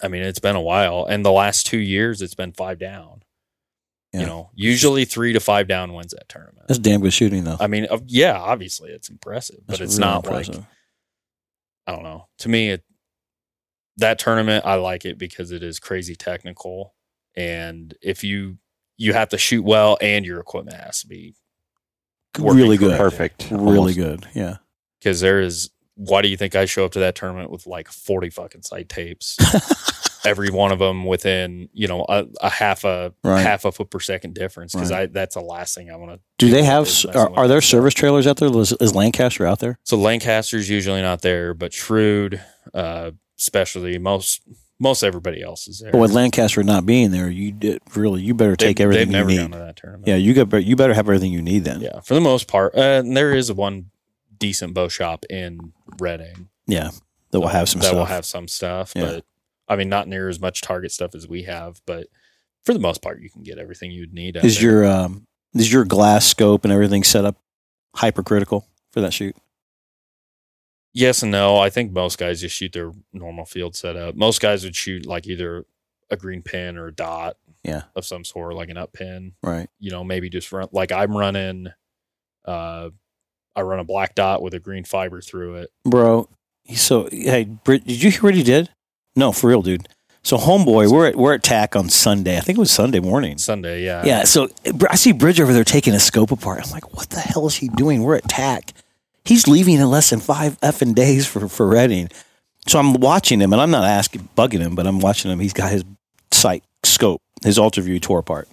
I mean, it's been a while, and the last two years it's been five down. Yeah. You know, usually three to five down wins that tournament. That's damn good shooting, though. I mean, uh, yeah, obviously it's impressive, but That's it's really not impressive. like I don't know. To me, it, that tournament I like it because it is crazy technical, and if you you have to shoot well, and your equipment has to be working really good, correct. Perfect. really good. Yeah, because there is. Why do you think I show up to that tournament with like forty fucking sight tapes? every one of them within you know a, a half a Right. half a foot per second difference because Right. I that's the last thing I want to. Do they have? It's nice Are, and are there light. service trailers out there? Is, is Lancaster out there? So Lancaster's usually not there, but Shrewd, uh, especially most most everybody else is there. But with Lancaster not being there, you did, really you better They- take everything They've never you gone need. to that tournament. Yeah, you got bet- you better have everything you need then. Yeah, yeah. For the most part, uh, and there is one decent bow shop in Reading that will have some that stuff. will have some stuff, Yeah. but I mean not near as much target stuff as we have, but. For the most part, you can get everything you'd need. out is there. your um, is your glass scope and everything set up hypercritical for that shoot? Yes and no. I think most guys just shoot their normal field setup. Most guys would shoot like either a green pin or a dot Yeah. of some sort, like an up pin. Right. You know, maybe just run like I'm running uh I run a black dot with a green fiber through it. bro. He's so hey, Brit, did you hear what he did? No, for real, dude. So, homeboy, we're at we're at TAC on Sunday. I think it was Sunday morning. Sunday, yeah. Yeah. So Br- I see Bridge over there taking a scope apart. I'm like, what the hell is he doing? We're at TAC. He's leaving in less than five effing days for for Reading. So I'm watching him, and I'm not asking bugging him, but I'm watching him. He's got his sight scope, his ultra view tore apart.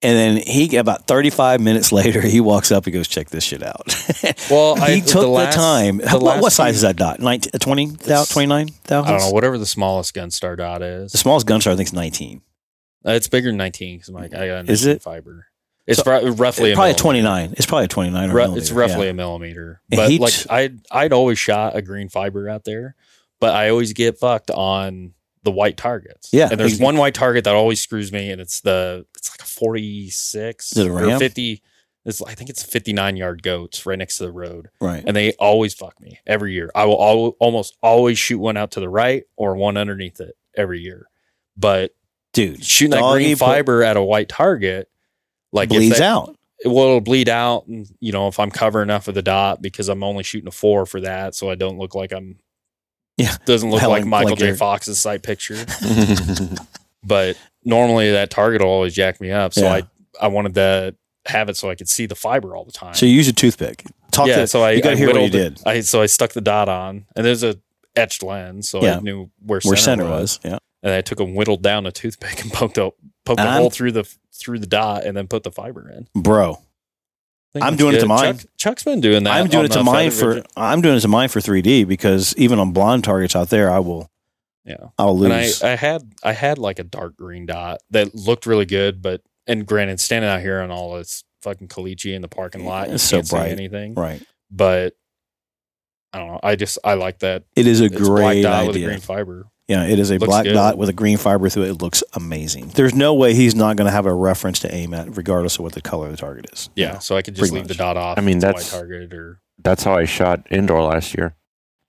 And then he about 35 minutes later, he walks up. He goes, check this shit out. Well, I he took the, last- time. the How- what, last what size few- is that dot? uh, 19, 20, It's- 29,000? I don't know, whatever the smallest gunstar dot is. The smallest gun star, I think, is 19. Uh, It's bigger than 19 cuz my I got a Is 19 it? fiber. It's So- pro- roughly It's a probably a millimeter. 29. It's probably a 29 or Ru- millimeter, it's yeah. roughly a millimeter. And But heat- like I'd I'd always shot a green fiber out there, but I always get fucked on the white targets. Yeah, And there's ex- one white target that always screws me and it's the it's like a forty six Is it a or Ram? fifty it's I think it's fifty nine yard goats right next to the road. Right. And they always fuck me every year. I will al- almost always shoot one out to the right or one underneath it every year. But Dude, shooting that doggy green put- fiber at a white target, like if bleeds that- out. it will bleed out and you know if i'm covering enough of the dot because i'm only shooting a four for that so i don't look like i'm Yeah. doesn't look Well, like like- michael like j you're- fox's sight picture Perfect. but normally that target will always jack me up so Yeah. i i wanted to have it so i could see the fiber all the time So you use a toothpick. Talk yeah to so i you gotta I hear what he whittled it- did. i so i stuck the dot on and there's a etched lens so Yeah. i knew where center, where center was. was. Yeah. and i took and whittled down a toothpick and poked a poked And a I'm- hole through the through the dot and then put the fiber in Bro, I think I'm that's doing it to good. mine. Chuck, Chuck's been doing that. I'm doing on it to the mine feather for pigeon. I'm doing it to mine for 3D because even on blonde targets out there, I will yeah. I'll And I, lose. I had I had like a dark green dot that looked really good, but and granted, standing out here on all this fucking caliche in the parking lot, you It's so can't see bright. anything. right. But I don't know. I just I like that It is a it's great dot with a idea. green fiber. yeah, it is a Looks black good. dot with a green fiber through it. It looks amazing. There's no way he's not going to have a reference to aim at, regardless of what the color of the target is. Yeah, so I could just pretty leave the much. dot off. I mean, It's a that's- white target or That's how I shot indoor last year.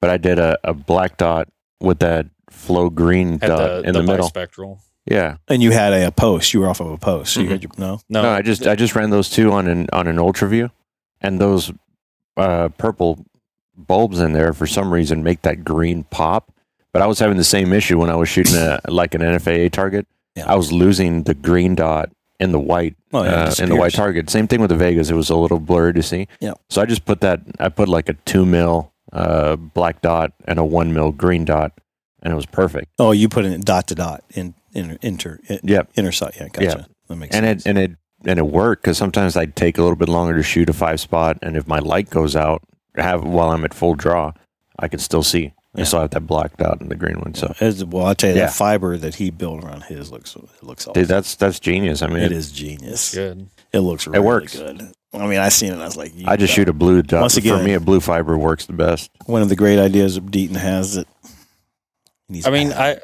But I did a, a black dot with that flow green had dot the, in the, the, middle. bispectral. Yeah. And you had a, a post. You were off of a post. Mm-hmm. So you had your no. No, No, I just I just ran those two on an on an ultra view, and those uh, purple bulbs in there for some reason make that green pop. But I was having the same issue when I was shooting a like an NFAA target. Yeah. I was losing the green dot in the white Oh, yeah, it uh, in the white disappears. target. Same thing with the Vegas; it was a little blurry to see. Yeah. So I just put that. I put like a two mil uh, black dot and a one mil green dot, and it was perfect. Oh, you put in dot to dot in in inter in, Yep. intersite. Yeah, gotcha. Yeah. That makes and sense. it and it and it worked because sometimes I take a little bit longer to shoot a five spot, and if my light goes out, have while I'm at full draw, I can still see. Yeah. I still have that blacked out in the green one. So, So, as, well, I tell you, Yeah. the fiber that he built around his looks it looks awesome. dude, that's that's genius. I mean, it it, is genius. good. It looks really works. good. I mean, I seen it. and I was like, you I just got- shoot a blue dot. Once again- for me, a blue fiber works the best. one of the great ideas that Deaton has that. he's I mean, bad.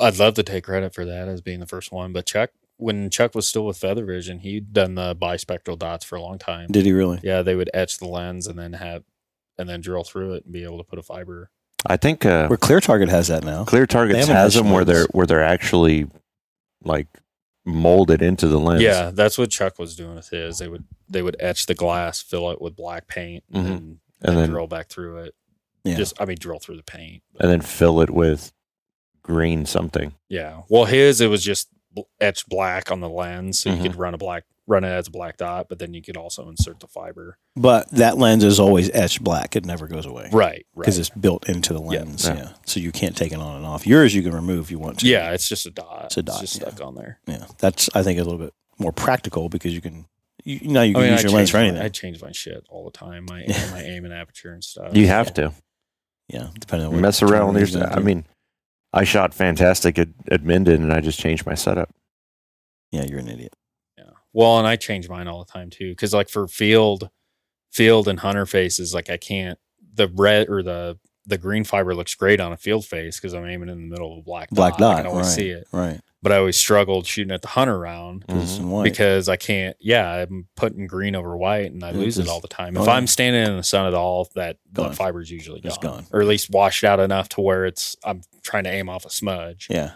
I I'd love to take credit for that as being the first one, but Chuck, when Chuck was still with Feather Vision, he'd done the bispectral dots for a long time. did he really? Yeah, they would etch the lens and then have and then drill through it and be able to put a fiber. I think uh, Where Clear Target has that now. Clear Targets They have has them where additional they're where they're actually like molded into the lens. Yeah, that's what Chuck was doing with his. They would they would etch the glass, fill it with black paint, and, Mhm. then, and then drill back through it. Mm-hmm. Yeah. Just I mean, drill through the paint. and then fill it with green something. Yeah. Well, his it was just bl- etched black on the lens, so Mhm. you could Mm-hmm. run a black run it as a black dot, but then you could also insert the fiber. But that lens is always etched black. It never goes away. Right. Right. Because it's built into the Yeah, lens. yeah. Yeah, So you can't take it on and off. Yours you can remove if you want to. Yeah, it's just a dot. It's a dot, just yeah. stuck on there. Yeah. That's I think a little bit more practical because you can you, now you I can mean, use I your lens for change my- anything. I change my shit all the time. My Yeah. my aim and aperture and stuff. You have to yeah, depending on what mess around. tournament There's, you're gonna I do. mean, I shot fantastic at, at Minden, and I just changed my setup. Yeah, you're an idiot. Yeah. Well, and I change mine all the time too, because like for field, field and hunter faces, like I can't the red or the the green fiber looks great on a field face because I'm aiming in the middle of a black Black I dot. can always right, Mm, see it, Right. but I always struggled shooting at the hunter round 'Cause Mm-hmm. it's in white. because I can't. Yeah, I'm putting green over white, and I It lose just- it all the time. oh, If yeah. I'm standing in the sun at all, that the Gone. fiber's usually gone, It's gone. or at least washed out enough to where it's I'm trying to aim off a smudge. yeah.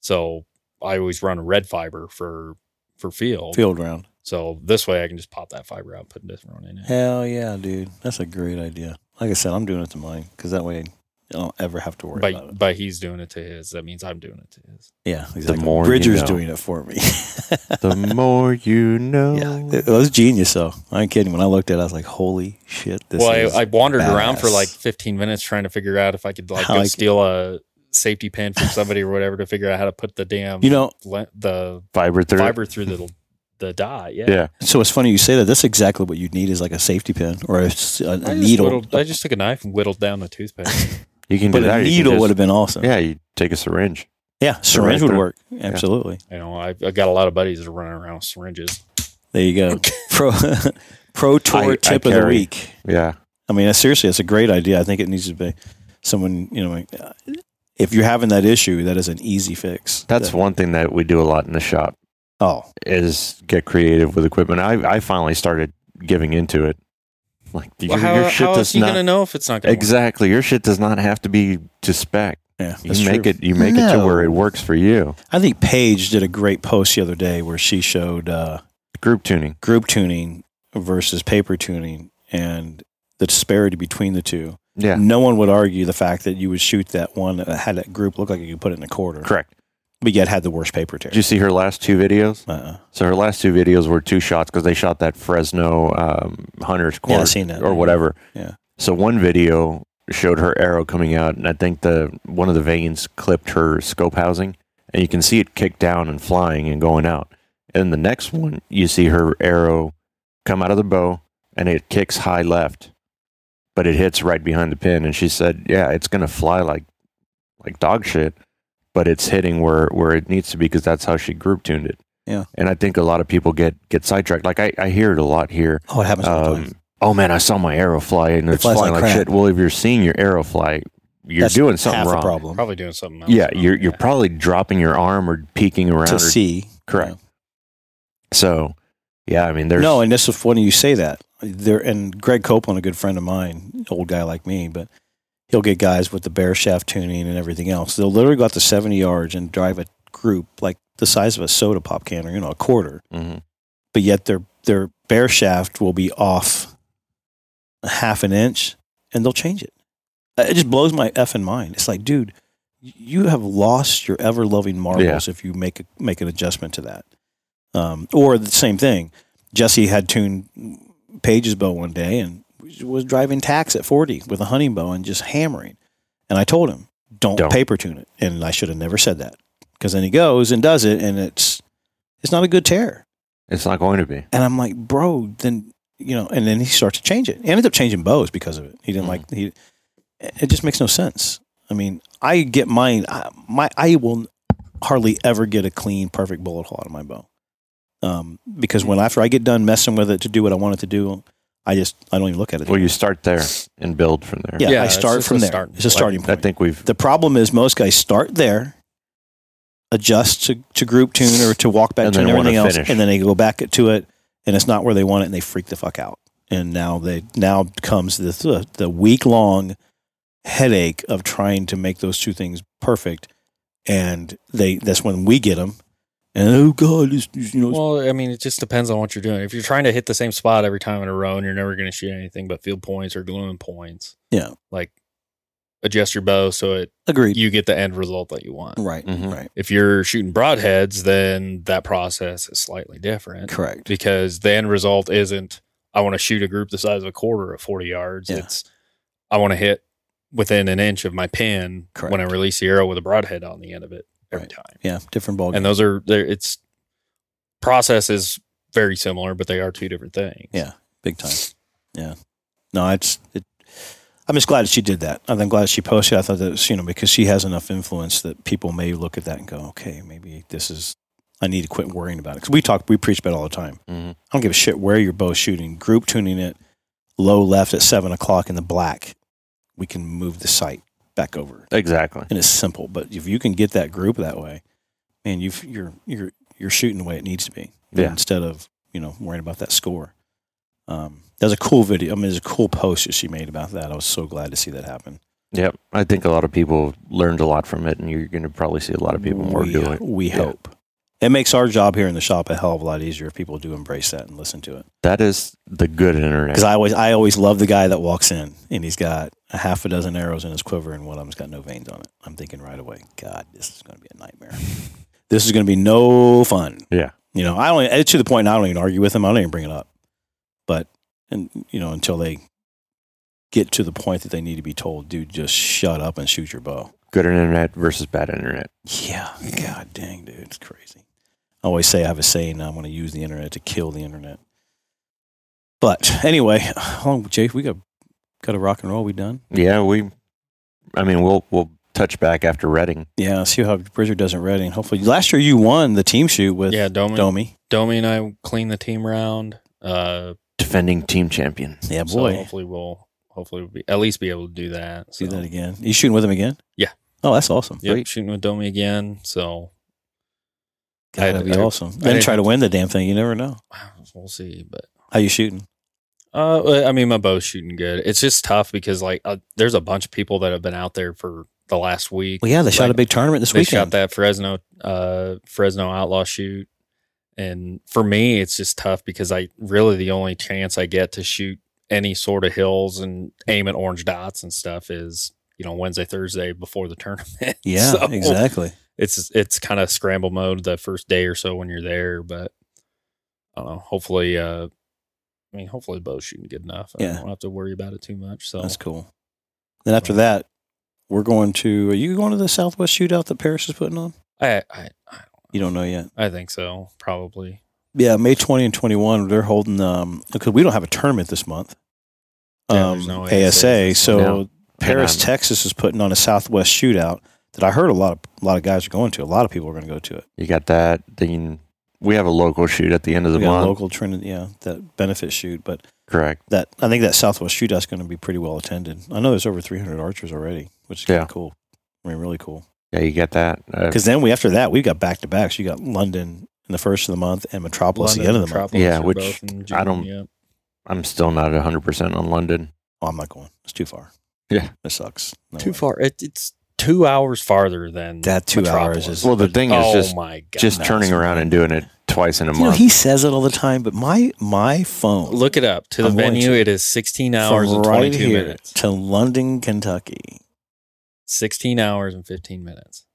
So I always run a red fiber for for field. Field round. So this way I can just pop that fiber out, put a different one in it. Hell yeah, dude. That's a great idea. Like I said, I'm doing it to mine because that way I don't ever have to worry about But it. but he's doing it to his. That means I'm doing it to his. Yeah, exactly. more you Bridger's know. doing it for me. The more you know. yeah, it was genius though. I ain't kidding. When I looked at, it, I was like, "Holy shit!" This well, is I, I wandered around for badass. like 15 minutes trying to figure out if I could like How go I c- steal a safety pin from somebody or whatever to figure out how to put the damn you know. le- the fiber through. it. fiber through the the dot. Yeah. Yeah. So it's funny you say that. That's exactly what you would need is like a safety pin or a, s- a- a I just needle. whittled- I just took a knife and whittled down the toothpaste. You can do but that. a You can needle just- would have been awesome. Yeah, you take a syringe. Yeah, syringe would through. work absolutely. you know, I, I got a lot of buddies that are running around with syringes. There you go. pro pro tour I tip of the carry. week. Yeah. I mean, seriously, that's a great idea. I think it needs to be someone. You know, like, uh, if you're having that issue, that is an easy fix. That's That- one thing that we do a lot in the shop oh, is get creative with equipment. I, I finally started giving into it. Like your, how your shit how else does are you gonna not know if it's not gonna work? exactly your shit does not have to be to spec. yeah. You that's make true. it you make it to No. where it works for you. I think Paige did a great post the other day where she showed uh, Group tuning. group tuning versus paper tuning and the disparity between the two. Yeah. No one would argue the fact that you would shoot that one that had that group look like you could put it in a quarter, Correct. but yet had the worst paper tear. Did you see her last two videos? uh, So her last two videos were two shots because they shot that Fresno um, Hunter's Court yeah, I seen that or whatever. Yeah. So one video showed her arrow coming out, and I think the one of the veins clipped her scope housing, and you can see it kick down and flying and going out. And the next one, you see her arrow come out of the bow, and it kicks high left, but it hits right behind the pin. And she said, "Yeah, it's gonna fly like like dog shit." But it's hitting where, where it needs to be because that's how she group tuned it. Yeah. And I think a lot of people get, get sidetracked. Like I, I hear it a lot here Oh, it happens all the time. um, oh man, I saw my arrow fly and It it's flies flying like like, crap. shit. Well, if you're seeing your arrow fly, you're That's doing something half wrong. A problem Probably doing something else. Yeah, wrong. you're you're Yeah. probably dropping your arm or peeking around. to or- see. Correct. So, yeah, I mean, there's No, and this is funny you say that. There and Greg Copeland, a good friend of mine, old guy like me, but he'll get guys with the bear shaft tuning and everything else. They'll literally go out to seventy yards and drive a group like the size of a soda pop can or you know a quarter, Mhm. but yet their their bear shaft will be off a half an inch, and they'll change it. Uh, It just blows my effing mind. It's like, dude, you have lost your ever loving marbles if you make a, make an adjustment to that. Um, or the same thing. Jesse had tuned Paige's bow one day and was driving tacks at 40 with a hunting bow and just hammering. And I told him, don't, Don't. paper tune it. And I should have never said that because then he goes and does it and it's it's not a good tear. it's not going to be. And I'm like, bro, then, you know, and then he starts to change it. He ended up changing bows because of it. He Mm. didn't like, he, it just makes no sense. I mean, I get mine, I, my, I will hardly ever get a clean, perfect bullet hole out of my bow. Um, because when after I get done messing with it to do what I want it to do, I just I don't even look at it. Well, you start there and build from there. yeah, Yeah, I it's start just from a there. starting it's a point. starting point. I think we've The problem is most guys start there, adjust to, to group tune or to walk back And tune then and wanna everything else, finish. and then they go back to it, and it's not where they want it, and they freak the fuck out. And now they now comes this uh, the week long headache of trying to make those two things perfect, and they that's when we get them. And oh god, it's, it's, you know, it's Well, I mean, it just depends on what you're doing. If you're trying to hit the same spot every time in a row and you're never going to shoot anything but field points or gluing points, Yeah. like adjust your bow so it agreed, you get the end result that you want. right, Mhm. right, If you're shooting broadheads, then that process is slightly different correct. because the end result isn't I want to shoot a group the size of a quarter at 40 yards. Yeah. It's I want to hit within an inch of my pin when I Correct. release the arrow with a broadhead on the end of it every Right. time Yeah, different ball. and those are they're it's process is very similar but they are two different things Yeah. big time. Yeah. No, it's. It, I'm just glad she did that. I'm glad she posted. I thought that was, you know because she has enough influence that people may look at that and go, okay, maybe this is. I need to quit worrying about it because we talk, we preach about it all the time. Mhm. I don't give a shit where you're both shooting. Group tuning it low left at seven o'clock in the black, we can move the sight back over, exactly. and it's simple. But if you can get that group that way, man, you've, you're you're you're shooting the way it needs to be Yeah. instead of you know worrying about that score. Um, that was a cool video. I mean, there's a cool post that she made about that. I was so glad to see that happen. Yep. I think a lot of people learned a lot from it, and you're going to probably see a lot of people more we, do it. We Yeah. hope it makes our job here in the shop a hell of a lot easier if people do embrace that and listen to it. That is the good internet. Because I always, I always love the guy that walks in and he's got a half a dozen arrows in his quiver and one of them's got no veins on it. I'm thinking right away, God, this is going to be a nightmare. this is going to be no fun. Yeah. You know, I don't. It's to the point I don't even argue with them. I don't even bring it up. But and you know, until they get to the point that they need to be told, dude, just shut up and shoot your bow. Good internet versus bad internet. Yeah. God dang, dude, it's crazy. I always say I have a saying. now, I'm going to use the internet to kill the internet. But anyway, oh, Jake, we got got to rock and roll. We done? Yeah, we. I mean, we'll we'll touch back after Reading. Yeah. See how Bridger does not Reading. Hopefully, last year you won the team shoot with yeah domi, domi Domi. and i cleaned the team round uh defending team champion. Yeah, so boy. hopefully we'll hopefully we'll be at least be able to do that See so. that again? You shooting with him again? Yeah. Oh, that's awesome. Yep, Great. shooting with domi again so God, I- that'd be I- awesome. Then I- try to win the damn thing. You never know. we'll see but How you shooting? uh well, i mean my bow's shooting good it's just tough because like uh, there's a bunch of people that have been out there for the last week Well, yeah, they shot Like, a big tournament this they shot weekend. that Fresno uh Fresno Outlaw shoot. And for me it's just tough because I really the only chance I get to shoot any sort of hills and aim at orange dots and stuff is, you know, Wednesday, Thursday before the tournament. Yeah, So exactly. It's it's kind of scramble mode the first day or so when you're there, but I don't know. Hopefully uh I mean, hopefully both shooting good enough. I Yeah. don't have to worry about it too much. So That's cool. Then after that, we're going to. Are you going to the Southwest Shootout that Paris is putting on? I, I I You don't know yet. I think so, probably. Yeah, May twenty and twenty one. They're holding um because we don't have a tournament this month. Yeah, Um, there's no ASA ASA. this So month. Paris, And, um, Texas is putting on a Southwest Shootout that I heard a lot of a lot of guys are going to. A lot of people are going to go to it. you got that. Then we have a local shoot at the end of the We got a month. local Trinity, yeah, that benefit shoot, but. Correct. that I think that Southwest shootout's going to be pretty well attended. I know there's over 300 archers already, which is kind Yeah. of cool. I mean, really cool. Yeah, you got that. Uh, Because then we after that we've got back to backs. You got London in the first of the month and Metropolis at the end of the month. Metropolis Yeah, are which both in I don't- June, I'm still not 100 percent on London. Oh, I'm not going. It's too far. Yeah. that sucks. No too way. far. It, it's two hours farther than That two Metropolis. hours is Well, the thing is oh just my god! just no, turning it's- around and doing it twice in a You know, month. he says it all the time, but my my phone Look it up. To the I'm going venue, to. it is sixteen from hours and right twenty two here minutes. to London, Kentucky. Sixteen hours and fifteen minutes.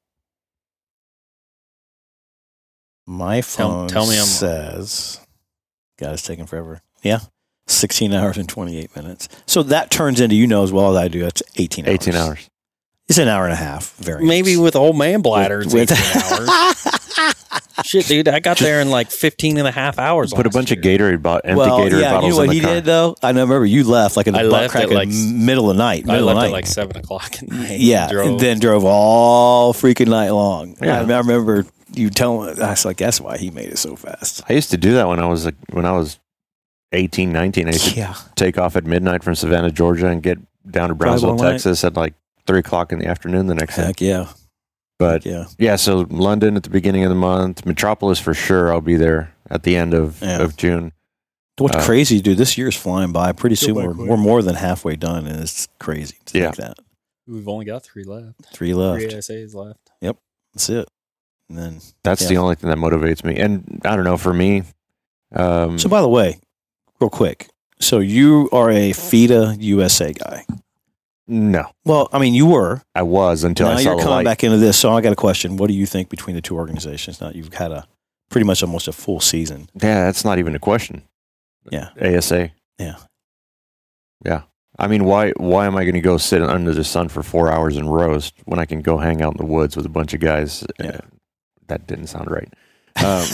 My phone Tell- tell me I'm- says, God, it's taking forever. Yeah. 16 hours and 28 minutes. So that turns into, you know, as well as I do, that's 18 hours. 18 hours. It's an hour and a half. Very Maybe with old man bladder, it's With- eighteen hours. Shit, dude, I got there in like 15 and a half hours. Put a last bunch of year. Gatorade bo- empty well, Gatorade yeah, you bottles know what in he the car. did, though? I know, remember you left like in I the butt left crack at, in like, middle of the night. I Middle left of the at night. like seven o'clock at night. yeah. drove. And then drove all freaking night long. Yeah. I, I remember you tell him. I was like, that's why he made it so fast. I used to do that when I was like, when I was 18, 19. I used to Yeah. take off at midnight from Savannah, Georgia, and get down to Brownsville, all night. Texas, at like three o'clock in the afternoon the next day. Heck yeah. But uh, Heck yeah. Yeah, so London at the beginning of the month, Metropolis for sure. I'll be there at the end of, Yeah. of June. What's Uh, crazy, dude, this year's flying by. Pretty Go soon back we're, quick. we're more than halfway done, and it's crazy to Yeah. think that. We've only got three left. Three left. Three ASAs left. That's it. And then, That's the Yeah. only thing that motivates me. And I don't know for me, um, so by the way, real quick. So you are a FIDA USA guy. no, Well, I mean, you were. I was until now I you're saw the coming light. back into this. So I got a question. What do you think between the two organizations? Now you've had a pretty much almost a full season. Yeah, that's not even a question. Yeah. ASA. Yeah. Yeah. I mean, why why am I going to go sit under the sun for four hours and roast when I can go hang out in the woods with a bunch of guys? Yeah. Uh, that didn't sound right. Um,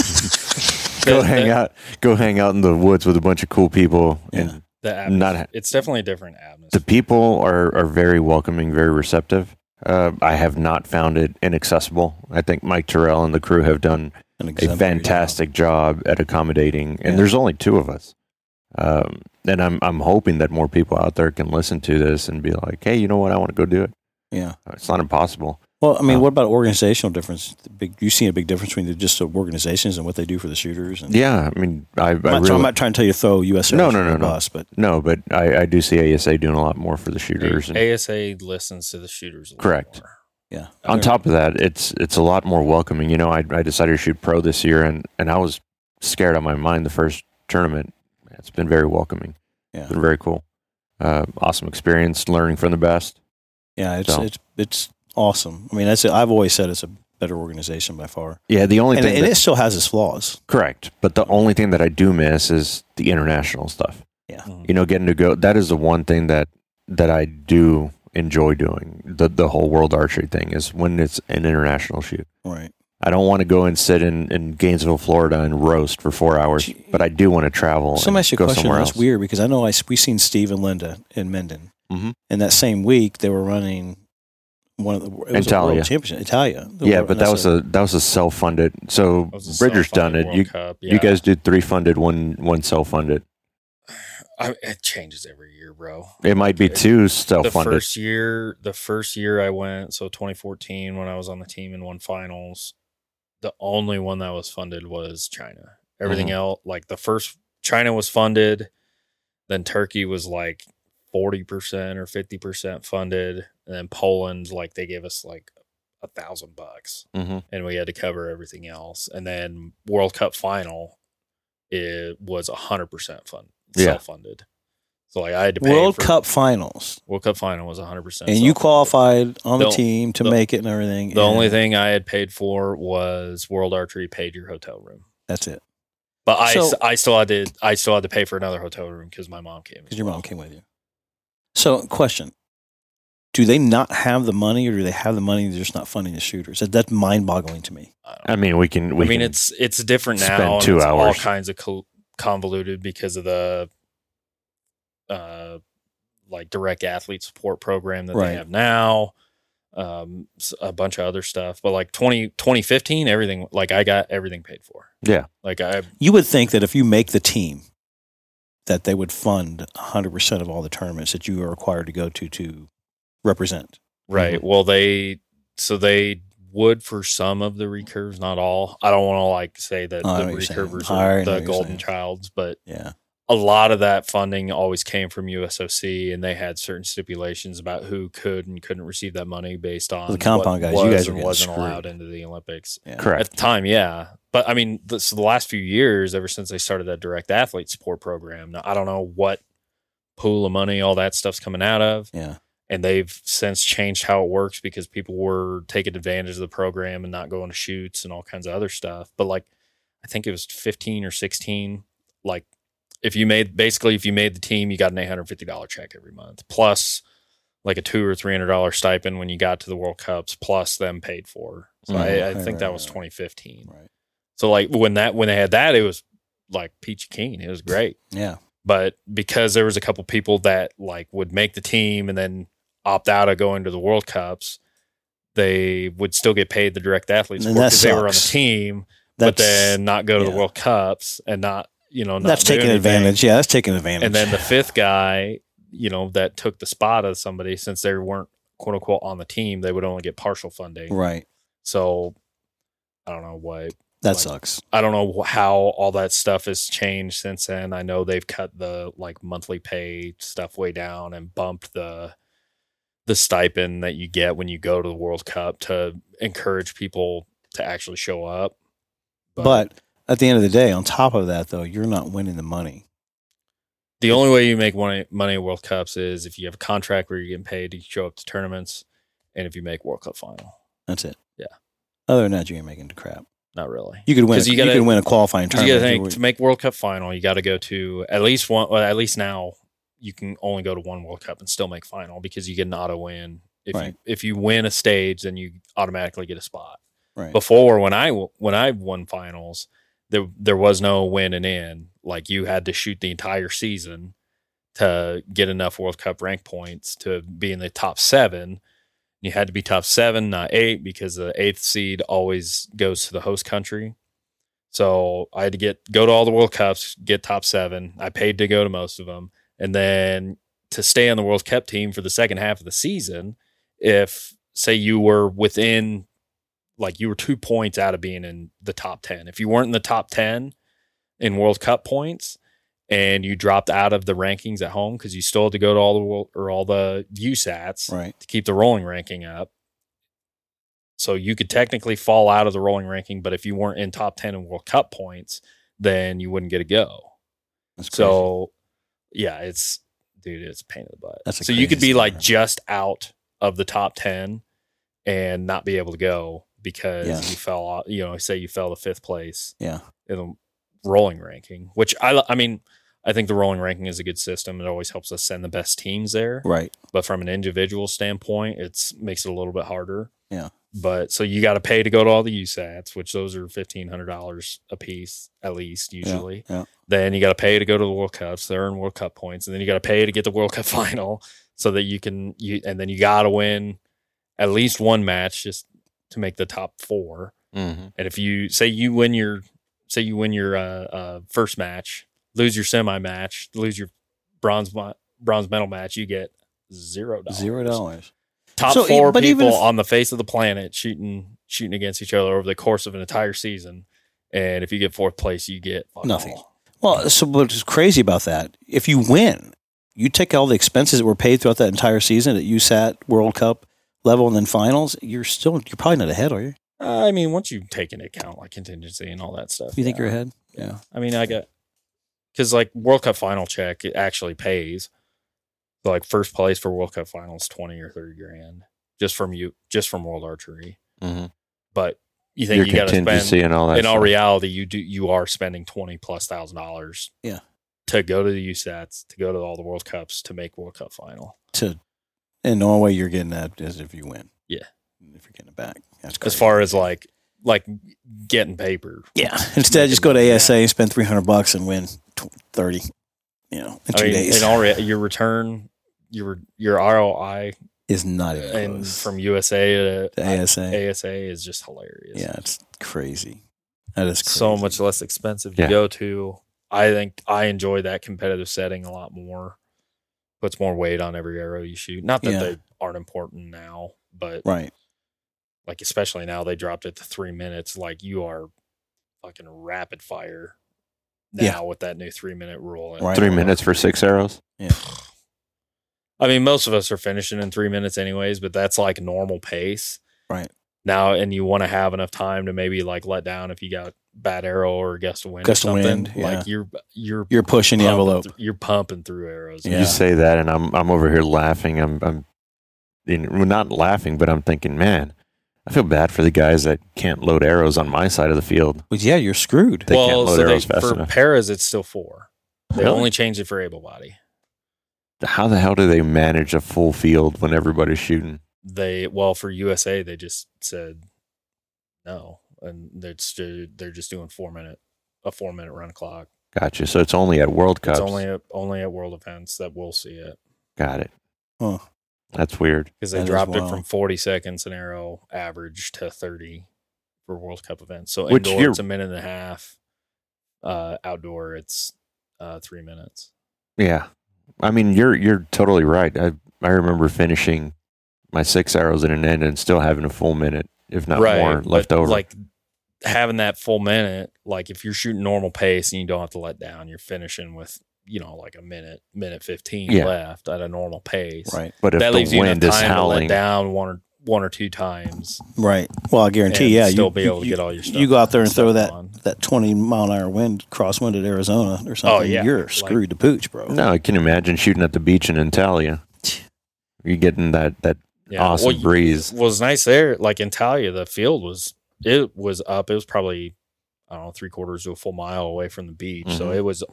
go hang out. Go hang out in the woods with a bunch of cool people and Yeah. The atmos- not ha- it's definitely a different atmosphere. the people are, are very welcoming, very receptive. Uh, I have not found it inaccessible. I think Mike Terrell and the crew have done An a exemplary job. fantastic job at accommodating, and Yeah. there's only two of us. Um, and I'm I'm hoping that more people out there can listen to this and be like, hey, you know what? I want to go do it. Yeah. It's not impossible. Well, I mean, Uh, what about organizational difference? The big, you seen a big difference between the, just the organizations and what they do for the shooters? And Yeah, I mean, I, I I'm, not, really so I'm not trying to tell you to throw USA No, under no, no, the no. bus, but no, but I, I do see ASA doing a lot more for the shooters. and- A- ASA listens to the shooters. A lot Correct. more. yeah, on top of that, it's it's a lot more welcoming. You know, I, I decided to shoot pro this year, and, and I was scared out of my mind the first tournament. It's been very welcoming. Yeah. It's been very cool. Uh, awesome experience, learning from the best. yeah, it's So. it's it's awesome. I mean, that's it. I've always said it's a better organization by far, Yeah, the only and, thing and that- it still has its flaws. correct, but the only thing that I do miss is the international stuff. Mhm. You know, getting to go that is the one thing that that I do enjoy doing. The the whole world archery thing is when it's an international shoot. Right. I don't want to go and sit in, in Gainesville, Florida, and roast for four hours, Gee. but I do want to travel. So let and me ask you go a question. somewhere That's else. weird because I know I we seen Steve and Linda in Menden, Mm-hmm. Mhm. and that same week they were running one of the it was a Italia. world championship Italia. The Yeah, world- but that's that was a that was a self funded. So That was a Bridger's done self-funded it. World You Cup, you yeah. guys did three funded, one one self funded. I, it changes every year, bro. It might be It- two the self funded. first year the first year i went so 2014 when i was on the team and won finals the only one that was funded was china everything Mm-hmm. else like the first china was funded then turkey was like 40% or 50% funded and then poland like they gave us like a thousand bucks hmm and we had to cover everything else and then world cup final it was 100% fund Yeah. self-funded so like i had to pay World for- Cup finals. World Cup final was 100%. and you self-funded. qualified on the, The- team to the- make it and everything. The and only thing I had paid for was World Archery paid your hotel room. that's it But I, So- I still had to I still had to pay for another hotel room because my mom came. because your mom came with you. So, question: Do they not have the money, or do they have the money? They're just not funding the shooters. That, that's mind-boggling to me. I, don't know. I mean, we can. We I mean, can- it's it's different now. spend and two it's All hours. kinds of co- convoluted because of the uh like direct athlete support program that Right. they have now. Um, s- a bunch of other stuff, but like 20, 2015, everything like I got everything paid for. Yeah. like I You would think that if you make the team, that they would fund 100 percent of all the tournaments that you are required to go to to represent. Right. Well, they so they would for some of the recurves, not all. I don't want to like say that Oh, I know the what you're saying. recurvers I know are what the you're golden saying. childs, but Yeah, a lot of that funding always came from USOC, and they had certain stipulations about who could and couldn't receive that money based on compound guys, you was guys were and getting wasn't screwed. allowed into the Olympics yeah. correct. at the time. Yeah, but I mean, the, so the last few years, ever since they started that direct athlete support program, now, I don't know what pool of money all that stuff's coming out of Yeah, and they've since changed how it works because people were taking advantage of the program and not going to shoots and all kinds of other stuff. But like, I think it was 15 or 16. Like, if you made basically, if you made the team, you got an $850 check every month, plus like a two or three hundred dollar stipend when you got to the World Cups, plus them paid for. So Mhm. I, I Right, think right, that right, was right. 2015. right. So like when that when they had that, it was like peachy keen. It was great Yeah, but because there was a couple people that like would make the team and then opt out of going to the World Cups, they would still get paid the direct athletes And that because they were on the sucks. team, That's, but then not go to yeah. the World Cups and not you know not that's do taking anything. advantage. Yeah, that's taking advantage. And then the fifth guy, you know, that took the spot of somebody since they weren't quote unquote on the team, they would only get partial funding. right. So I don't know what That Like- sucks. I don't know wh- how all that stuff has changed since then. I know they've cut the like monthly pay stuff way down and bumped the the stipend that you get when you go to the World Cup to encourage people to actually show up. But at the end of the day, on top of that, though, you're not winning the money. the only way you make money money at World Cups is if you have a contract where you're getting paid to show up to tournaments, and if you make World Cup final. That's it. Yeah. Other than that, you ain't making the crap. Not really. You could win. A, 'Cause you you, gotta- could win a qualifying You got to tournament. think to make World Cup final, you got to go to at least one. Well, at least now you can only go to one World Cup and still make final because you get an auto win. If Right. you if you win a stage, then you automatically get a spot. right. Before when I w- when I won finals, there there was no win and in. Like you had to shoot the entire season to get enough World Cup rank points to be in the top seven. You had to be top seven, not eight, because the eighth seed always goes to the host country. So I had to get go to all the World Cups, get top seven. I paid to go to most of them, and then to stay on the World Cup team for the second half of the season. If say you were within, like you were two points out of being in the top ten. If you weren't in the top ten in World Cup points, and you dropped out of the rankings at home because you still had to go to all the world or all the USATs, right. to keep the rolling ranking up. So you could technically fall out of the rolling ranking, but if you weren't in top 10 in World Cup points, then you wouldn't get a go. That's crazy. So yeah, it's dude, it's a pain in the butt. That's the so you could craziest be thing like ever. just out of the top 10 and not be able to go because Yeah. you fell off, you know, say you fell to fifth place yeah. in the rolling ranking, which I lo- I mean, I think the rolling ranking is a good system. It always helps us send the best teams there Right. but from an individual standpoint, it's makes it a little bit harder. Yeah. But so you got to pay to go to all the USATs, which those are fifteen hundred dollars a piece at least usually. yeah. Then you got to pay to go to the World Cups, they earn World Cup points, and then you got to pay to get the World Cup final so that you can you and then you got to win at least one match just to make the top four. Mm-hmm. And if you say you win your say you win your uh, uh, first match, lose your semi match, lose your bronze mi- bronze medal match, you get zero dollars. Zero dollars. Top So e- four but even people if- on the face of the planet shooting shooting against each other over the course of an entire season. And if you get fourth place, you get fuck Nothing. all. Well, so what's crazy about that? If you win, you take all the expenses that were paid throughout that entire season at USAT World Cup level and then finals. You're still you're probably not ahead, are you? Uh, I mean, once you take into account like contingency and all that stuff, You think yeah. you're ahead? Yeah. I mean, I got because like World Cup final check it actually pays. Like first place for World Cup finals, twenty or thirty grand just from you, just from World Archery. Mm-hmm. But you think Your you got to contingency spend? and all that. In all stuff. reality, you do you are spending twenty plus thousand dollars. Yeah. To go to the USATs, to go to all the World Cups, to make World Cup final. To and the only way you're getting that is if you win. Yeah. If you're getting it back. That's As crazy. far as like like getting paper, Yeah. Instead, just go to ASA and spend 300 bucks and win tw- 30, you know, in two I mean, days. in all rea- your return, your your ROI is not even and close. from USA to to ASA. ASA is just hilarious. yeah, it's crazy. That is crazy. so much less expensive Yeah. to go to. I think I enjoy that competitive setting a lot more. Puts more weight on every arrow you shoot. Not that Yeah. they aren't important now, but Right. like especially now they dropped it to three minutes. Like you are fucking rapid fire now Yeah. with that new three minute rule. Right. Three minutes for six arrows. I mean, most of us are finishing in three minutes anyways, but that's like normal pace. Right. Now and you want to have enough time to maybe like let down if you got bad arrow or gust of wind Gust or of something. wind, yeah. Like you're you're You're pushing the pumping envelope. th- you're pumping through arrows. Yeah. You say that, and I'm I'm over here laughing. I'm I'm in, well, not laughing, but I'm thinking, man, I feel bad for the guys that can't load arrows on my side of the field. Well, yeah, you're screwed. They can't well, load so they, arrows fast for enough. paras, it's still four. They Really? only changed it for able body. How the hell do they manage a full field when everybody's shooting? They well for USA, they just said no, and they're just, they're just doing four minute a four minute run clock. Gotcha. So it's only at World Cups. It's only at, only at world events that we'll see it. Got it. Huh. That's weird. because they That is dropped it wild. from 40 seconds an arrow average to 30 for World Cup events. So Which indoor you're- it's a minute and a half, uh, outdoor it's uh, three minutes. Yeah, I mean you're you're totally right. I I remember finishing my six arrows in an end and still having a full minute, if not more, but, left over. Like having that full minute, like if you're shooting normal pace and you don't have to let down, you're finishing with you know like a minute, minute 15 Yeah. left at a normal pace. Right. but if that leaves the you enough wind is time to let howling, down one or one or two times. Right. Well, I guarantee. and yeah, still you be able to get all your stuff. You go out there and throw stuff that on. Oh, that twenty mile an hour wind crosswind at Arizona or something. yeah. You're Like- screwed to pooch, bro. no, I can imagine shooting at the beach in Antalya. You're getting that that Yeah. awesome Well, you- breeze. was nice there. Like in Talia, the field was it was up. It was probably I don't know three quarters to a full mile away from the beach, so Mhm. it was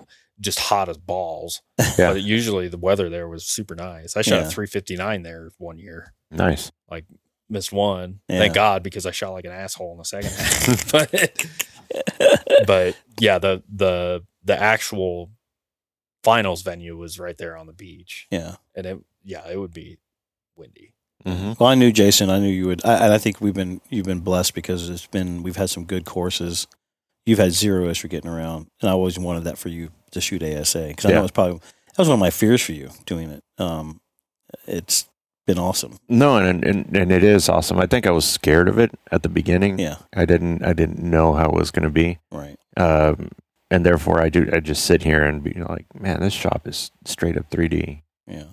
just hot as balls. Yeah. But usually the weather there was super nice. I shot Yeah. a three fifty nine there one year. Nice. Missed one, Yeah. thank God, because I shot like an asshole in the second half. but, but yeah, the the the actual finals venue was right there on the beach, Yeah. and it yeah it would be windy. Mm-hmm. Well, I knew Jason. I knew you would. I, and I think we've been you've been blessed because it's been we've had some good courses. You've had zero issue getting around, and I always wanted that for you to shoot ASA because I know Yeah. it's probably that was one of my fears for you doing it. Um, it's been awesome. No, and, and and it is awesome. I think I was scared of it at the beginning. Yeah. I didn't I didn't know how it was going to be, Right. um, and therefore I do I just sit here and be like, man, this shop is straight up 3D. Yeah.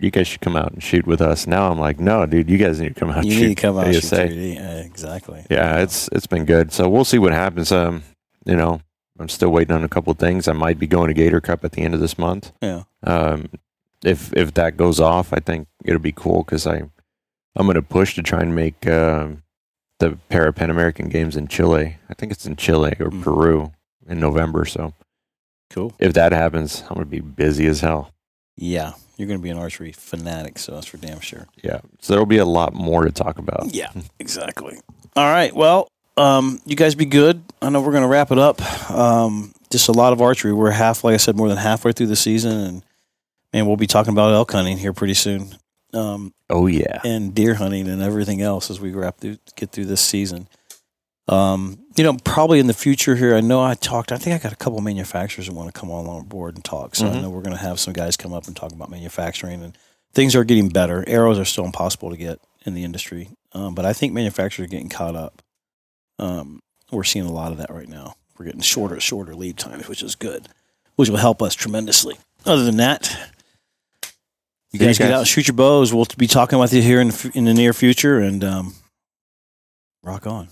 You guys shoys should come out and shoot with us. Now I'm like, no, dude, you guys need to come out. You need and to shoot come out and shoot ASA. 3D. Yeah, exactly. Yeah, it's it's been good. So we'll see what happens. Um, you know, I'm still waiting on a couple of things. I might be going to Gator Cup at the end of this month. Yeah. Um, if if that goes off, I think it'll be cool because I I'm gonna push to try and make um the Para Pan American Games in Chile. I think it's in Chile or Mm. Peru in November. So cool. if that happens, I'm gonna be busy as hell. Yeah, you're going to be an archery fanatic, so that's for damn sure. Yeah. So there'll be a lot more to talk about. Yeah, exactly. All right. Well, um, you guys be good. I know we're going to wrap it up. Um, just a lot of archery. We're half, like I said, more than halfway through the season, and man, we'll be talking about elk hunting here pretty soon, um, Oh yeah. and deer hunting and everything else as we wrap through, get through this season. Um, you know, probably in the future here, I know I talked. I think I got a couple manufacturers that want to come on board and talk. So I Mhm. know we're going to have some guys come up and talk about manufacturing and things are getting better. Arrows are still impossible to get in the industry, um, but I think manufacturers are getting caught up. Um, we're seeing a lot of that right now. We're getting shorter, shorter lead times, which is good, which will help us tremendously. Other than that, you See you guys, get guys. out and shoot your bows. We'll be talking with you here in the, f- in the near future, and um, rock on.